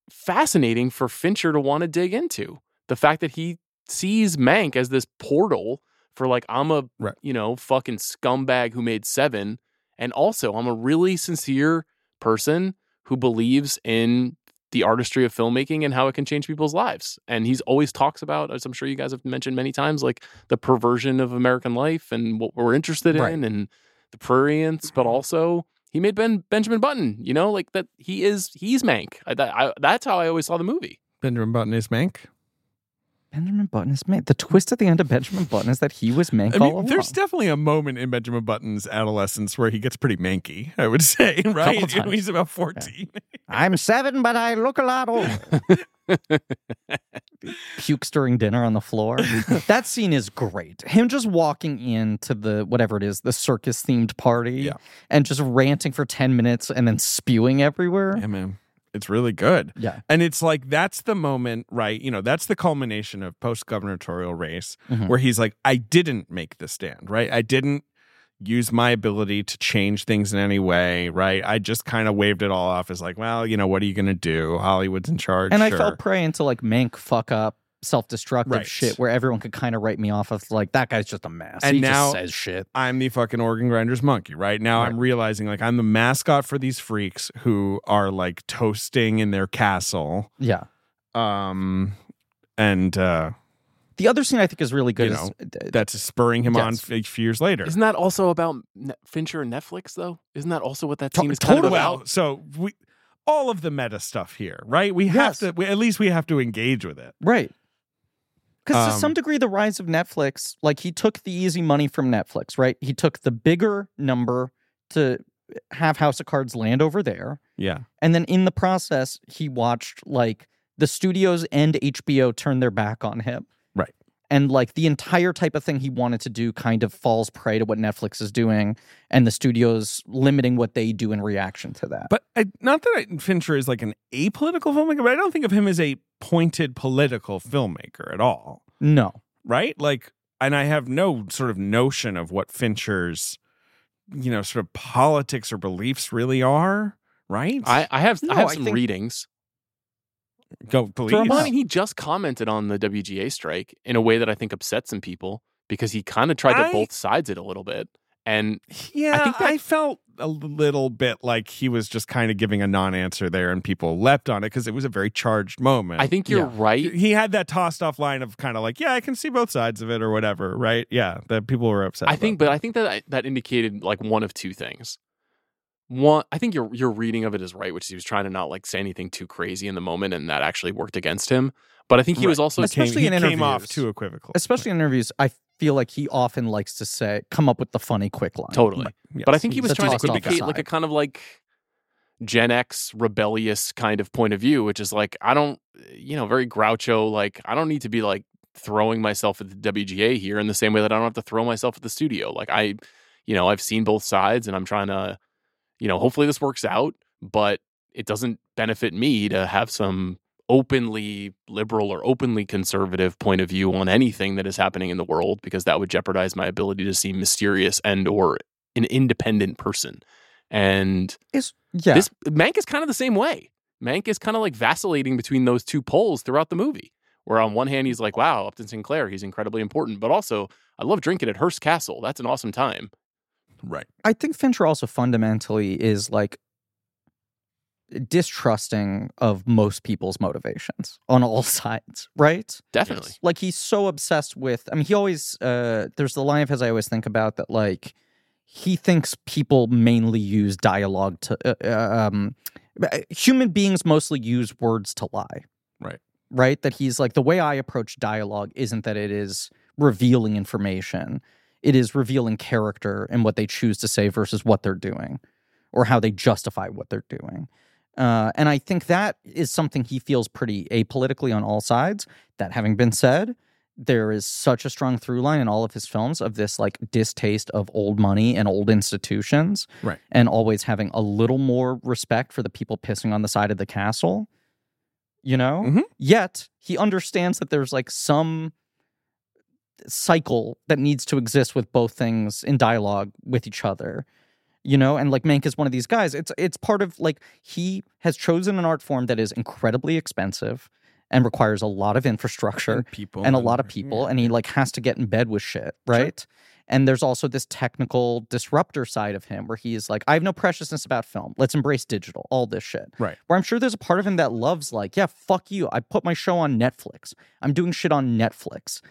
fascinating for Fincher to want to dig into. The fact that he sees Mank as this portal for like, I'm a, Right. you know, fucking scumbag who made seven. And also, I'm a really sincere person who believes in the artistry of filmmaking and how it can change people's lives. And he's always talks about, as I'm sure you guys have mentioned many times, like the perversion of American life and what we're interested Right. Mm-hmm. in and the prurience, but also he made Ben Benjamin Button, you know, like that he is he's Mank. I, that, I, that's how I always saw the movie. Benjamin Button is Mank. Benjamin Button is Mank. The twist at the end of Benjamin Button is that he was Mank I all mean, along. there's definitely a moment in Benjamin Button's adolescence where he gets pretty manky, I would say, right? times. He's about 14. I'm seven, but I look a lot older. Pukes during dinner on the floor. That scene is great. Him just walking into the whatever it is, the circus themed party, Yeah. and just ranting for ten minutes and then spewing everywhere. Yeah, man. It's really good. Yeah. And it's like, that's the moment, right? You know, that's the culmination of post gubernatorial race Mhm. where he's like, I didn't make the stand, right? I didn't use my ability to change things in any way, right? I just kind of waved it all off as like, well, you know, what are you going to do? Hollywood's in charge. And I sure. fell prey into like Mank fuck up, self destructive Right. shit, where everyone could kind of write me off of like that guy's just a mess. And he now- just says shit. I'm the fucking organ grinder's monkey, right? Now I'm realizing like I'm the mascot for these freaks who are like toasting in their castle. Yeah. Um and uh The other scene I think is really good. You is- uh, that's spurring him on Yes. f- a few years later. Isn't that also about Ne- Fincher and Netflix though? Isn't that also what that To- scene is kind Totally. of about? so we all of the meta stuff here, right? We have Yes. to we, at least we have to engage with it. Right. Because to Um, some degree, the rise of Netflix, like he took the easy money from Netflix, right? He took the bigger number to have House of Cards land over there. Yeah. And then in the process, he watched like the studios and HBO turn their back on him. Right. And like the entire type of thing he wanted to do kind of falls prey to what Netflix is doing and the studios limiting what they do in reaction to that. But I, not that I, Fincher is like an apolitical filmmaker, but I don't think of him as a pointed political filmmaker at all. no. right? Like, and I have no sort of notion of what Fincher's, you know, sort of politics or beliefs really are, right? I, I have No, I have I some think- readings. go please. For a moment, he just commented on the WGA strike in a way that I think upset some people because he kind of tried to I- both sides it a little bit. And yeah, I, I think that- felt a little bit like he was just kind of giving a non-answer there, and people leapt on it because it was a very charged moment. I think you're Yeah. right. he had that tossed off line of kind of like, yeah, I can see both sides of it or whatever, right? Yeah, that people were upset. I think, but I think that that indicated like one of two things. One, I think your your reading of it is right, which is he was trying to not like say anything too crazy in the moment, and that actually worked against him. But I think he was Right. also That's- came, especially he in came off interviews. too equivocal, Especially in interviews, I feel like he often likes to say, come up with the funny quick line. totally. Yes. But I think he He's was a trying to tossed off indicate like guy. a kind of like Gen X rebellious kind of point of view, which is like I don't, you know, very Groucho. Like I don't need to be like throwing myself at the WGA here in the same way that I don't have to throw myself at the studio. Like I, you know, I've seen both sides, and I'm trying to, you know, hopefully this works out, but it doesn't benefit me to have some openly liberal or openly conservative point of view on anything that is happening in the world because that would jeopardize my ability to seem mysterious and or an independent person. And Is, yeah. this Mank is kind of the same way. Mank is kind of like vacillating between those two poles throughout the movie. Where on one hand he's like, "Wow, Upton Sinclair, he's incredibly important," but also, I love drinking at Hearst Castle. That's an awesome time. Right. I think Fincher also fundamentally is like distrusting of most people's motivations on all sides, right? Definitely. Like he's so obsessed with I mean he always uh there's the line of his I always think about that like he thinks people mainly use dialogue to uh, uh, um human beings mostly use words to lie. Right. Right? That he's like the way I approach dialogue isn't that it is revealing information. It is revealing character and what they choose to say versus what they're doing or how they justify what they're doing. Uh, and I think that is something he feels pretty apolitically on all sides. That having been said, there is such a strong through line in all of his films of this like distaste of old money and old institutions. Right. And always having a little more respect for the people pissing on the side of the castle. You know? Mhm. Yet he understands that there's like some cycle that needs to exist with both things in dialogue with each other you know and like mank is one of these guys it's it's part of like he has chosen an art form that is incredibly expensive and requires a lot of infrastructure people and a lot of people and he like has to get in bed with shit right and there's also this technical disruptor side of him where he is like i have no preciousness about film let's embrace digital all this shit Right. where i'm sure there's a part of him that loves like yeah fuck you i put my show on netflix i'm doing shit on netflix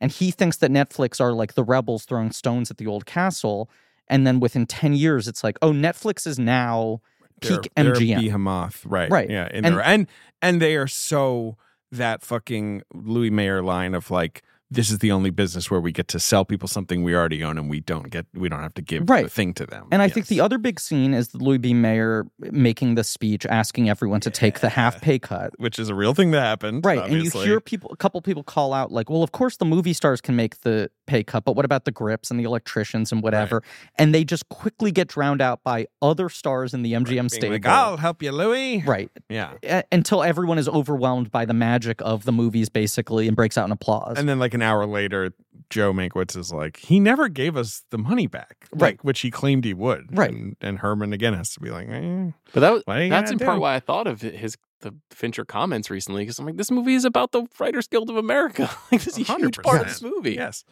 and he thinks that netflix are like the rebels throwing stones at the old castle and then within 10 years it's like oh netflix is now They're- peak they're MGM. behemoth right Right. yeah in And- there. and and they are so that fucking louis mayer line of like this is the only business where we get to sell people something we already own and we don't get we don't have to give Right. the thing to them And I think Yes. the other big scene is Louis B. Mayer eh, making the speech asking everyone to take the half pay cut. which is a real thing that happened Right. obviously. And you hear people a couple people call out like, well, of course the movie stars can make the pay cut, but what about the grips and the electricians and whatever? And they just quickly get drowned out by other stars in the MGM Being stable. like, "Oh!" i'll help you louis Right. yeah A- until everyone is overwhelmed by the magic of the movies basically and breaks out in applause. And then like an hour later, Joe Mankiewicz is like, he never gave us the money back, like, Right. which he claimed he would, Right. And, and Herman again has to be like, eh, But that was, What are you that's gonna in part do? why I thought of his the Fincher comments recently because I'm like, this movie is about the Writers Guild of America. like, this is a huge part of this 100%. movie. yes,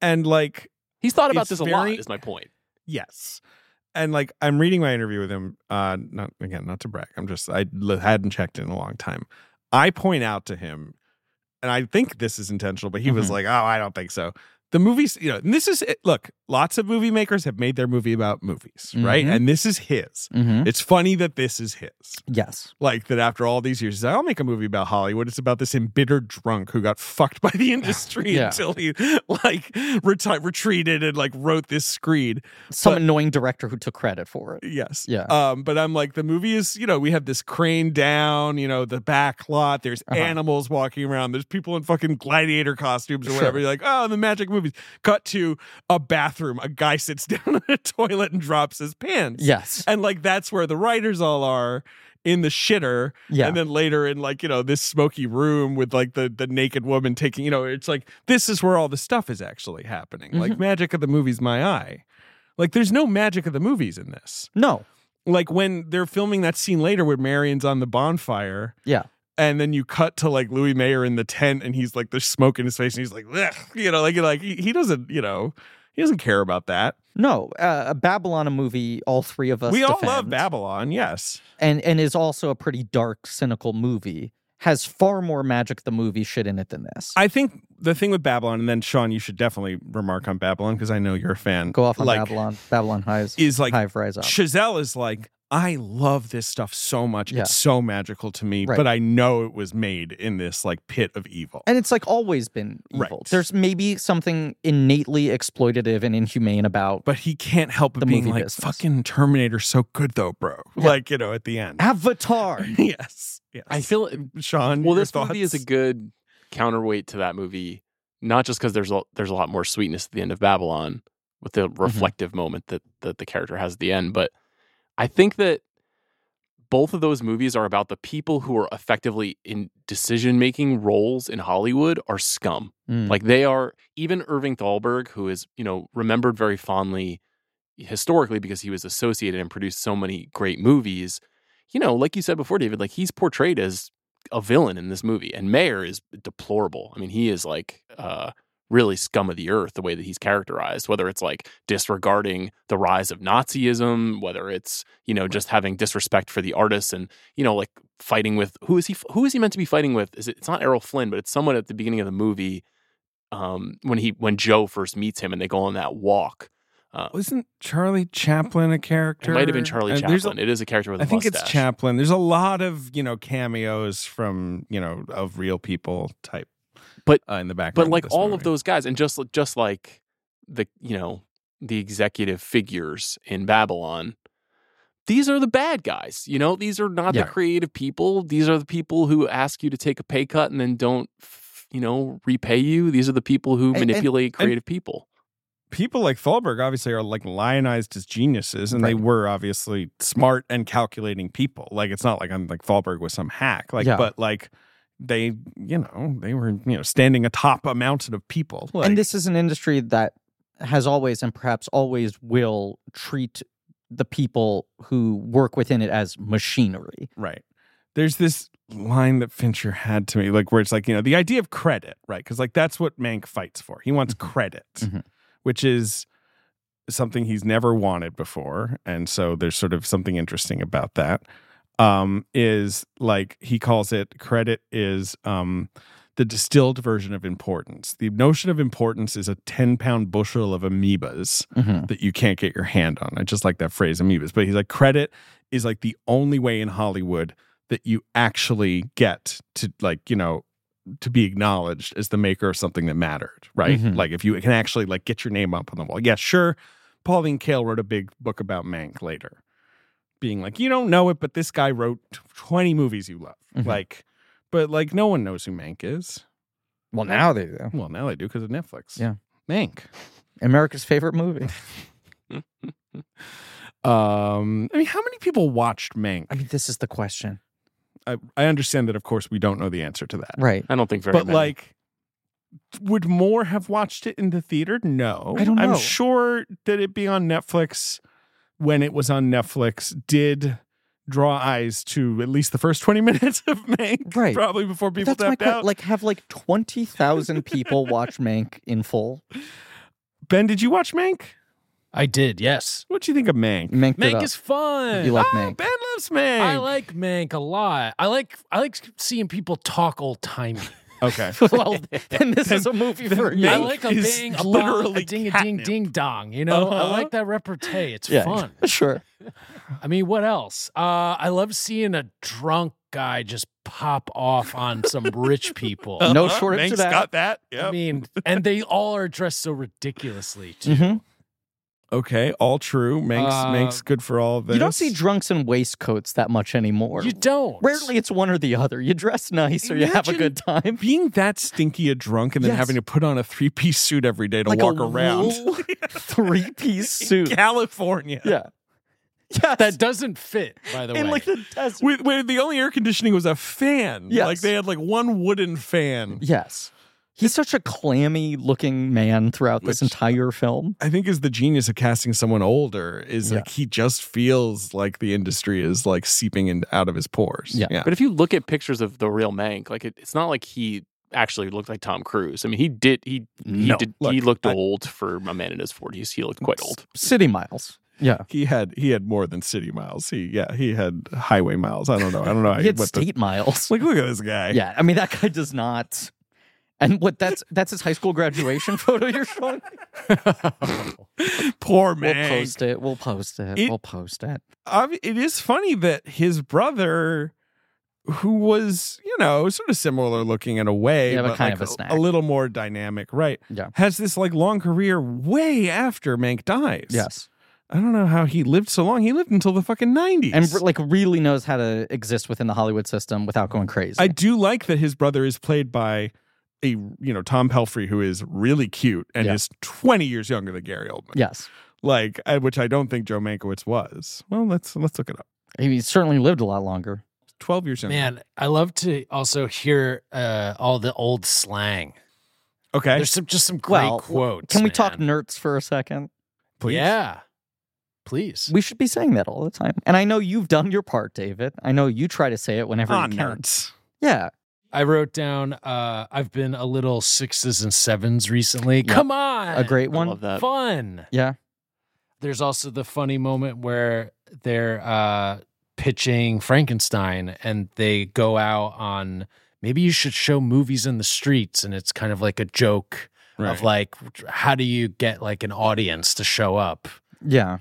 and like He's thought about It's this a lot. very- Is my point. yes, and like I'm reading my interview with him. Uh, not again, not to brag. I'm just I li- hadn't checked in a long time. I point out to him, and I think this is intentional, but he was Mhm. Mm-hmm. like, oh, I don't think so. The movies, you know, and this is it. Look, lots of movie makers have made their movie about movies, right? Mm-hmm. Mhm. And this is his. Mhm. It's funny that this is his. Yes. like that after all these years he's like, i'll make a movie about hollywood it's about this embittered drunk who got fucked by the industry Yeah. until he like reti- retreated and like wrote this screed Some But- annoying director who took credit for it. yes Yeah. um but i'm like the movie is you know we have this crane down you know the back lot there's Uh-huh. animals walking around there's people in fucking gladiator costumes or Sure. whatever you're like oh the magic movies cut to a bathroom a guy sits down on a toilet and drops his pants Yes. and like that's where the writers all are in the shitter Yeah. and then later in like you know this smoky room with like the the naked woman taking you know it's like this is where all the stuff is actually happening Mm-hmm. like magic of the movies my eye like there's no magic of the movies in this no. like when they're filming that scene later where marion's on the bonfire Yeah. and then you cut to like Louis Mayer in the tent, and he's like, there's smoke in his face, and he's like, "Ugh," you know, like, like he, he doesn't, you know, he doesn't care about that. No, uh, a Babylon a movie. All three of us. we all love defend, Babylon, yes. and and is also a pretty dark, cynical movie. Has far more magic the movie shit in it than this. I think the thing with Babylon, and then Sean, you should definitely remark on Babylon because I know you're a fan. Go off on like, Babylon. Babylon highs Is like hive rise up. Chazelle is like, I love this stuff so much. Yeah. It's so magical to me, Right. but I know it was made in this like pit of evil. and it's like always been evil. Right. There's maybe something innately exploitative and inhumane about but he can't help The but being movie like, business. fucking Terminator's so good though, bro. Like, you know, at the end. Avatar. yes. Yes. I feel it- Sean. well. your This movie is a thoughts? good counterweight to that movie, not just because there's a, there's a lot more sweetness at the end of Babylon with the Mm-hmm. reflective moment that that the character has at the end, but I think that both of those movies are about the people who are effectively in decision making roles in Hollywood are scum. Mm. Like they are even Irving Thalberg, who is you know remembered very fondly historically because he was associated and produced so many great movies. You know, like you said before, David, like he's portrayed as a villain in this movie, and Mayer is deplorable. I mean, he is like uh, really scum of the earth the way that he's characterized whether it's like disregarding the rise of nazism whether it's you know just having disrespect for the artists and you know like fighting with who is he who is he meant to be fighting with is it, it's not errol flynn but it's someone at the beginning of the movie um when he when joe first meets him and they go on that walk uh, Wasn't Charlie Chaplin a it character? might have been charlie And there's a- chaplin it is a character with a I think mustache. it's Chaplin. There's a lot of you know cameos from you know of real people type, But- uh, in the background, but like this all of movie. those guys and just just like the you know the executive figures in babylon these are the bad guys you know these are not Yeah. the creative people these are the people who ask you to take a pay cut and then don't f- you know repay you these are the people who And- and- manipulate creative people people like Thalberg obviously are like lionized as geniuses, and they Right. were obviously smart and calculating people. Like it's not like I'm like Thalberg was some hack, like Yeah. but like they you know they were you know standing atop a mountain of people. Like, and this is an industry that has always and perhaps always will treat the people who work within it as machinery. Right. There's this line that Fincher had to me, like where it's like, you know, the idea of credit, right? Because like that's what Mank fights for. He wants credit, Mhm. which is something he's never wanted before. And so there's sort of something interesting about that. Um, is like he calls it credit is um the distilled version of importance. The notion of importance is a 10 pound bushel of amoebas that you can't get your hand on. I just like that phrase, amoebas. But he's like, credit is like the only way in Hollywood that you actually get to like, you know, to be acknowledged as the maker of something that mattered, right? Mhm. Like if you can actually like get your name up on the wall. Yeah, sure. Pauline Kael wrote a big book about Mank later, being like, you don't know it, but this guy wrote 20 movies you love. Mhm. Like, but like no one knows who Mank is. Well, now they do. Well, now they do because of Netflix. Yeah. Mank. America's favorite movie. Um, I mean, how many people watched Mank? I mean, this is the question. I, I understand that, of course, we don't know the answer to that. Right. i don't think very But many. like, would more have watched it in the theater? No, I don't know. I'm sure that it being on Netflix when it was on Netflix did draw eyes to at least the first 20 minutes of Mank. Right. Probably before But people That's my tapped question. out. Like, have like 20,000 people watch Mank in full? ben, did you watch Mank? I did, yes. What do you think of Mank? Mank, Mank is fun. Oh, You like Ah, Mank. Ben loves Mank. I like Mank a lot. I like I like seeing people talk old timey. Okay. well, then this is a movie for you. I Mank like a is bang, a literally literally a ding a ding catnip. ding dong. You know, I Uh-huh. like that repartee. It's Yeah. fun. Sure. I mean, what else? Uh, I love seeing a drunk guy just pop off on some rich people. No Uh-huh. shortage Mank's of that. got that. Yep. I mean, and they all are dressed so ridiculously too. Mhm. Okay, all true. Manx Uh, Manx good for all of this. Um, You don't see drunks in waistcoats that much anymore. Mm-hmm. You don't Rarely it's one or the other. You dress nice or you have a Imagine good time. being that stinky a drunk and then Yes. having to put on a three piece suit every day to like walk a around. three piece suit. California. Yeah. Yes. That doesn't fit, by the in way. like the desert. Where, where the only air conditioning was a fan. Yes. Like they had like one wooden fan. Yes. He's such a clammy looking man throughout this Which- entire film. I think is the genius of casting someone older is Yeah. like he just feels like the industry is like seeping in out of his pores. Yeah. But if you look at pictures of the real Mank, like it, it's not like he actually looked like Tom Cruise. I mean, he did. He he No. did. he Look, looked I- old for a man in his forties. He looked quite old. City Miles. Yeah. He had he had more than city miles. He yeah, he had highway miles. I don't know. I don't know He had what the- state miles. like look at this guy. Yeah. I mean, that guy does not. And what that's that's his high school graduation photo you're showing. We'll Poor man. post it. We'll post it. It- We'll post it. ob- it is funny that his brother, who was you know sort of similar looking in a way, Yeah, but kind like, of a snack. little more dynamic, right? Yeah. has this like long career way after Mank dies. Yes. I don't know how he lived so long. He lived until the fucking nineties. And like really knows how to exist within the Hollywood system without going crazy. I do like that his brother is played by a you know Tom Pelfrey who is really cute and Yeah. is twenty years younger than Gary Oldman. yes. like I- which I don't think Joe Mankiewicz was. Well, let's let's look it up. He certainly lived a lot longer. Twelve years younger. Man, I love to also hear uh, all the old slang. Okay, There's some just some great Well, quotes. Can we talk man. nerds for a second? please. Yeah, please. We should be saying that all the time. And I know you've done your part, David. I know you try to say it whenever Ah, you can. nerds. Yeah. I wrote down. Uh, I've been a little sixes and sevens recently. Come on, A great I love one. that. fun. Yeah. There's also the funny moment where they're uh, pitching Frankenstein, and they go out on maybe you should show movies in the streets, and it's kind of like a joke of like, how do you get like an audience to show up? Yeah.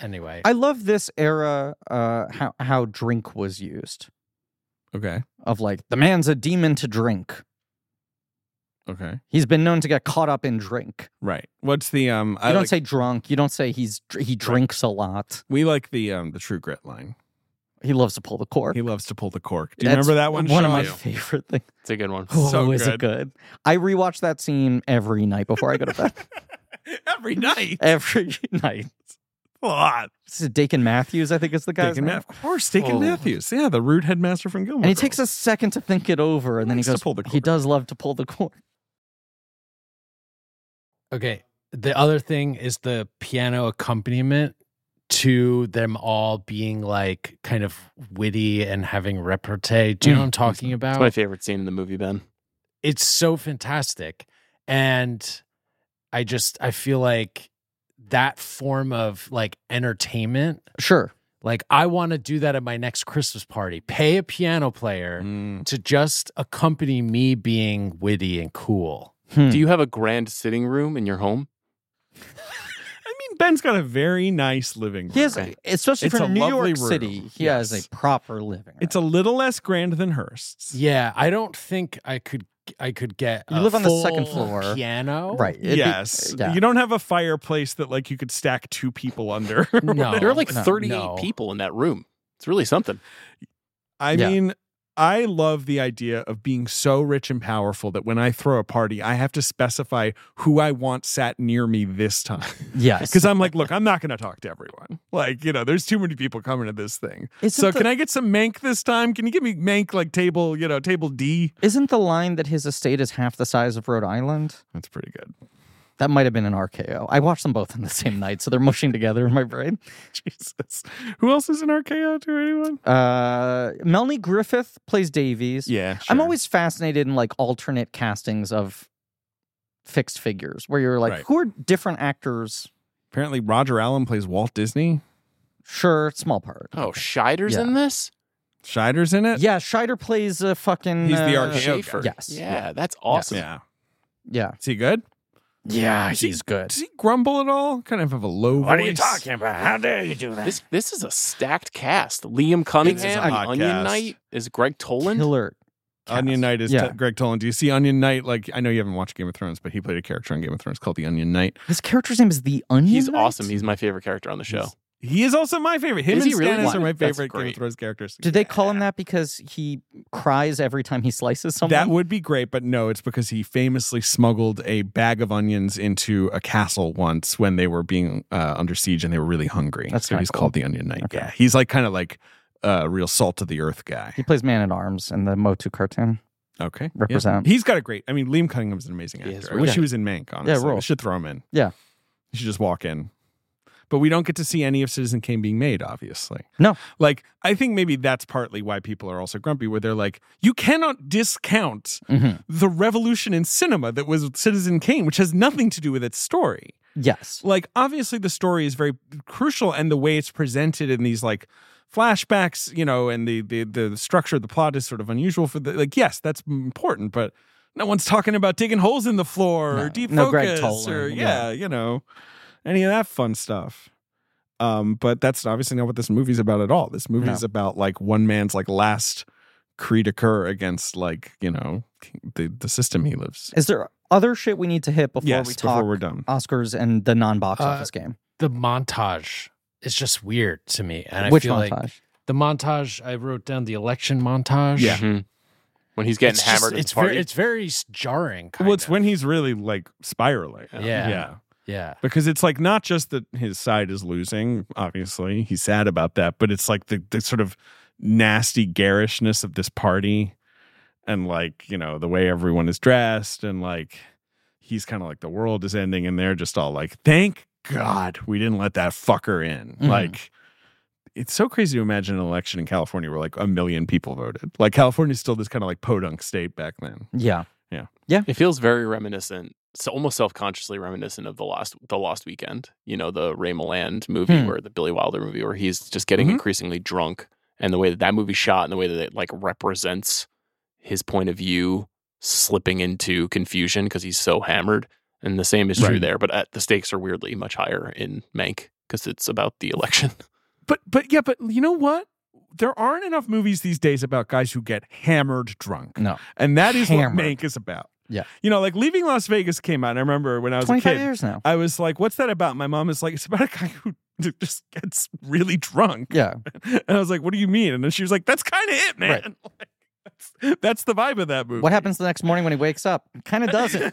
Anyway, I love this era uh how how drink was used. Okay. Of like the man's a demon to drink. Okay. He's been known to get caught up in drink. Right. What's the um? You I don't like, say drunk. You don't say he's dr- he drinks a lot. we like the um the True Grit line. He loves to pull the cork. He loves to pull the cork. Do you That's remember that one? One of Sean? my Yeah. favorite things. It's a good one. Oh, So is it good? I rewatch that scene every night before I go to bed. every night. every night. Lot. This is Dakin Matthews, I think is the guy. Taken Ma- of course, Taken Oh. Matthews. Yeah, the rude headmaster from Gilmore. And he takes Girls. a second to think it over, and then he Likes to goes, pull the "He cork." does love to pull the cork." Okay. The other thing is the piano accompaniment to them all being like kind of witty and having repartee. Do you know what I'm talking It's about? my favorite scene in the movie, Ben. it's so fantastic. And I just I feel like that form of like entertainment, Sure. like I want to do that at my next Christmas party. Pay a piano player Mm. to just accompany me being witty and cool. Hmm. Do you have a grand sitting room in your home? I mean, Ben's got a very nice living room. He has, Okay. especially It's for a New lovely York room. City, he has Yes. a proper living. It's a little less grand than Hearst's. Yeah, I don't think I could. I could get. You a live on the second full floor. Piano, room. right. it'd be- yes. yeah. You don't have a fireplace that like you could stack two people under. No, there are like Oh, no, 38 no. people in that room. It's really something. I Yeah. mean, I love the idea of being so rich and powerful that when I throw a party, I have to specify who I want sat near me this time. yes. Because I'm like, look, I'm not going to talk to everyone. Like, you know, there's too many people coming to this thing. so can I get some mank this time? Can you give me mank like table, you know, table D? Isn't the line that his estate is half the size of Rhode Island? That's pretty good. That might have been an RKO. I watched them both on the same night, so they're mushing together in my brain. Jesus. Who else is in RKO to anyone? Uh, Melanie Griffith plays Davies. Yeah. I'm always fascinated in like alternate castings of fixed figures where you're like, Right. who are different actors? apparently Roger Allen plays Walt Disney. Sure, small part. Oh, Scheider's Yeah. in this? Scheider's in it. Yeah, Scheider plays a fucking. He's the uh, RKO. Schaefer. guy. Yes. Yeah, that's awesome. Yeah. Yeah. Is he good? Yeah, Is he- he's good. Does he grumble at all? Kind of have a low voice. about? How dare you do that? This this is a stacked cast. Liam It's Cunningham, a and hot Onion cast. Knight is Greg Toland. Killer. cast. Onion Knight is Yeah. t- Greg Toland. Do you see Onion Knight? Like, I know you haven't watched Game of Thrones, but he played a character on Game of Thrones called the Onion Knight. His character's name is The Onion. He's Knight? awesome. He's my favorite character on the show. He is also my favorite. Him Is and he really? Stannis are my That's favorite Game of great. Thrones characters. Did they call him that because he cries every time he slices someone? That would be great, but no, it's because he famously smuggled a bag of onions into a castle once when they were being uh, under siege and they were really hungry. That's so kinda he's cool. called the Onion Knight. Okay. Yeah, he's like kind of like a real salt of the earth guy. He plays Man at Arms in the Motu cartoon. Okay, yeah. Represent. He's got a great. I mean, Liam Cunningham's an amazing He is actor. I really wish good. he was in Mank. Honestly, rule. I should throw him in. Yeah. you should just walk in. But we don't get to see any of Citizen Kane being made, obviously. No. Like, I think maybe that's partly why people are also grumpy, where they're like, you cannot discount Mhm. the revolution in cinema that was Citizen Kane, which has nothing to do with its story. Yes. Like, obviously, the story is very crucial, and the way it's presented in these like flashbacks, you know, and the the the structure of the plot is sort of unusual for the like. Yes, that's important, but no one's talking about digging holes in the floor No. or deep No Greg focus Tolan, or yeah. yeah, you know, any of that fun stuff. Um, but that's obviously not what this movie's about at all. This movie's about like one man's like last creed occur against like you know the the system he lives. Is there other shit we need to hit before yes, we talk before we're done. Oscars and the non-box Uh, office game? The montage is just weird to me, and I Which feel montage? like the montage I wrote down the election montage. Yeah. Mhm. When he's getting it's hammered just- at it's the party. very it's very s- jarring. Kind Well, it's of. when he's really like spiraling. Yeah. Yeah. yeah. Because it's like not just that his side is losing, obviously, he's sad about that, but it's like the, the sort of nasty garishness of this party and like, you know, the way everyone is dressed and like he's kind of like the world is ending and they're just all like, thank God we didn't let that fucker in. Mhm. Like, it's so crazy to imagine an election in California where like a million people voted. Like California's still this kind of like podunk state back then. Yeah. It feels very reminiscent, so almost self-consciously reminiscent of the last the last weekend. You know, the Ray Milland movie Hmm. where the Billy Wilder movie where he's just getting Mhm. increasingly drunk, and the way that that movie's shot and the way that it like represents his point of view slipping into confusion because he's so hammered. And the same is true Right. there, but uh the stakes are weirdly much higher in Mank because it's about the election. But but yeah, but you know what? There aren't enough movies these days about guys who get hammered drunk. No. And that is Hammered. what Mank is about. Yeah. You know, like Leaving Las Vegas came out. And I remember when I was a 25 kid, years now. I was like, what's that about? My mom is like, it's about a guy who just gets really drunk. Yeah. And I was like, what do you mean? And then she was like, that's kind of it, man. Right. Like, that's, that's the vibe of that movie. What happens the next morning when he wakes up? Kind of doesn't.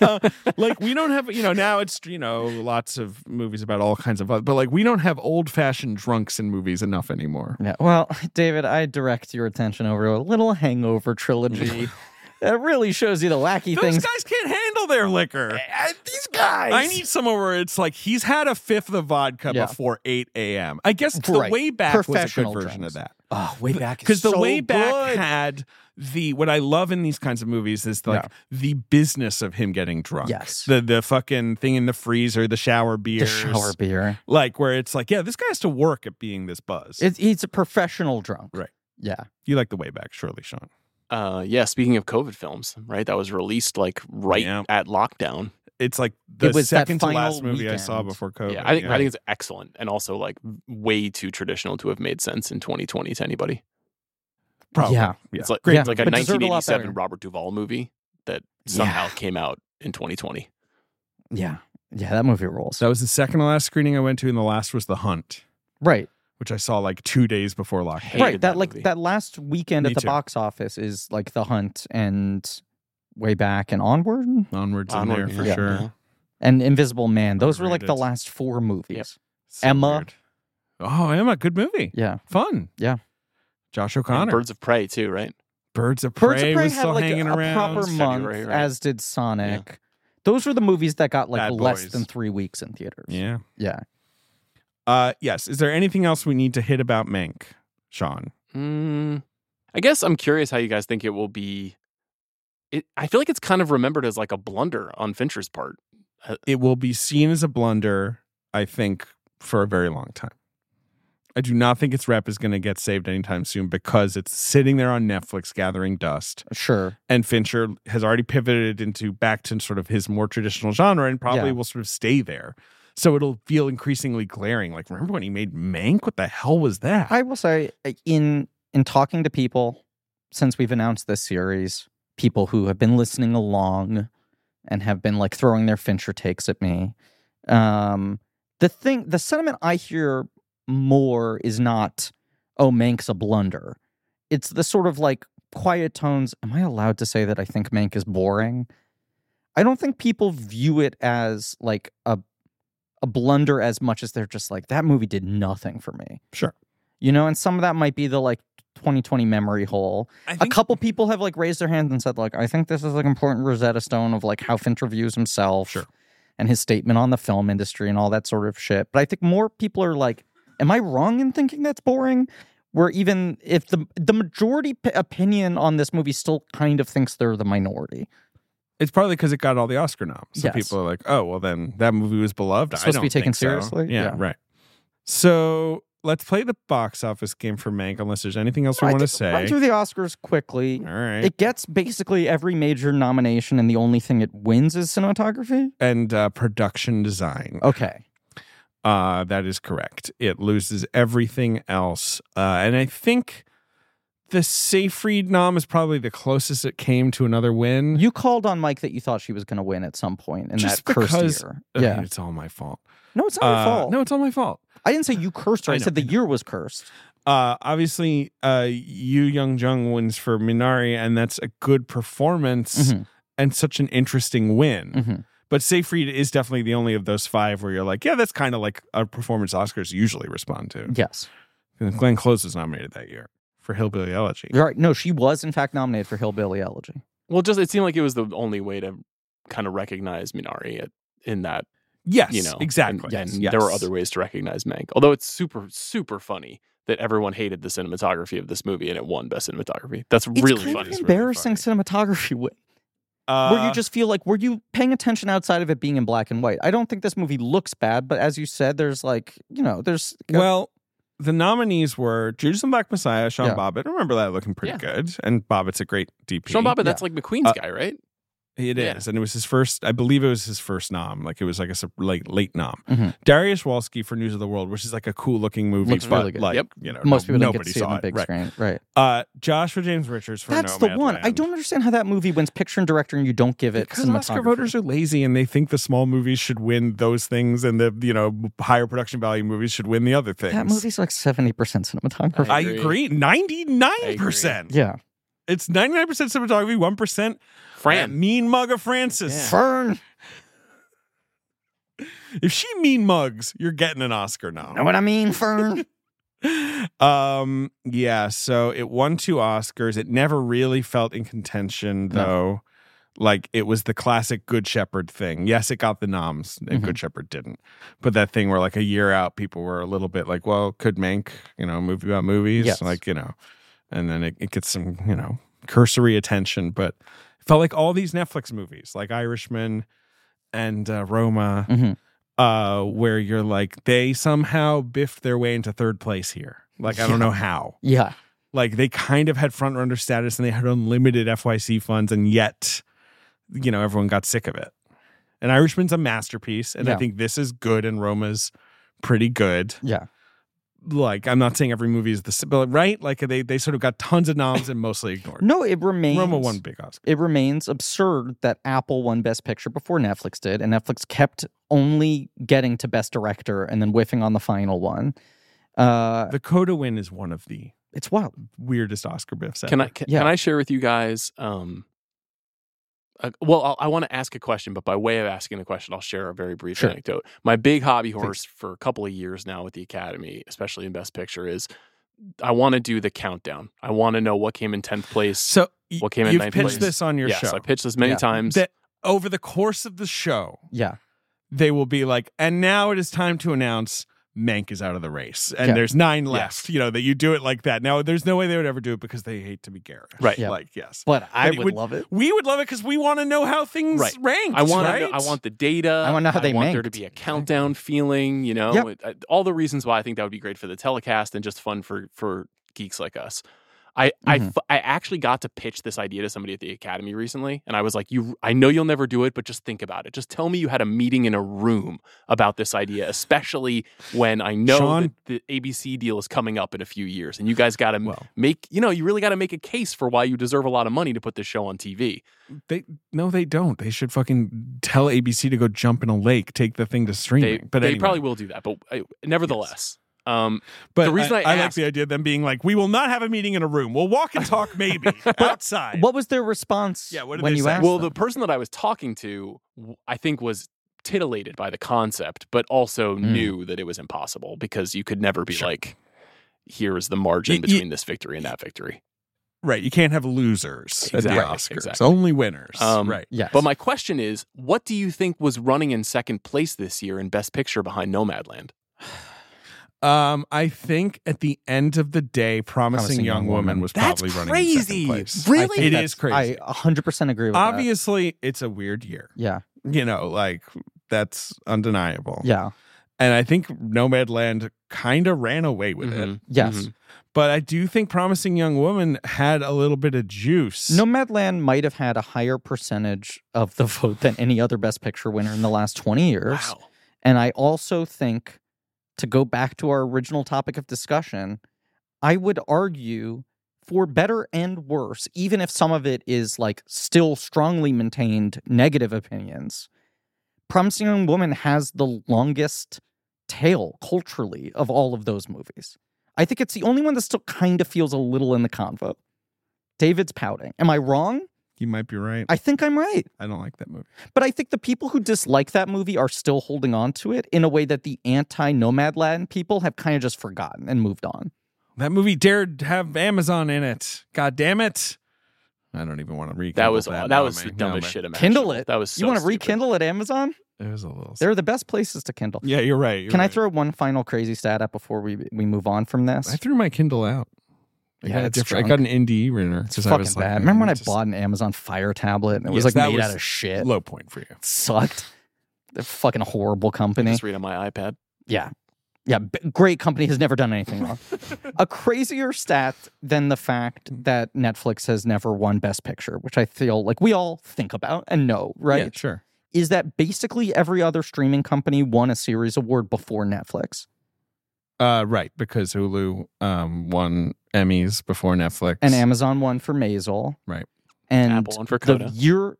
Uh, like we don't have you know now it's you know lots of movies about all kinds of other, but like we don't have old fashioned drunks in movies enough anymore. Yeah. Well, David, I direct your attention over to a little hangover trilogy that really shows you the wacky Those things. guys can't handle their liquor. Eh, these guys. I need somewhere where it's like he's had a fifth of vodka Yeah. before eight a.m. I guess the Right. way back was a good Professional version drunks. of that. Oh, way back. because the so way back good. had the what I love in these kinds of movies is like Yeah. the business of him getting drunk. Yes. the the fucking thing in the freezer, the shower beers, the shower beer. like where it's like, yeah, this guy has to work at being this buzz. It's he's a professional drunk. Right. Yeah. you like the way back, surely, Sean? Uh, yeah, speaking of COVID films, right? That was released like right Yeah. at lockdown. It's like the was that second to final last movie I saw weekend. before COVID. yeah, I think I think it's excellent and also like way too traditional to have made sense in 2020 to anybody. probably. Yeah. It's like Great it's like a movie. But deserved a lot 1987 better. Robert Duvall movie that somehow came out in 2020. Yeah. Yeah. That movie rules. that was the second to last screening I went to, and the last was The Hunt, right. which I saw like two days before lockdown. Hated Right. That, that like movie. that last weekend Me at the too. box office is like The Hunt and Way Back and Onward Onwards in Onward, there for yeah, sure. yeah. and Invisible Man. Those were like the Underrated. last four movies. So Emma. weird. Oh, Emma, good movie. Yeah. Fun. Yeah. Josh And O'Connor. Birds of Prey too, right? Birds of Prey, Birds of Prey was had still like a, hanging a around. proper February, month, right? as did Sonic. Those were the movies that got like Bad less Boys. than three weeks in theaters. Yeah. Yeah. Uh, yes. Is there anything else we need to hit about Mank, Sean? Mm, I guess I'm curious how you guys think it will be. It, I feel like it's kind of remembered as like a blunder on Fincher's part. It will be seen as a blunder, I think, for a very long time. I do not think its rep is going to get saved anytime soon because it's sitting there on Netflix gathering dust. Sure. And Fincher has already pivoted into back to sort of his more traditional genre and probably Yeah. will sort of stay there. So it'll feel increasingly glaring. Like, remember when he made Mank? What the hell was that? I will say uh, in in talking to people since we've announced this series, people who have been listening along and have been like throwing their Fincher takes at me. Um, the thing, the sentiment I hear more is not, "Oh, Mank's a blunder." It's the sort of like quiet tones. Am I allowed to say that I think Mank is boring? I don't think people view it as like a a blunder as much as they're just like that movie did nothing for me you know and some of that might be the like 2020 memory hole I a couple people have like raised their hands and said like i think this is like important rosetta stone of like how finch reviews himself Sure. and his statement on the film industry and all that sort of shit but i think more people are like am i wrong in thinking that's boring where even if the the majority p- opinion on this movie still kind of thinks they're the minority It's probably because it got all the Oscar noms. So Yes. people are like, oh, well, then that movie was beloved. It's I supposed to don't be taken think so. seriously? Yeah, Yeah. right. So let's play the box office game for Mank, unless there's anything else we I want to think- say. run through the oscars quickly all right. it gets basically every major nomination and the only thing it wins is cinematography and uh, production design. okay Uh, that is correct. It loses everything else. Uh, and I think the Seyfried nom is probably the closest it came to another win. You called on Mike that you thought she was going to win at some point in Just that cursed because- year. I mean, Yeah. It's all my fault. No, it's not your Uh, fault. No, it's all my fault. I didn't say you cursed her. I, I know, said the I know. year was cursed. Uh, obviously, uh, Yu Young Jung wins for Minari, and that's a good performance Mhm, and such an interesting win. mhm. But Seyfried is definitely the only of those five where you're like, yeah, that's kind of like a performance Oscars usually respond to. Yes. And Glenn Close was nominated that year for Hillbilly Elegy. You're right. No, she was, in fact, nominated for Hillbilly Elegy. Well, just it seemed like it was the only way to kind of recognize Minari at, in that Yes, you know exactly. and, Yes, and there were yes. other ways to recognize meg although it's super super funny that everyone hated the cinematography of this movie and it won best cinematography that's It's really kind funny of embarrassing cinematography way, where Uh, you just feel like were you paying attention outside of it being in black and white? I don't think this movie looks bad, but as you said, there's like you know there's uh, Well, the nominees were Judas and Black Messiah, Sean Yeah. Bobbitt. I remember that looking pretty good. And Bobbitt's a great DP. sean bobbitt that's like mcqueen's Uh, guy right It yeah. is. And it was his first, I believe it was his first nom. Like it was like a sup- like late nom. Mhm. Darius Walsky for News of the World, which is like a cool looking movie. Looks but really good. Like, Yep. you know, most no- people don't get nobody to see it saw on the big right. screen, right? Uh, Joshua James Richards for That's the one. I Nomadland. don't understand how that movie wins picture and director, and you don't give it Because cinematography. Oscar voters are lazy and they think the small movies should win those things and the you know higher production value movies should win the other things. That movie's like seventy percent cinematography. I I agree. agree. Ninety nine percent. yeah, It's 99% cinematography, 1% that fran mean mug of Francis. Fern. If she mean mugs, you're getting an Oscar Know now. what I mean, Fern? Um, yeah, so it won two Oscars. It never really felt in contention, No. though. Like it was the classic Good Shepherd thing. Yes, it got the noms, and Mm-hmm. Good Shepherd didn't. But that thing where, like, a year out, people were a little bit like, well, could Mank, you know, movie about movies? Yes. Like, you know, and then it, it gets some, you know, cursory attention, but it felt like all these Netflix movies, like Irishman and uh, Roma, Mhm. uh, where you're like, they somehow biffed their way into third place here. Like, I don't know how. yeah, Like, they kind of had front runner status and they had unlimited FYC funds, and yet, you know, everyone got sick of it. And Irishman's a masterpiece, and I Yeah. think this is good, and Roma's pretty good yeah. like I'm not saying every movie is the s- but right. Like they they sort of got tons of noms and mostly ignored. No, it remains. Roma won big Oscar. it remains absurd that Apple won Best Picture before Netflix did, and Netflix kept only getting to Best Director and then whiffing on the final one. Uh, The Coda win is one of the it's wild. weirdest Oscar biffs. Ever. can i can, Yeah. can i share with you guys um uh, well, I'll, I want to ask a question, but by way of asking the question, I'll share a very brief Sure. anecdote. My big hobby horse for a couple of years now with the Academy, especially in Best Picture, is I want to do the countdown. I want to know what came in tenth place. So y- What came in you've ninth pitched place? this on your yes, show. I pitched this many Yeah. times. that over the course of the show, Yeah, they will be like, and now it is time to announce Mank is out of the race, and Yeah. there's nine left. You know that you do it like that. Now there's no way they would ever do it because they hate to be Garrett. Right. Yeah. Like yes, but I it would, would- love it. we would love it because we want to know how things Right. rank. I want Right? I want the data. I wanna know how they want there manked. to be a countdown feeling. You know, Yep. It- I- all the reasons why I think that would be great for the telecast and just fun for for geeks like us. I I Mhm. f I I actually got to pitch this idea to somebody at the academy recently, and I was like, "You, I know you'll never do it, but just think about it. Just tell me you had a meeting in a room about this idea, especially when I know Sean? that the ABC deal is coming up in a few years, and you guys got to Well. make, you know, you really got to make a case for why you deserve a lot of money to put this show on TV. They no, they don't. They should fucking tell ABC to go jump in a lake, take the thing to streaming. They, but they anyway. probably will do that, but uh, nevertheless. Um, But the reason I like asked- the idea of them being like, we will not have a meeting in a room. We'll walk and talk maybe outside. What was their response? Yeah, what did when they you say? asked? Well, them? the person that I was talking to, w- I think, was titillated by the concept, but also knew that it was impossible because you could never be Hmm. Sure. like, here is the Y- margin y- between this victory and that victory. right, you can't have losers at the Exactly, Oscars. exactly. Only winners. Um, right. yes, But my question is, what do you think was running in second place this year in Best Picture behind Nomadland? Um, I think at the end of the day, promising, young, woman, was That's probably running in second crazy. place. Really? I think It that's- is crazy. I 100 percent agree with that. Obviously, it's a weird year. Yeah, You know, like that's undeniable. yeah, And I think Nomadland kind of ran away with it. Mhm. yes. Mhm. But I do think Promising Young Woman had a little bit of juice. Nomadland might have had a higher percentage of the vote than any other Best Picture winner in the last 20 years. Wow. And I also think, to go back to our original topic of discussion, I would argue for better and worse, even if some of it is like still strongly maintained negative opinions, Promising Young Woman has the longest tail culturally of all of those movies. I think it's the only one that still kind of feels a little in the convo. David's pouting. Am I wrong? You might be right. I think I'm right. I don't like that movie. But I think the people who dislike that movie are still holding on to it in a way that the anti Nomad Latin people have kind of just forgotten and moved on. That movie dared have Amazon in it. God damn it. I don't even want to read That was that. that, No, was man. the No, dumbest man. shit imaginable. Kindle it. That was so you want to stupid. rekindle at Amazon? It was a little. They're the best places to Kindle. yeah, you're right. you're Can I right. throw one final crazy stat up before we we move on from this? I threw my Kindle out. I Yeah, got a it's different. I got drunk. an indie printer. it's 'cause fucking I was like, bad. man, Remember when I just- bought an Amazon Fire tablet and it was Yes, like that made was out of shit? Low point for you. sucked. They're fucking horrible company. Just read on my iPad. Yeah. Yeah. b- Great company has never done anything wrong. a crazier stat than the fact that Netflix has never won Best Picture, which I feel like we all think about and know, Yeah, right? sure. Is that basically every other streaming company won a series award before Netflix. Uh, right, because Hulu um won Emmys before Netflix. And Amazon won for Maisel. Right. And Apple and for the Coda. year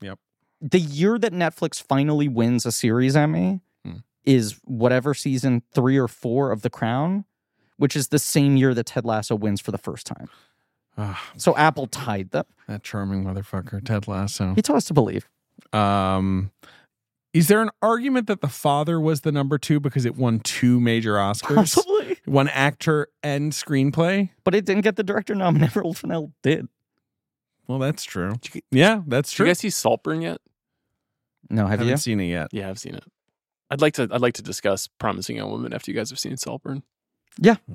Yep. the year that netflix finally wins a series emmy Hmm. is whatever season three or four of the crown which is the same year that ted lasso wins for the first time Ah, so apple tied them that charming motherfucker, Ted Lasso. he taught us to believe Um, is there an argument that the father was the number two because it won two major Oscars, possibly one actor and screenplay? but it didn't get the director nom and Emerald Fennell did Well, that's true. Yeah, that's Did you true. guys see Saltburn yet? no have haven't you seen it yet. Yeah, I've seen it. I'd like to. I'd like to discuss Promising Young Woman after you guys have seen Saltburn.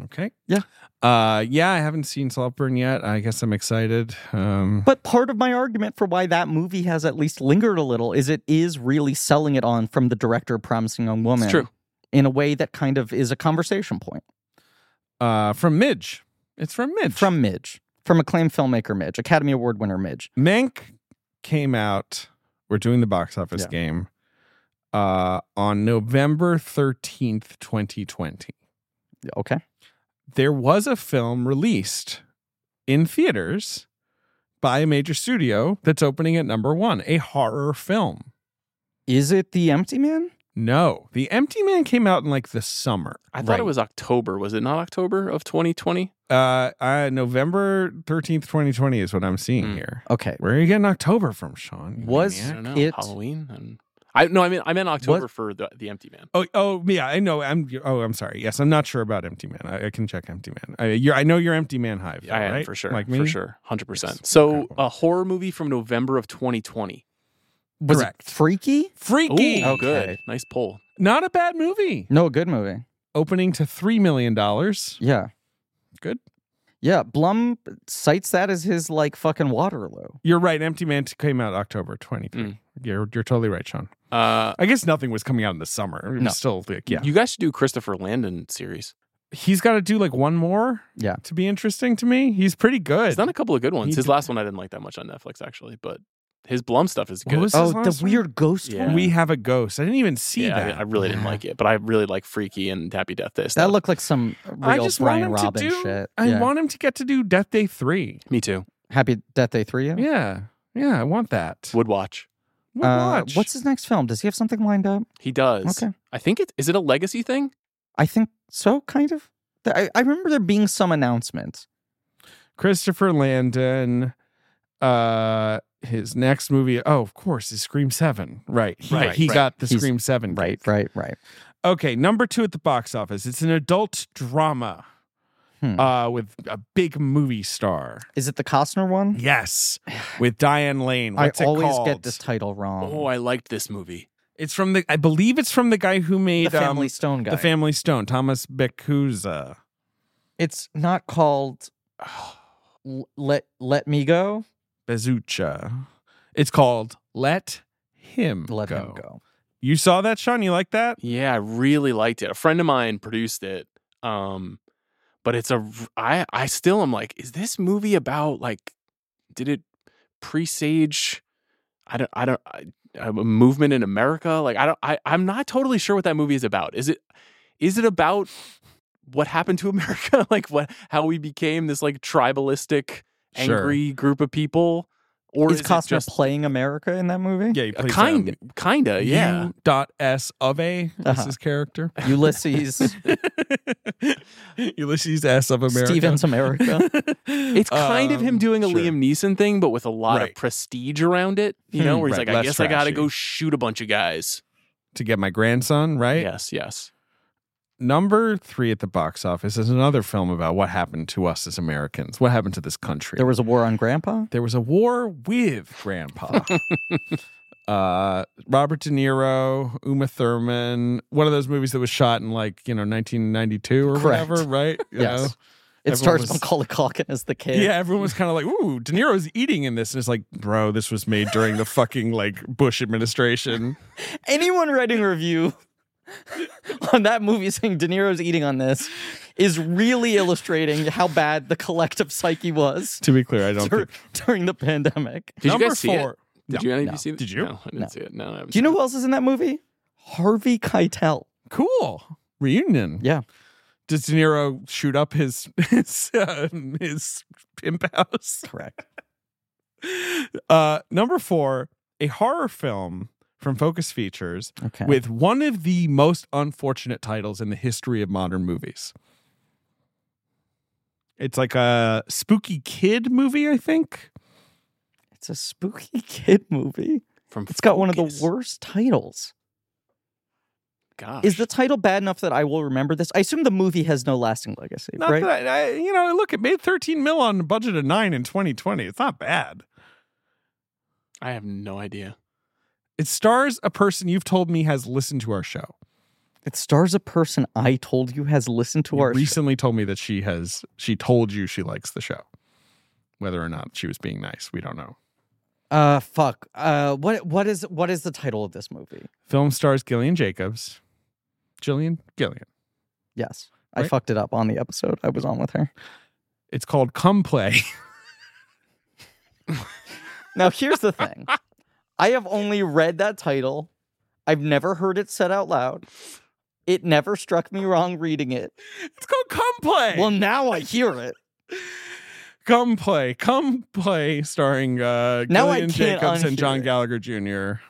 Okay. Yeah. Uh, yeah, I haven't seen Saltburn yet. I guess I'm excited. Um, but part of my argument for why that movie has at least lingered a little is it is really selling it on from the director of promising young woman It's true. in a way that kind of is a conversation point uh, from Midge, it's from Midge. From Midge. From acclaimed filmmaker Midge, Academy Award winner Midge. Mank came out. We're doing the box office Yeah. game uh, on November 13th, 2020. Okay. There was a film released in theaters by a major studio that's opening at number one, a horror film. Is it The Empty Man? No, The Empty Man came out in like the summer. I thought it was October. Was it not October of 2020? Uh, uh, November 13th, 2020 is what I'm seeing Hmm. here. Okay. Where are you getting October from, Sean? you Was- I maniac? don't know. It- Halloween. And, I no. I mean, I meant October for the, the Empty Man. Oh, oh, yeah, I know. I'm. Oh, I'm sorry. Yes, I'm not sure about Empty Man. I, I can check Empty Man. I, you're, I know you're Empty Man Hive. though, I am right? for sure. Like me, for sure, hundred percent. Yes. So Okay. a horror movie from November of 2020. Was Correct. it freaky? Freaky. Ooh, Okay. good. Nice poll. Not a bad movie. No, a good movie. Opening to three million dollars. Yeah. Good. Yeah. Blum cites that as his like fucking Waterloo. You're right. Empty Man t- came out October 23. Hmm. You're you're totally right, Sean. Uh, I guess nothing was coming out in the summer. It was No. Still, like, yeah. You guys should do Christopher Landon series. He's got to do like one more. Yeah. To be interesting to me, he's pretty good. He's done a couple of good ones. He His did- last one I didn't like that much on Netflix actually, but his Blum stuff is What good. was his Oh, the last one? weird ghost Yeah. one? We have a ghost. I didn't even see yeah, I- that. I, really didn't like it, but I really like Freaky and Happy Death Day. That stuff. looked like some I real just Brian want him Robbins to do. shit. I yeah. want him to get to do Death Day three. me too. Happy Death Day 3? you? Yeah. Yeah, I want that. Would watch. Would Uh, watch. what's his next film? Does he have something lined up? He does. Okay. I think it is it a legacy thing. I think so, kind of. Th- I, I remember there being some announcement. Christopher Landon? Uh, his next movie. Oh, of course, is Scream Seven. Right. He, Right, He right. got the He's- Scream Seven. Right, gig. right, right. Okay. Number two at the box office. It's an adult drama. Hmm. Uh, with a big movie star. Is it the Costner one? Yes, with Diane Lane. What's Hmm. I it always called? get this title wrong. Oh, I liked this movie. It's from the. I believe it's from the guy who made the Family um, Stone guy. the Family Stone. Thomas Bikuza. it's not called L- Let Let Me Go. Bezucha. It's called Let Him Let Go. him go. You saw that, Sean? You like that? Yeah, I really liked it. A friend of mine produced it. Um, but it's a I I still am like, is this movie about like did it presage I don't I don't I, a movement in America? Like I don't I I'm not totally sure what that movie is about. Is it is it about what happened to America? like what how we became this like tribalistic Sure. angry group of people? Or is it Costner just playing America in that movie? Yeah, you a played kind kinda, yeah. U dot S of A. That's Uh-huh. his character. Ulysses, Ulysses S of America. Stevens America. It's kind of him Um, doing a sure. Liam Neeson thing, but with a lot Right. of prestige around it. You know, Hmm, where he's right, like, I less guess I gotta trashy. go shoot a bunch of guys. to get my grandson right. Yes, yes. Number three at the box office is another film about what happened to us as Americans. What happened to this country? there was a war on Grandpa. there was a war with Grandpa. uh, Robert De Niro, Uma Thurman, one of those movies that was shot in like you know 1992 or Correct. whatever, right? You Yes. know? It Everyone starts was- Macaulay Culkin as the kid. Yeah, everyone was kind of like, "Ooh, De Niro's eating in this," and it's like, "Bro, this was made during the fucking like Bush administration." Anyone writing a review on that movie saying De Niro's eating on this is really illustrating how bad the collective psyche was to be clear, I don't. dur- think. during the pandemic. Did Number you guys see four. it? Did No, you any of no. you see it? Did you? No, I didn't No. see it. No, no. I haven't Do you know seen who else is in that movie? Harvey Keitel. Cool reunion. Yeah. Does De Niro shoot up his his uh, his pimp house? Correct. Uh, number four, a horror film from Focus Features Okay. with one of the most unfortunate titles in the history of modern movies. It's like a spooky kid movie, I think. it's a spooky kid movie. it. From It's got one of the Focus. worst titles. Gosh. Is the title bad enough that I will remember this? I assume the movie has no lasting legacy, Not right? that I, I- you know, look, it made 13 mil on a budget of nine in 2020. It's not bad. I have no idea. It stars a person you've told me has listened to our show. It stars a person I told you has listened to You our show. recently told me that she has she told you she likes the show. Whether or not she was being nice, we don't know. Uh, fuck. Uh, what what is what is the title of this movie? Film stars Gillian Jacobs. Gillian? Gillian. Yes, I Right. fucked it up on the episode I was on with her. It's called Come Play. Now here's the thing: I have only read that title. I've never heard it said out loud. It never struck me wrong reading it. It's called Come Play. Well, now I hear it. Come Play. Come Play starring uh, Now I Gillian can't Jacobs and unhear John it. Gallagher Jr.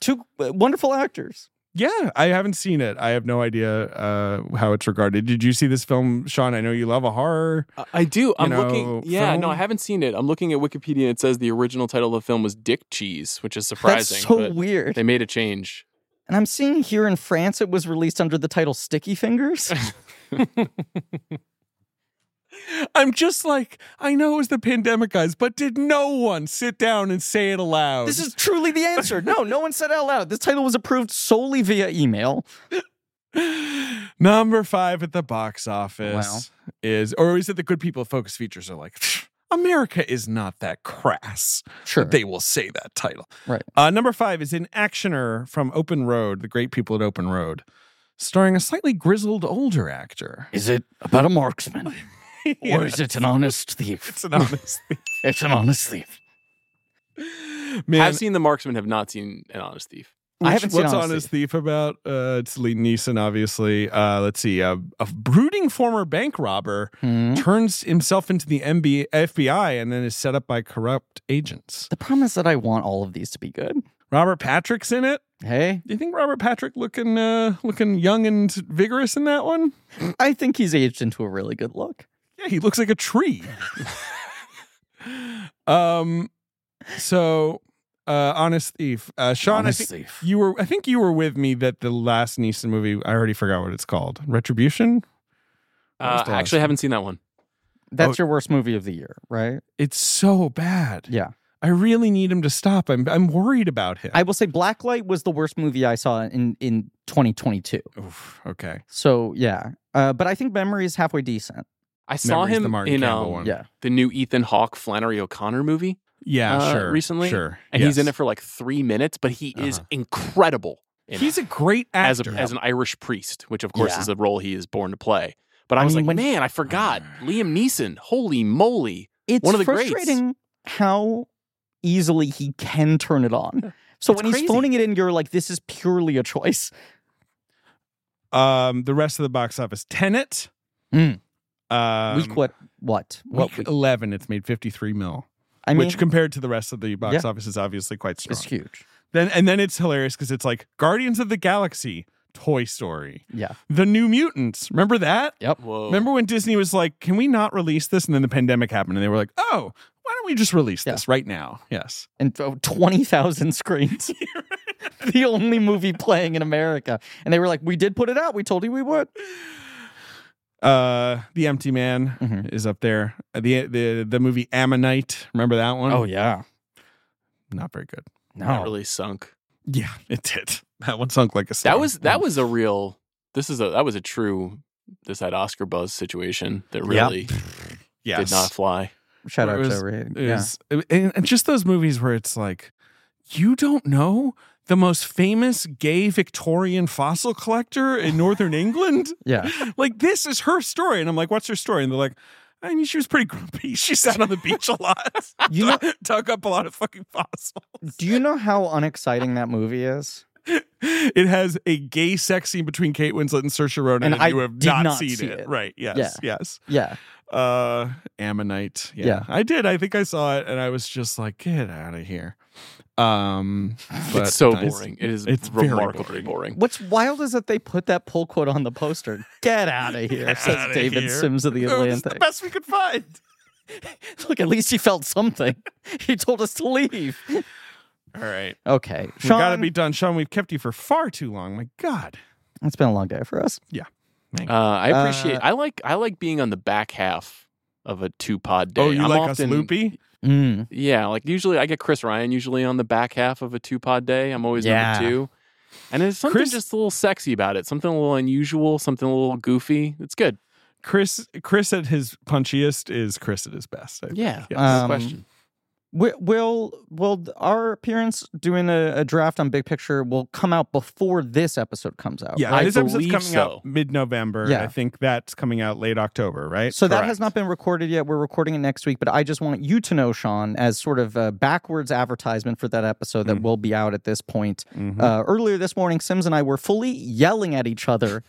Two uh, wonderful actors. Yeah, I haven't seen it. I have no idea uh, how it's regarded. Did you see this film, Sean? I know you love a horror. I- I do. I'm know, looking. Yeah, no, I film? haven't seen it. I'm looking at Wikipedia. and It says the original title of the film was Dick Cheese, which is surprising. That's so but weird. They made a change. And I'm seeing here in France it was released under the title Sticky Fingers. I'm just like, I know it was the pandemic, guys, but did no one sit down and say it Oh, aloud? this is truly the answer. No, no one said out loud. This title was approved solely via email. Number five at the box office is, or is it the good people at Focus Features are like, America is not that crass. Sure. that They will say that title. Right. Uh, number five is an actioner from Open Road, the great people at Open Road, starring a slightly grizzled older actor. Is it about a marksman? Yeah. Or is it an honest thief? It's an honest It's an honest thief. man. I've seen The Marksman, have not seen An Honest Thief. I haven't seen what's Honest honest thief about. Uh, it's Lee Neeson, obviously. Uh, let's see, uh, a brooding former bank robber Hmm. turns himself into the MB- FBI and then is set up by corrupt agents. The problem is that I want all of these to be good. Robert Patrick's in it. Hey, Do you think Robert Patrick looking uh, looking young and vigorous in that one? I think he's aged into a really good look. Yeah, he looks like a tree. um, so uh, honest thief, uh, Sean, I think thief. you were I think you were with me that the last Neeson movie I already forgot what it's called. Retribution. What was Uh, the last actually, I one? haven't seen that one. That's Oh. your worst movie of the year, right? It's so bad. Yeah. I really need him to stop. I'm I'm worried about him. I will say Blacklight was the worst movie I saw in in 2022. Oof, okay. So yeah, uh, but I think Memory is halfway decent. I saw Memories, him the Martin in Campbell um, one. Yeah, the new Ethan Hawke Flannery O'Connor movie, Yeah, uh, sure. recently, Sure. and he's in yes. it for like three minutes, but he is Uh-huh. incredible. in He's a it. great as actor. a, as an Irish priest, which of course Yeah. is a role he is born to play. But I, I was mean, like, when- man, I forgot Liam Neeson. Holy moly! it's One of the greats. frustrating how easily he can turn it on. So It's when crazy. he's phoning it in, you're like, this is purely a choice. um, the rest of the box office, Tenet. Mm. Um, week what? What? What? week week? eleven. It's made fifty three mil, I mean, which compared to the rest of the box Yeah. office is obviously quite strong. it's huge. Then and then it's hilarious because it's like Guardians of the Galaxy, Toy Story, Yeah. The New Mutants. Remember that? Yep. Whoa! Remember when Disney was like, "Can we not release this?" And then the pandemic happened, and they were like, "Oh, why don't we just release Yeah. this right now?" Yes. and oh, 20,000 screens. the only movie playing in America. And they were like, we did put it out. We told you we would. Uh, the Empty Man Mhm. is up there. Oh, Um, Uh, The the the movie Ammonite. Remember that one? yeah. not very good. That really sunk. Yeah, it did. That one sunk like a stone. That was that was a real. This is a that was a true. This had Oscar buzz situation that Yeah. really yes. did not fly. Shout It out was- to Ray. It was- and, and just those movies where it's like, you don't know the most famous gay Victorian fossil collector in Northern England. Yeah. Like this is her story, and I'm like, what's her story? And they're like. I mean, she was pretty grumpy. She sat on the beach a lot. You know- dug up a lot of fucking fossils. Do you know how unexciting that movie is? It has a gay sex scene between Kate Winslet and Saoirse Ronan, And and, I you have did not, not seen see it. it. right? Yes, Yeah. yes. Yeah. uh ammonite yeah. Yeah. i did i think i saw it and i was just like get out of here um but it's so nice. boring. It is It's very remarkably boring. What's wild is that they put that pull quote on the poster. Get out of here, says outta David here. Sims of the Oh, it's the Atlantic. best we could find Look, at least he felt something. He told us to leave. all right Okay. we Sean, gotta be done sean we've kept you for far too long my god it's been a long day for us. Uh, I appreciate. Uh, I like. I like being on the back half of a two pod day. oh you I'm like often, us loopy Mm. Yeah, like usually I get Chris Ryan usually on the back half of a two pod day. I'm always Yeah. number two. And there's something Chris- just a little sexy about it, something a little unusual, something a little goofy. It's good. chris chris at his punchiest is chris at his best I think. Yeah. Yes. no Um, question. Wi- Will will our appearance doing a, a draft on Big Picture will come out before this episode comes out? yeah, right? I this episode's believe coming so. out mid-November. Yeah. I think that's coming out late October, right? So that Correct. has not been recorded yet. We're recording it next week, but I just want you to know, Sean, as sort of a backwards advertisement for that episode Mm. that will be out at this point. Mhm. Mm-hmm. Uh, earlier this morning, Sims and I were fully yelling at each other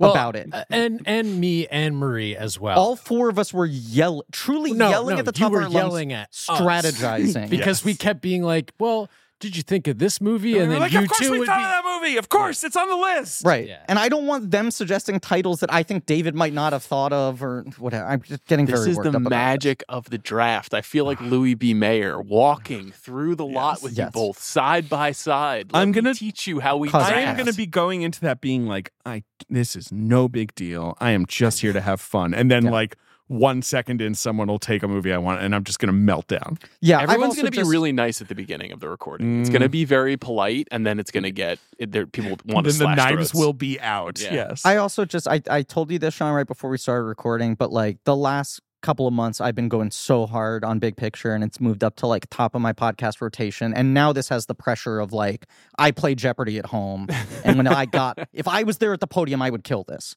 Well, about it. uh, and and me and Marie as well. All four of us were yell, truly No, yelling no, at the you top were of our yelling lungs, at strategizing. because we Yes. kept being like, "Well, did you think of this movie?" And And we're then like, you of course too we would thought be- of that movie. Of course, it's on the list. Right. Yeah. And I don't want them suggesting titles that I think David might not have thought of or whatever. I'm just getting This very is worked the up about this. magic of the draft. I feel like Louis B. Mayer walking through the lot with you Yes. both side by side. Let I'm me gonna- teach you how we Cause draft. I am going to be going into that being like, I this is no big deal. I am just here to have fun, and then Yeah. like one second in, someone will take a movie I want, and I'm just going to melt down. Yeah, I've Everyone's also going to be just- really nice at the beginning of the recording. It's Mm. going to be very polite, and then it's going to get it, there. People want to then the slash knives throats. will be out. Yeah. Yes, I also just I, I told you this, Sean, right before we started recording, but like the last couple of months I've been going so hard on big picture and it's moved up to like top of my podcast rotation. And now this has the pressure of like I play Jeopardy at home. And when I got if I was there at the podium, I would kill this.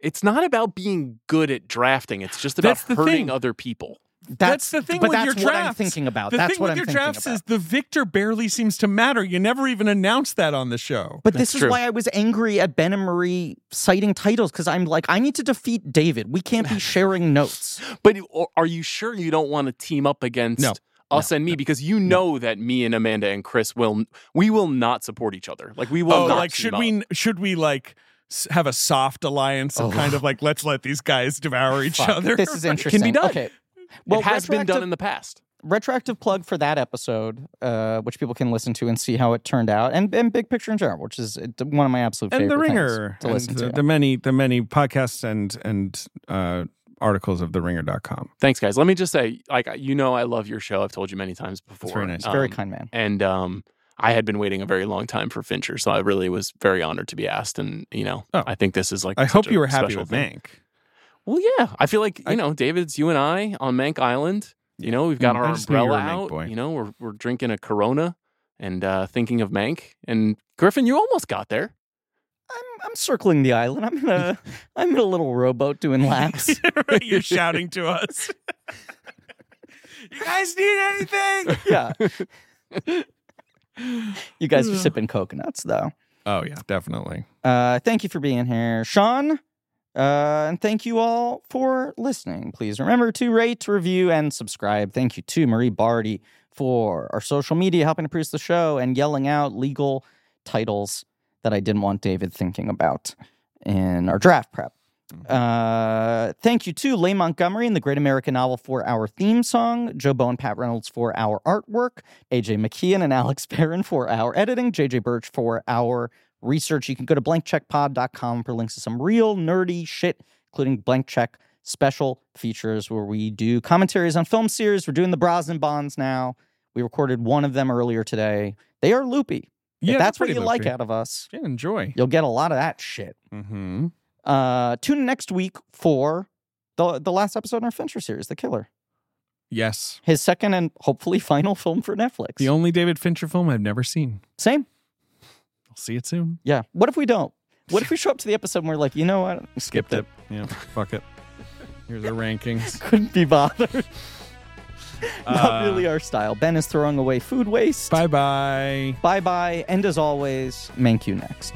It's not about being good at drafting. It's just about That's the hurting thing. other people. That's, the thing But with that's your what I'm drafts. thinking about. the that's thing what with I'm your thinking drafts about. is the victor barely seems to matter. You never even announced that on the show. But this That's is true. why I was angry at Ben and Marie citing titles because I'm like, I need to defeat David. We can't be sharing notes. But you- or- are you sure you don't want to team up against No. us and me because you know that me and Amanda and Chris will we will not support each other. Like we will oh, not. like team should up. we should we like s- have a soft alliance of kind of like let's let these guys devour each other? Oh. This is Right. interesting. done. Okay. Well, it has been done retroactive- in the past. retroactive plug for that episode, uh, which people can listen to and see how it turned out, and, and big picture in general, which is uh, one of my absolute and the favorite things ringer to and listen the, to. the many the many podcasts and and uh articles of the ringer.com Thanks, guys. Let me just say, like you know, I love your show. I've told you many times before. very nice. Very Um, kind man. And um, I had been waiting a very long time for Fincher, so I really was very honored to be asked. And you know, Oh. I think this is like i such hope a you were happy special with thing. mank Well, yeah, I feel like you I- know, David's you and I on Mank Island. You know, we've got Mm, our I just knew you were umbrella a Mank out. boy. You know, we're we're drinking a Corona and uh, thinking of Mank. And Griffin, you almost got there. I'm, I'm circling the island. I'm in a I'm in a little rowboat doing laps. you're shouting to us you guys need anything yeah. you guys are sipping coconuts though. oh yeah definitely Uh, thank you for being here, Sean. Uh, and thank you all for listening. Please remember to rate, review, and subscribe. Thank you to Marie Barty for our social media, helping to produce the show, and yelling out legal titles that I didn't want David thinking about in our draft prep. Uh, thank you to Leigh Montgomery and the Great American Novel for our theme song, Joe Bow and Pat Reynolds for our artwork, AJ McKeon and Alex Barron for our editing, JJ Birch for our research. You can go to blankcheckpod.com for links to some real nerdy shit, including blank check special features where we do commentaries on film series. We're doing the Brosnan Bonds now. We recorded one of them earlier today. They are loopy. Yeah, if that's they're what you pretty like loopy. out of us, Yeah, enjoy. you'll get a lot of that shit. Mm-hmm. Uh, tune in next week for the the last episode in our Fincher series, The Killer, Yes. his second and hopefully final film for Netflix. The only David Fincher film I've never seen. Same, I'll see it soon. yeah. What if we don't? What if we show up to the episode and we're like, you know what? Skipped it. Yeah, fuck it. Here's our rankings. Couldn't be bothered. Not Uh, really our style. Ben is throwing away food waste. Bye bye. Bye bye. And as always, Mank you next.